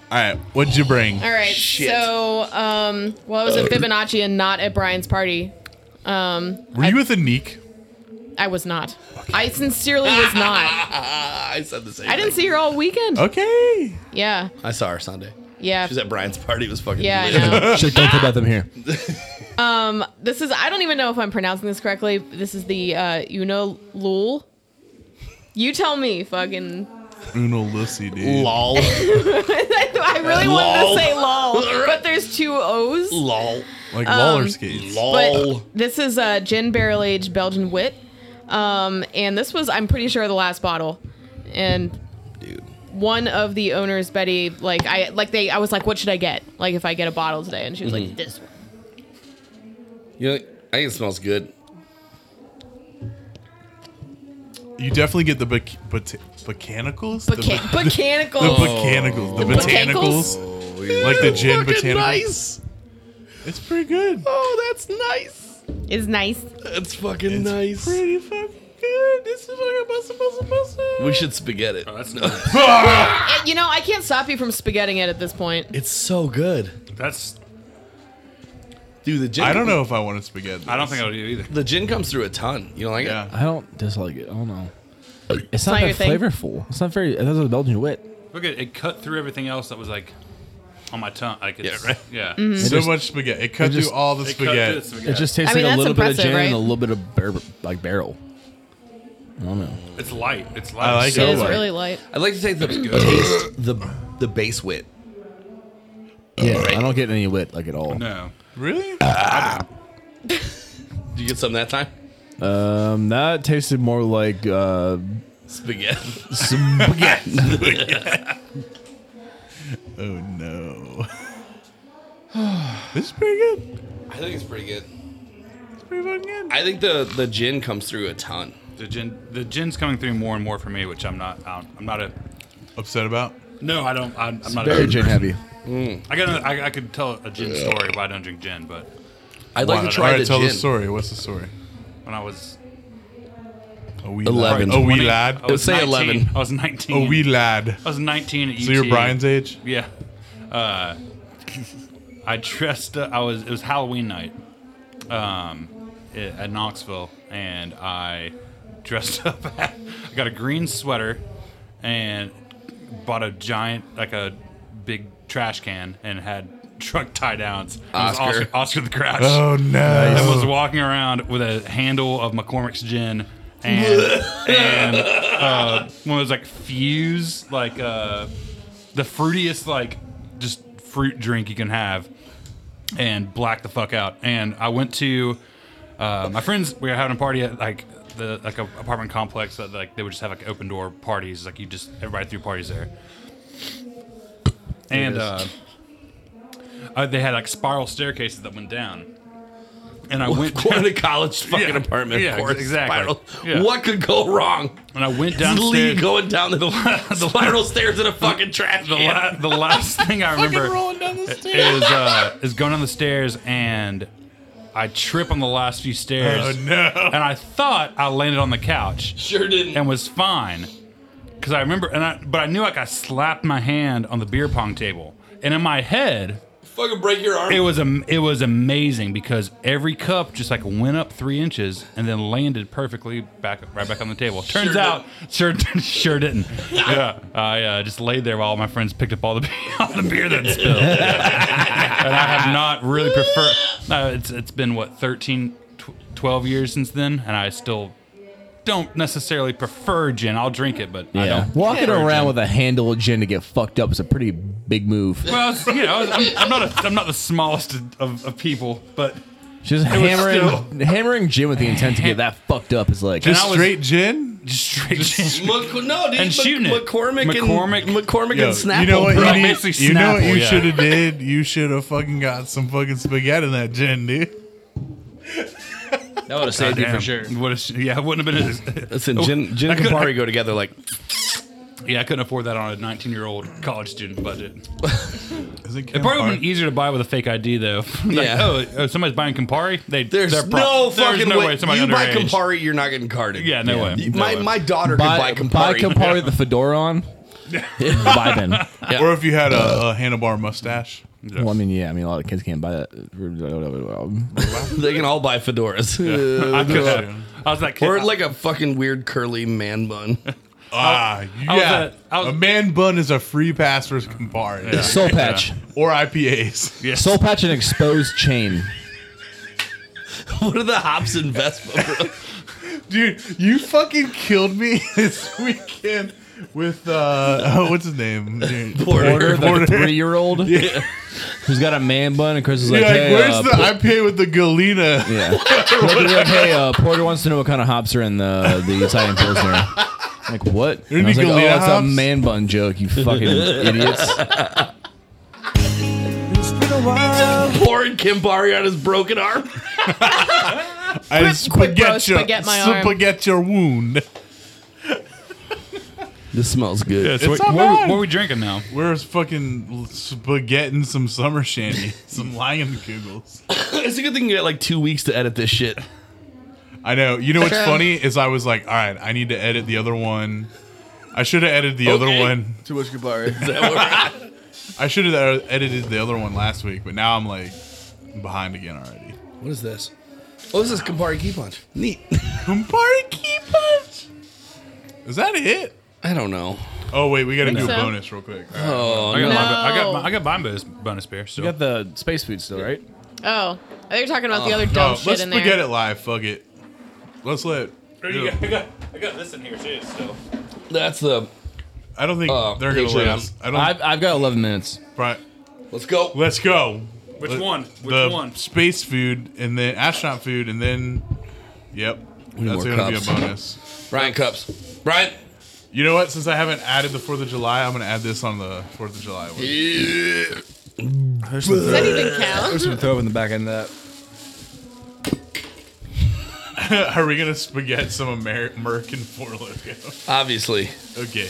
A: All right. What'd you bring?
B: All right.
E: Shit.
B: So, um, well, I was at Fibonacci and not at Brian's party.
A: Were you with Anique?
B: I was not. I sincerely was not.
E: Ah, *laughs* I said the same.
B: I didn't
E: thing.
B: see her all weekend.
A: Okay.
B: Yeah.
E: I saw her Sunday.
B: Yeah.
E: She was at Brian's party. It was fucking.
B: yeah, I
E: lit.
B: know.
C: Shit, don't put that them here.
B: This is I don't even know if I'm pronouncing this correctly. This is the uh Una Lul. You tell me, fucking. *laughs*
A: Uno Lucy, dude.
E: *laughs* Lol.
B: I really wanted
E: Lol.
B: to
E: *laughs*
B: say lol, but there's two O's.
E: Lol.
A: Like roller
B: Um,
A: skates.
E: Lol.
B: But this is uh, gin barrel aged Belgian wit, um, and this was I'm pretty sure the last bottle, and
E: Dude.
B: one of the owners, Betty, like I like they I was like, what should I get? Like if I get a bottle today, and she was like, this one.
E: You know, I think it smells good.
A: You definitely get the bec- bota- botanicals. the,
B: Boca-
A: bo- *laughs*
B: botanical.
A: the botanicals. The
B: The botanicals?
A: botanicals. Like the gin
E: Oh, Fucking
A: botanicals.
E: nice.
A: It's pretty good.
E: Oh, that's nice.
B: is nice.
E: That's fucking
A: It's
E: nice.
A: Pretty fucking good. This is like a muscle, muscle, muscle.
E: We should spaghetti it.
D: *laughs* That's no.
B: Eh, you know, I can't stop you from spaghetting it at this point.
E: It's so good.
D: That's.
E: Dude, the gin
A: I don't know if I want to spaghetti.
D: I don't
A: this.
D: think I would do either.
E: The gin comes through a ton. You don't like
A: Yeah.
F: I don't dislike it. I don't know. It's not,
B: not your
F: that
B: thing?
F: flavorful. It's not very. That's a Belgian wit.
D: Look at it cut through everything else that was like on my tongue. Like it's,
E: Yeah, right?
D: *laughs* Yeah.
A: So
F: just-
A: much spaghetti. It cut
F: just-
A: through all the
D: Mm-hmm. It cut through
A: spaghetti.
D: the spaghetti.
F: It just tastes
B: I mean,
F: like a
B: that's
F: little bit of
B: impressive,
F: gin
B: right?
F: and a little bit of bar- like barrel. I don't know.
D: It's light. It's light.
A: I like
B: it
A: so
B: is
A: light.
B: really light.
E: it? I'd like to take the taste, the the base wit.
F: Yeah, I don't get any wit like at all.
D: No.
A: Really?
E: Did you get some that time?
F: Um, that tasted more like
B: *laughs*
F: uh,
E: *laughs* Spaghetti.
F: spaghetti.
B: *laughs*
A: Oh no. *sighs* this is pretty good.
E: I think it's pretty good.
A: It's pretty fucking good.
E: I think the the gin comes through a ton.
D: The gin. The gin's coming through more and more for me, which I'm not. I don't- I'm not a.
A: Upset about?
D: No, I don't. I'm, I'm not
F: very
D: a
F: gin heavy.
D: I got. a- I, I could tell a gin story, but I don't drink gin. But
E: I'd
A: Why
E: like to
A: not?
E: try
A: All right,
E: the
A: tell
E: gin.
A: the story. What's the story?
D: when I was
A: A wee
E: Eleven.
A: lad. A wee
D: 20
A: lad.
D: I was
E: Say
D: 19.
E: 11.
D: I was 19.
A: A wee lad.
D: I was 19 at E UT.
A: So you're Brian's age?
D: Yeah. Uh, I dressed up. I was. It was Halloween night, um, i- at Knoxville, and I dressed *laughs* up. I got a green sweater, and bought a giant, like a big trash can, and had *laughs* truck tie downs. It was
E: Oscar.
D: Oscar, Oscar the Grouch.
A: Oh no.
D: I was walking around with a handle of McCormick's gin and and uh, one of those like fuse like uh, the fruitiest like just fruit drink you can have and black the fuck out. And I went to uh, my friends. We were having a party at like the like a apartment complex that like they would just have like open door parties. Like you just everybody threw parties there. And uh, uh, they had like spiral staircases that went down. And I went
E: Going
D: down,
E: to college fucking
D: Yeah.
E: apartment.
D: Yeah,
E: of course,
D: exactly.
E: Spiral.
D: Yeah.
E: What could go wrong?
D: and I went
E: It's Lee
D: downstairs. *laughs*
E: going down the, *laughs* the spiral stairs in a fucking trash
D: the,
E: can.
D: la-
A: *laughs*
D: the last thing I remember is uh, is going down the stairs and I trip on the last few stairs.
A: Oh no.
D: And I thought I landed on the couch
E: Sure didn't.
D: and was fine because I remember. And I but I knew like I slapped my hand on the beer pong table. And in my head,
E: fucking break your arm.
D: it was am- it was amazing because every cup just like went up three inches and then landed perfectly back right back on the table. Turns
E: did.
D: out, sure *laughs* sure didn't. Yeah, I uh, just laid there while all my friends picked up all the *laughs* beer, all the beer that spilled, and I have not really preferred. No, it's it's been what 13, tw- 12 years since then, and I still don't necessarily prefer gin. I'll drink it, but
F: Yeah,
D: I don't.
F: walking
D: prefer
F: around
D: gin.
F: with a handle of gin to get fucked up is a pretty big move.
D: Well, it's- you know, I'm, I'm not a, I'm not the smallest of, of people, but.
F: Just
D: was
F: hammering, hammering gin with the intent to get that fucked up is like
D: I
A: Just
D: was-
A: straight gin?
D: Just straight gin.
E: Mc- no, dude,
D: And
E: Mc-
D: shooting it.
E: McCormick,
D: McCormick-
E: and McCormick
A: Yo,
E: and Snapple.
A: you know what
E: bro.
A: you,
D: Like
A: need-
D: basically
A: you know what
D: Snapple,
A: you
D: yeah.
A: should have did? You should have fucking got some fucking spaghetti in that gin, dude.
F: that would have saved
D: Damn. Would have, yeah, it wouldn't have been. As,
E: Listen, gin, gin and Campari go together like
D: yeah, I couldn't afford that on a 19-year-old college student budget.
A: Is it
D: It probably would
A: Campari?
D: have been easier to buy with a fake ID, though. *laughs* like,
E: Yeah.
D: oh, oh, somebody's buying Campari. They
E: there's
D: they're
E: no
D: pro- there's
E: fucking
D: no
E: way.
D: way. Somebody
E: you buy
D: underage.
E: Campari, you're not getting carded.
D: Yeah, no way. No
E: my
D: way.
E: my daughter
F: Buy,
E: could
F: buy
E: buy Campari.
F: Campari with the fedora on. *laughs*
A: *laughs*
F: Vibing.
A: Or if you had a, a handlebar mustache.
F: Well, I mean, yeah, I mean, a lot of kids can't buy that.
E: *laughs* they can all buy fedoras *laughs*
D: I could have. I was like,
E: or like a fucking weird curly man bun. *laughs*
A: Ah,
D: I was
A: yeah.
D: a- I was-
A: a man bun is a free pass for Campari
F: Soul patch,
A: or IPAs.
D: yes.
F: soul patch, and exposed chain.
E: what are the hops in Vespa, bro?
D: *laughs*
A: Dude, you fucking killed me *laughs* this weekend with uh *laughs* oh, what's his name? Dude.
F: Porter,
A: *laughs* Porter.
F: the three-year-old, who's got a man bun, and Chris is like,
A: You're like,
F: "Hey,
A: where's
F: uh,
A: the
F: Por-
A: IPA with the *laughs* Galena?
C: *laughs*
F: yeah." Porter, like, hey, uh, Porter wants to know what kind of hops are in the the Italian pilsner. I'm Like what? And I was like, oh,
A: Galena
F: that's a
A: hops?"
F: man bun joke. You
C: *laughs*
F: fucking idiots.
E: *laughs* Pouring Campari on his broken arm.
A: I
B: quick, bro,
A: spaghetti,
B: spaghetti my arm.
A: spaghetti your wound.
E: This smells *laughs* good.
D: Yeah, so
A: It's
D: wait,
A: not
D: what, are we-
A: bad.
D: what are we drinking now?
A: *laughs* Where's fucking spaghetti some summer *laughs* shandy, some lion kugels.
E: It's a good thing you got like two weeks to edit this shit.
A: I know. You *laughs* know what's
B: Sure.
A: funny is I was like, all right, I need to edit the other one. I should have edited the other one.
I: Too much goodbye. Right?
A: I should have edited the other one last week, but now I'm like behind again already.
E: *laughs* What is this? Oh, this is Campari Key Punch. Neat.
A: Campari Key Punch. Is that it?
E: I don't know.
A: Oh wait, we gotta do a
B: so.
A: bonus real quick. All right.
E: Oh,
D: I got,
B: No.
D: my, I got my, I got my bonus, bonus beer. So
C: You got the space food still, right?
B: Oh, they're talking about the other dumb
A: No,
B: shit
A: Oh, let's
B: in there.
A: forget it live. Fuck it. Let's let.
D: I got, I got this in here too. So
E: that's the.
A: I don't think
E: Uh,
A: they're gonna
E: picture
A: let
E: them.
A: us. I don't.
C: I've, I've got 11 minutes.
A: right.
E: Let's go.
A: Let's go.
D: which
A: Let-
D: one?
A: the
D: Which
A: *laughs*
D: one?
A: space food and then astronaut food and then yep that's
E: more
A: gonna
E: cups.
A: be a bonus
E: Brian Cups. Brian.
A: you know what since i haven't added the fourth of july i'm gonna add this on the fourth of july one.
B: Does that even count?
C: *laughs*
I: There's some throw up in the back end of that.
A: *laughs* are we gonna spaghetti some Amer- american four loco
E: Obviously,
A: okay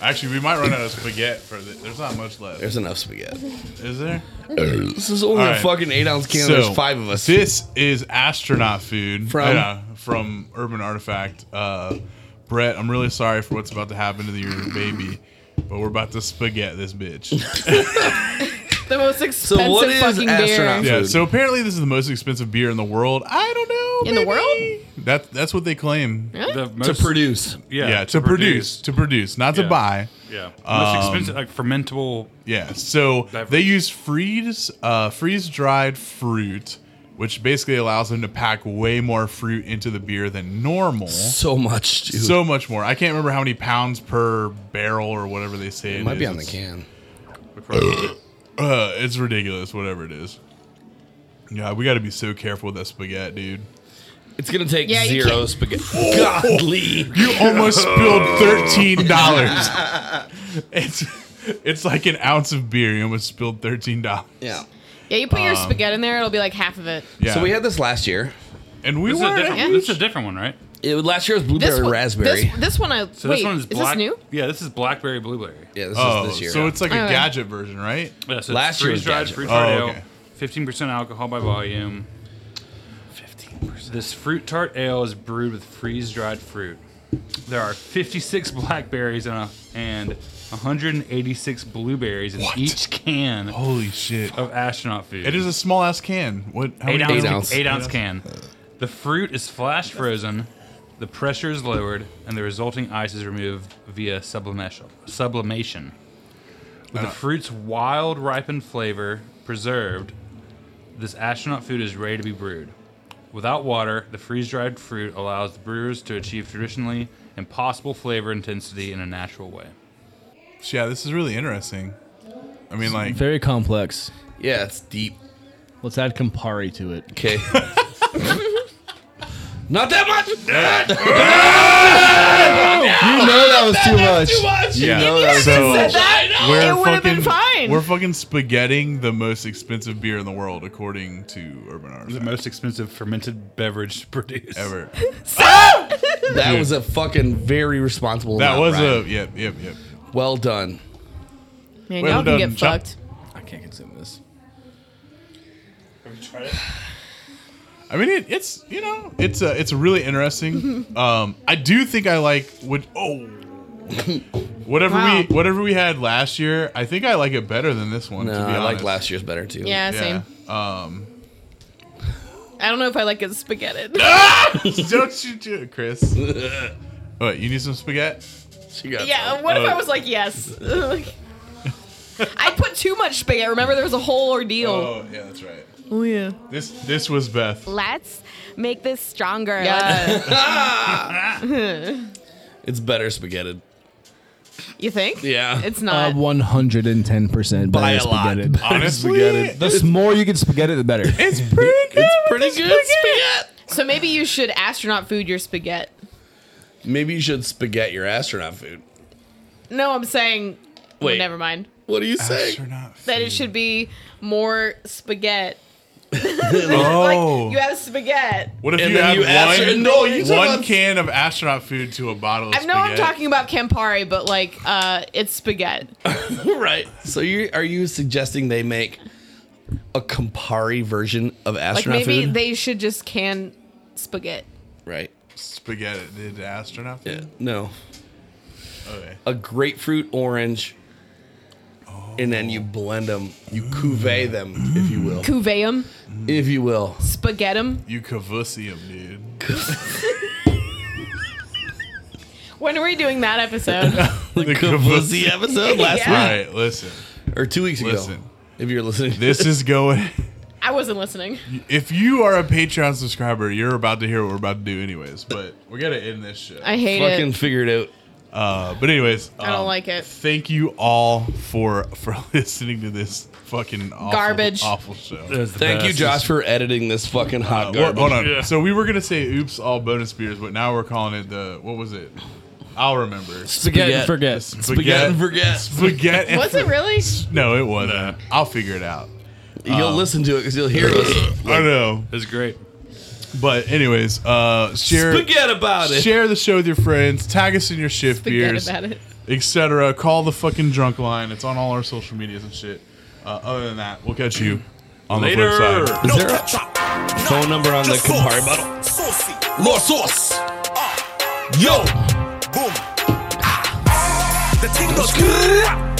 A: actually we might run out of spaghetti for this there's not much left
E: there's enough spaghetti.
A: is there
E: This is only
A: All
E: a
A: right.
E: fucking eight ounce can. there's five of us.
A: This is astronaut food
E: From?
A: Yeah, from Urban Artifact. Uh, Brett, I'm really sorry for what's about to happen to your baby, but we're about to spaghetti this bitch.
E: *laughs*
B: The most expensive
E: what is
B: fucking
E: astronaut
B: beer.
A: yeah.
E: food.
A: So apparently, this is the most expensive beer in the world. I don't know.
B: In the
A: maybe?
B: world?
A: That that's what they claim. Yeah.
D: the
E: to
D: most,
E: produce.
D: yeah,
A: to, produce, to produce, not to
D: Yeah.
A: buy.
D: yeah, most expensive like fermentable.
A: Yeah, so
D: Beverage.
A: they use freeze uh, freeze dried fruit, which basically allows them to pack way more fruit into the beer than normal.
E: So much, dude.
A: so much more. I can't remember how many pounds per barrel or whatever they say.
E: it might be on the can.
A: *coughs* Uh, it's ridiculous, whatever it is. Yeah, we got to be so careful with that spaghetti, dude.
E: It's gonna take
B: Yeah, you
E: zero
B: can't-
E: spaghetti. *laughs* Godly. *laughs*
A: You almost spilled thirteen dollars. *laughs* it's it's like an ounce of beer. You almost spilled thirteen dollars.
E: Yeah.
B: Yeah, you put your spaghetti in there, it'll be like half of it.
A: Yeah.
E: So we had this last year.
A: and we
D: This is a
A: were
D: different.
B: yeah.
D: This is a different one, right?
E: It last year was blueberry
B: This one,
E: raspberry.
B: This, this one I
D: So
B: wait.
D: this one is
B: is
D: black.
B: this new?
D: Yeah, this is blackberry blueberry.
E: yeah, this
A: Oh,
E: is this year.
A: so it's like a
B: Okay.
A: gadget version, right?
D: Yeah, so
E: Last year was
D: dried
E: gadget.
D: fruit
A: Oh,
D: tart ale,
A: okay.
D: fifteen percent alcohol by volume. Fifteen percent. This fruit tart ale is brewed with freeze dried fruit. There are fifty-six blackberries and a, and one hundred and eighty-six blueberries in each can
A: Holy shit!
D: of astronaut food.
A: Oh. It is a small ass can. What? How
D: eight
A: many-
D: ounce, eight
E: ounce.
D: ounce. can. The fruit is flash frozen. The pressure is lowered, and the resulting ice is removed via sublimation. Sublimation. With the fruit's wild ripened flavor preserved, this astronaut food is ready to be brewed. Without water, the freeze dried fruit allows the brewers to achieve traditionally impossible flavor intensity in a natural way.
A: Yeah, this is really interesting. I mean, like
C: Very complex.
E: yeah, it's deep.
C: Let's add Campari to it.
A: *laughs*
E: Okay. *laughs* Not that much.
I: You know that was too much.
A: yeah.
B: If you hadn't
A: So-
B: said that, it would have been fine.
A: We're fucking spaghetting the most expensive beer in the world, according to Urban Artifact.
D: most expensive fermented beverage to produce
A: ever.
E: That was a fucking very responsible.
A: That
E: amount,
A: was
E: Brian.
A: a yep, yep, yep.
E: well done.
B: Man,
A: Well
B: y'all
A: done,
B: can get
A: Chuck.
B: fucked.
C: I can't consume this.
A: I mean, it, it's you know, it's a, it's really
B: *laughs*
A: interesting. um, I do think I like would oh. Whatever
B: Wow.
A: we whatever we had last year, I think I like it better than this one.
E: No,
A: to be
E: Uh, I
A: honest.
E: like last year's better too.
B: Yeah,
A: Yeah.
B: same. I don't know if I like it
D: *laughs*
B: spaghetti.
A: *laughs*
B: *laughs*
A: Don't you do it, Chris? What you need some spaghetti?
E: She got
B: yeah, what if I was like yes? *laughs* I put too much spaghetti. Remember, there was a whole ordeal.
A: Oh yeah, that's right.
B: Oh yeah.
A: This this was Beth.
J: Let's make this stronger.
B: Yeah.
E: It's better spaghetti.
B: *laughs* you think?
E: Yeah.
B: It's
C: Uh,
B: not.
F: 110%
E: By
F: better
E: a lot.
F: spaghetti.
A: Honestly,
F: The more you can spaghetti, the better.
A: it's pretty good.
E: Pretty good spaghetti.
B: so maybe you should astronaut food your spaghetti.
E: Maybe you should spaghetti your astronaut food.
B: No, I'm saying.
E: Wait.
B: never mind.
E: What do you say?
A: Astronaut
B: That it should be more spaghetti.
A: Oh.
E: Oh.
B: Like you have spaghetti.
A: What if
E: And
A: you
E: then
A: add
E: you astro-
A: one,
E: no, you talk
A: one
E: about-
A: can of astronaut food to a bottle of
B: I know I'm
A: spaghetti?
B: talking about Campari, but like, uh, it's spaghetti.
E: *laughs* right. So you are you suggesting they make a Campari version of
B: Like
E: astronaut
B: maybe
E: food?
B: they should just can spaghetti.
E: right?
A: Spaghetti did astronaut.
E: Yeah. No.
A: Okay.
E: A grapefruit orange. And then you blend them. You cuvee them, if you will.
B: Cuveum,
E: If you
A: *laughs*
E: will.
B: spaghettum.
A: You cavusium, dude.
B: When are we doing that episode?
E: *laughs* The Kavuzi episode last
A: *laughs*
B: Yeah.
A: All right, listen.
E: week or two weeks ago.
A: Listen.
E: If you're listening,
A: This is going.
B: I wasn't listening.
A: If you are a Patreon subscriber, you're about to hear what we're about to do, anyways. But we gotta end this shit.
B: I
E: *laughs*
B: hate
E: fucking
B: it.
E: figure it out.
A: Uh, but anyways,
B: I don't like it.
A: Thank you all for for *laughs* listening to this fucking awful,
B: Garbage.
A: awful show.
E: Thank you, Josh, for editing this fucking hot
A: Uh, well,
E: garbage.
A: hold on. So we were gonna say "Oops, all bonus beers," but now we're calling it the what was it? I'll remember.
E: Spaghetti.
F: forget.
E: Spaghetti and forget.
A: Spaghetti. and
B: *laughs* Was
E: *laughs*
B: it really?
A: No, it wasn't. I'll figure it out.
E: You'll listen to it because you'll hear us.
A: I know.
D: It was great.
A: But anyways, uh, share
E: Forget about it.
A: share the show with your friends. Tag us in your shift
B: Forget
A: beers,
B: about it.
A: etc. Call the fucking drunk line. It's on all our social medias and shit. Uh, other than that, we'll catch you on
D: Later.
A: the flip side.
E: Is there a phone number on the Campari bottle?
K: More sauce. Yo. Boom. Ah. The thing goes.